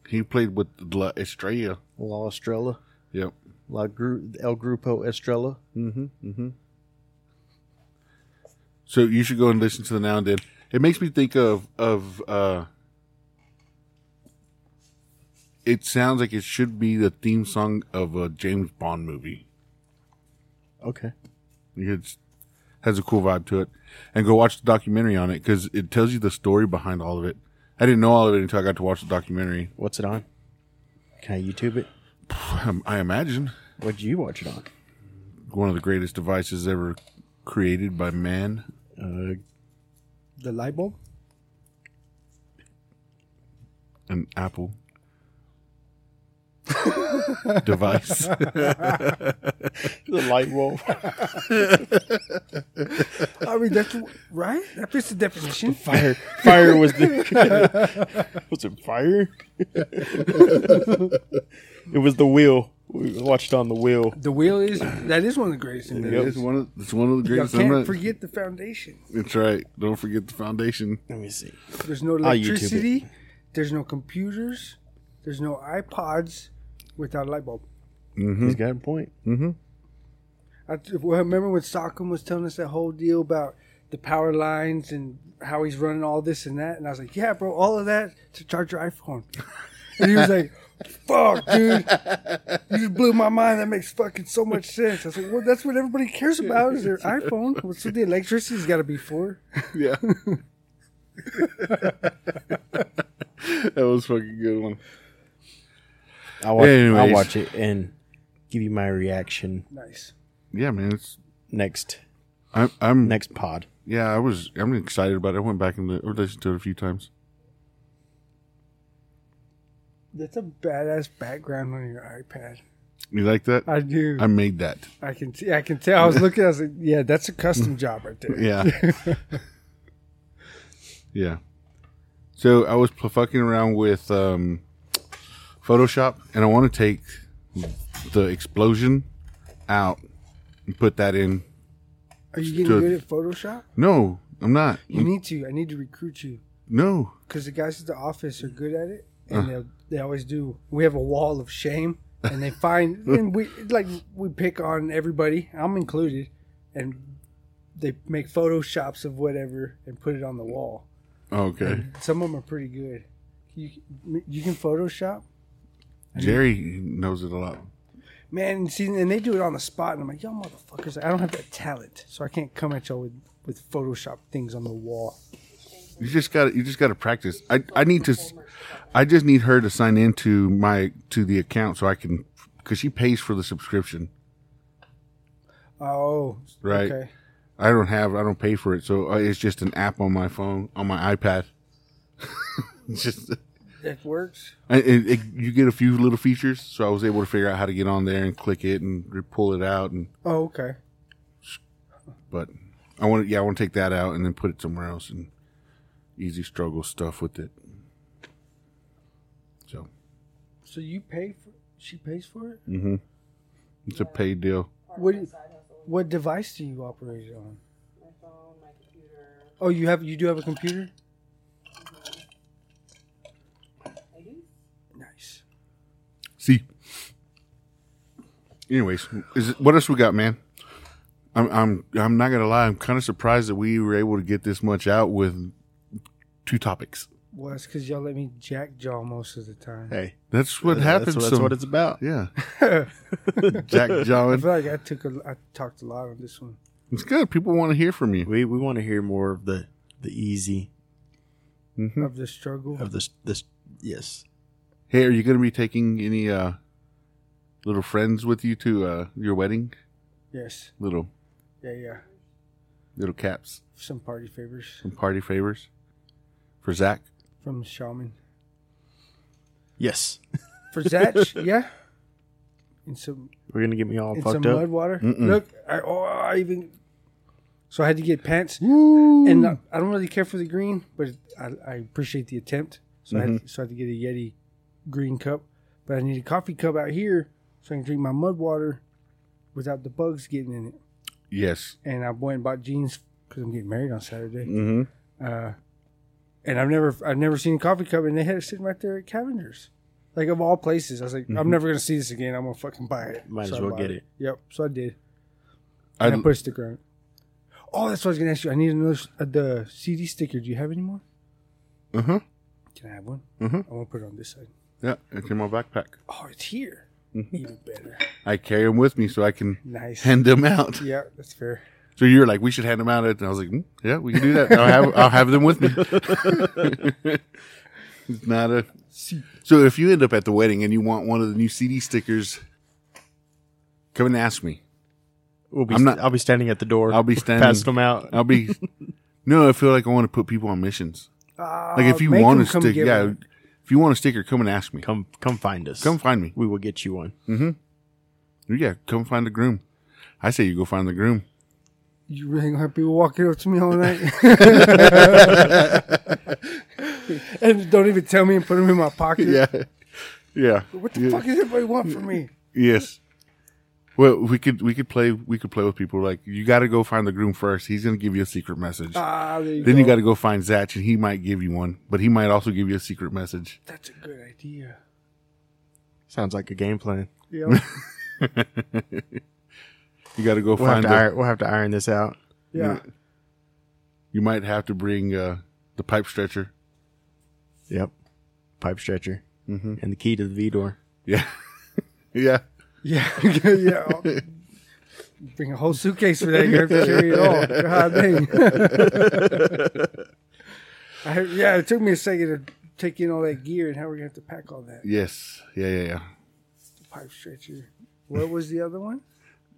He played with La Estrella.
La Estrella,
Yep.
La Gru- El Grupo Estrella. Hmm.
Mm-hmm. Mm-hmm. So you should go and listen to the now and then. It makes me think of of. uh It sounds like it should be the theme song of a James Bond movie.
Okay,
It has a cool vibe to it, and go watch the documentary on it because it tells you the story behind all of it. I didn't know all of it until I got to watch the documentary.
what's it on? Can I YouTube it?
Um, I imagine
What did you watch it on?
one of the greatest devices ever created by man.
Uh,
The light bulb.
an Apple device.
the light bulb.
I mean, that's right. That fits the definition.
fire. Fire was the. was it fire? it was the wheel. We watched on the wheel.
The wheel is that is one of the greatest. In
It's one of it's one of the
Y'all
greatest. I'm
can't
not-
forget the foundation.
That's right. Don't forget the foundation.
Let me see.
There's no
I'll Ah, YouTube it.
electricity. There's no computers. There's no iPods without a light bulb.
He's got a point.
I well, remember when Stockholm was telling us that whole deal about the power lines and how he's running all this and that, and I was like, "Yeah, bro, all of that to charge your iPhone." and he was like, "Fuck, dude, you just blew my mind. That makes fucking so much sense." I was like, "Well, that's what everybody cares about is their iPhone. What's what the electricity's got to be for?"
Yeah. that was fucking good one.
I'll watch, I'll
Anyways.
watch it and give you my reaction
Nice.
Yeah, man. It's
next
I'm I'm
next pod.
yeah. I was I'm excited about it. I went back and li- or listened to it a few times.
That's a badass background on your iPad.
You like that?
I do.
I made that.
I can. T- I can tell. I was looking. I was like, "Yeah, that's a custom job right there."
Yeah. yeah. So I was pl- fucking around with um, Photoshop, and I want to take the explosion out and put that in.
Are you getting
Dude.
good at Photoshop?
No, I'm not.
You need to. I need to recruit you.
No.
because the guys at the office are good at it, and they'll they always do. We have a wall of shame, and they find and we like we pick on everybody. I'm included, and they make photoshops of whatever and put it on the wall.
Okay.
Some of them are pretty good. You you can Photoshop,
Jerry knows it a lot.
man. and See, and they do it on the spot, and I'm like, y'all motherfuckers, I don't have that talent, so I can't come at y'all with with Photoshop things on the wall.
You just got to you just got to practice. I I need to s- I just need her to sign into my to the account so I can cuz she pays for the subscription.
Oh,
Right.
Okay.
I don't have, I don't pay for it, so uh, it's just an app on my phone, on my iPad. It's just,
That works.
I- it, it, you get a few little features, so I was able to figure out how to get on there and click it and re- pull it out, and
Oh, okay.
but I want to, yeah, I want to take that out and then put it somewhere else and easy struggle stuff with it. So
So you pay for? She pays for it.
hmm it's a paid deal.
What? do you- What device do you operate it on? Oh, you have you do have a computer. Nice.
See. Anyways, is it, what else we got, man? I'm I'm I'm not gonna lie. I'm kind of surprised that we were able to get this much out with two topics.
Well, it's because y'all let me jack jaw most of the time.
Hey,
That's what happens.
That's, what- that's
some-
what it's about.
yeah,
I
Jack John.
feel like I took a, I talked a lot on this one.
It's good. People want to hear from you.
We we want to hear more of the the easy
hmm
of the struggle.
of this this yes.
Hey, are you going to be taking any uh, little friends with you to uh, your wedding?
Yes.
Little
Yeah, yeah.
little caps,
Some party favors
some party favors for Zach.
from Shaman.
Yes.
For Zach, yeah. And some
We're gonna get me all
and some
fucked
mud
up.
water.
Mm-mm.
Look, I, oh, I even so I had to get pants, and I, I don't really care for the green, but I, I appreciate the attempt. So I had, so I had to get a Yeti green cup, but I need a coffee cup out here so I can drink my mud water without the bugs getting in it.
Yes.
And I went and bought jeans because I'm getting married on Saturday.
Mm-hmm.
Uh, and I've never I've never seen a coffee cup, and they had it sitting right there at Cavender's, like of all places. I was like, I'm never gonna see this again. I'm gonna fucking buy it.
Mm-hmm. Might
So
as
I
well
bought
get it.
Yep. So I did.
I,
And I, put a sticker on. it. Oh, that's what I was gonna ask you. I need another s- uh, the CD sticker. Do you have any more?
uh-huh.
Can I have one?
Mm-hmm.
Mhm.
I want to put it on this side.
Yeah, it's in my backpack.
Oh, it's here.
Mm-hmm.
Even better.
I carry them with me so I can
Nice.
hand them out.
yeah, that's fair.
So you were like, we should hand them out. And I was like, mm, yeah, we can do that. I'll have, I'll have them with me. it's not a. So if you end up at the wedding and you want one of the new CD stickers, come and ask me.
We'll be
I'm not-
I'll be standing at the door.
I'll be standing.
passing them out.
I'll be. no, I feel like I want to put people on missions.
Uh,
Like if you
make
want a
them come
sticker,
get
yeah.
one.
If you want a sticker, come and ask me. Come,
Come come find us.
find me.
We will get you one.
Yeah, come find the groom. I say you go find the groom.
You really gonna have people walking up to me all night? and don't even tell me and put them in my pocket.
Yeah, yeah.
What the fuck does everybody want from me?
Yes. Well, we could we could play we could play with people like you got to go find the groom first. He's gonna give you a secret message.
Ah, there you
then
go.
you got to go find Zach, and he might give you one, but he might also give you a secret message.
That's a good idea.
Sounds like a game plan.
Yeah.
You got to go
We'll have
find.
to
the-
iron, we'll have to iron this out.
Yeah.
you might have to bring uh, the pipe stretcher.
Yep. Pipe stretcher. Mm-hmm. And the key to the V door.
Yeah, yeah.
Yeah. yeah. I'll- Bring a whole suitcase for that. You have to carry it all. God dang. I heard, yeah, it took me a second to take in all that gear and how we're going to have to pack all that.
Yes. Yeah. Yeah. Yeah.
Pipe stretcher. What was the other one?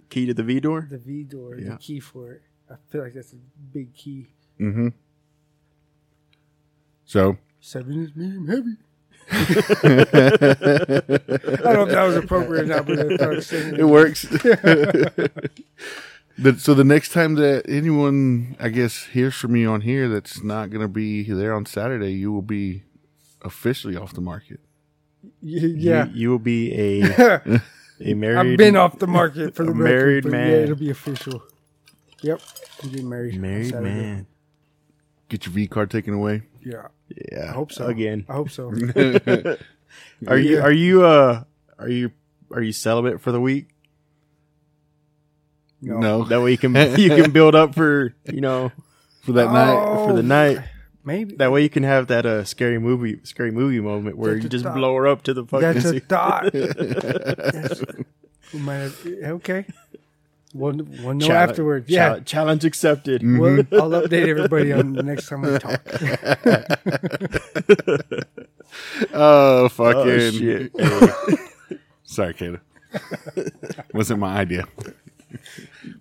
Key to the V door.
The V door,
Yeah.
the key for it. I feel like that's a big key.
Mm-hmm. So
Seven is medium heavy. I don't know if that was appropriate or not, but that's what I'm saying.
it works. But- so the next time that anyone, I guess, hears from me on here that's not going to be there on Saturday, you will be officially off the market.
Yeah.
You, you will be a a married
I've been off the market for the
A
record,
married
but Yeah,
man.
it'll be official. Yep, I'm getting married. on
married
Saturday.
man.
Get your V card taken away.
Yeah,
Yeah.
I hope so.
Again.
I hope so.
Are you are you uh are you are you celibate for the week?
No,
That way you can you can build up for you know
for that night.
for
Oh.
the night.
Maybe
That way you can have that uh scary movie scary movie moment where
That's
you
a
just
thought.
blow her up to the fucking.
that's a
ceiling.
thought. That's- we might have- eh, okay. We'll, we'll know
Challenge-
afterwards.
chal-
Yeah,
challenge accepted.
we'll,
Mm-hmm.
I'll update everybody on the next time we talk.
Oh, fucking.
shit.
Sorry, kid. Wasn't my idea.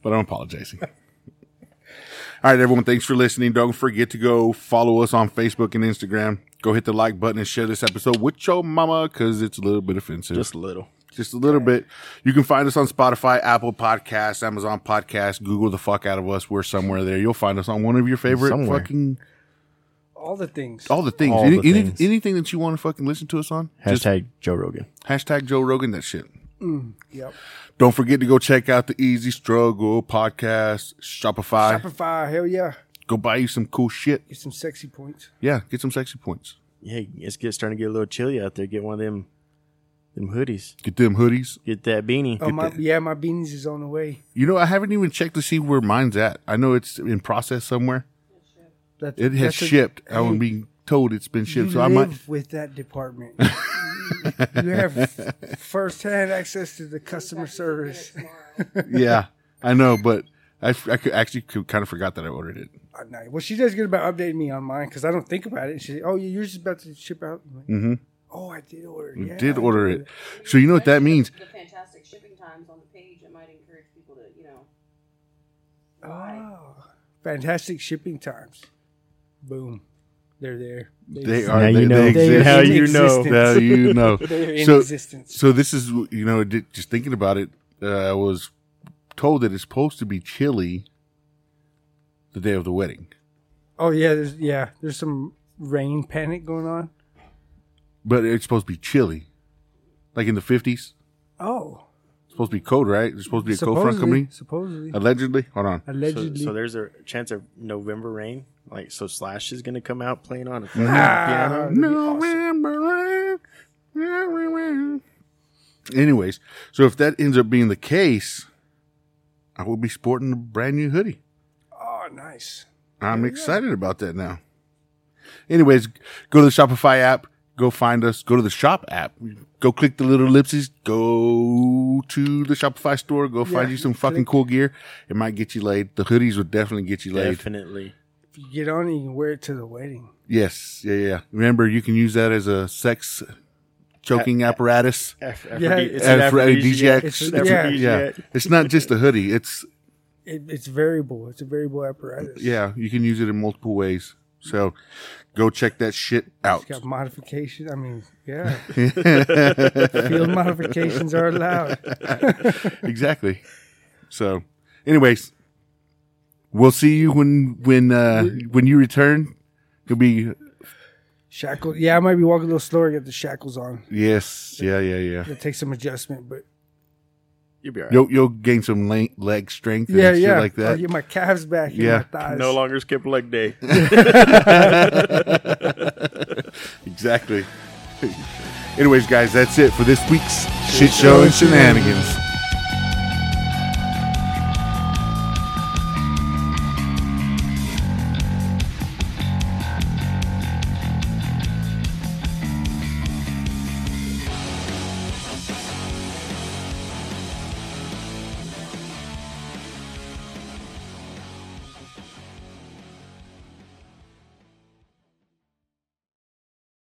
but I'm apologizing. All right, everyone. Thanks for listening. Don't forget to go follow us on Facebook and Instagram. Go hit the like button and share this episode with your mama because it's a little bit offensive.
Just a little.
just a little bit. You can find us on Spotify, Apple Podcasts, Amazon Podcasts. Google the fuck out of us. We're somewhere there. You'll find us on one of your favorite
Somewhere.
fucking
all the things.
All the things.
All
Any,
the
any-
things.
anything that you want to fucking listen to us on, just
Hashtag Joe Rogan.
hashtag Joe Rogan that shit.
Yep.
Don't forget to go check out the Easy Struggle podcast, Shopify.
Shopify, hell yeah.
Go buy you some cool shit.
Get some sexy points.
Yeah, get some sexy points.
Hey, it's get starting to get a little chilly out there. Get one of them, them hoodies.
Get them hoodies.
Get that beanie.
Oh my, yeah, my beanies is on the way.
You know, I haven't even checked to see where mine's at. I know it's in process somewhere.
That's,
It has
that's a-
shipped. i I'm being told it's been
You
shipped. So I
live
might.
with that department. you have first-hand access to the customer service.
Yeah, I know, but I, f- I could actually could, kind of forgot that I ordered it.
Oh, nice. Well, she does good about updating me on mine because I don't think about it. She, oh, yeah, yours is about to ship out. I'm like, Oh, I did order.
You
Yeah,
Mm-hmm. did
I
order it. So you know what that means?
The fantastic shipping times on the page, it might encourage people to, you know,
Oh, fantastic shipping times. Boom, they're there.
They
exist.
are.
Now
they,
you know.
They
They
exist.
are
Now
in
you know.
existence.
Now you know.
They're in
So-
existence.
So this is you know di- just thinking about it. Uh, I was told that it's supposed to be chilly the day of the wedding,
Oh yeah, there's yeah, there's some rain panic going on.
but it's supposed to be chilly, like in the fifties.
Oh,
It's supposed to be cold, right? There's supposed to be a cold front
supposedly-
company. Uh,
Supposedly,
Allegedly, hold on.
So,
allegedly.
so there's a chance of November rain. Like so, Slash is gonna come out playing on a
Ah,
piano.
that'd be awesome.
November. Anyways, so if that ends up being the case, I will be sporting a brand new hoodie.
Oh, nice.
I'm excited about that now. Anyways, go to the Shopify app. Go find us. Go to the shop app. Go click the little ellipses. Go to the Shopify store. Go find you some fucking cool gear. It might get you laid. The hoodies would definitely get you laid.
Definitely.
If you get on it, you can wear it to the wedding.
Yes. Yeah, yeah. yeah. Remember, you can use that as a sex choking apparatus.
Af-
Yeah,
aphrodisi- it's
As
an
for
aphrodisiac.
aphrodisiacs.
It's- yeah.
yeah. It's not just a hoodie. It's
It, it's variable. It's a variable apparatus.
yeah, you can use it in multiple ways. So go check that shit out.
It's got modification. I mean, yeah. Field modifications are allowed.
exactly. So, anyways, we'll see you when when uh, when you return. You'll be
Shackles. Yeah, I might be walking a little slower. Get the shackles on.
yes, yeah, yeah, yeah.
It takes some adjustment, but
You'll be all right.
You'll you'll gain some le- leg strength and
yeah,
shit
yeah.
like
I'll
that.
get my calves back. and
Yeah.
my thighs.
No longer skip leg day.
exactly. Anyways, guys, that's it for this week's shit show and shenanigans.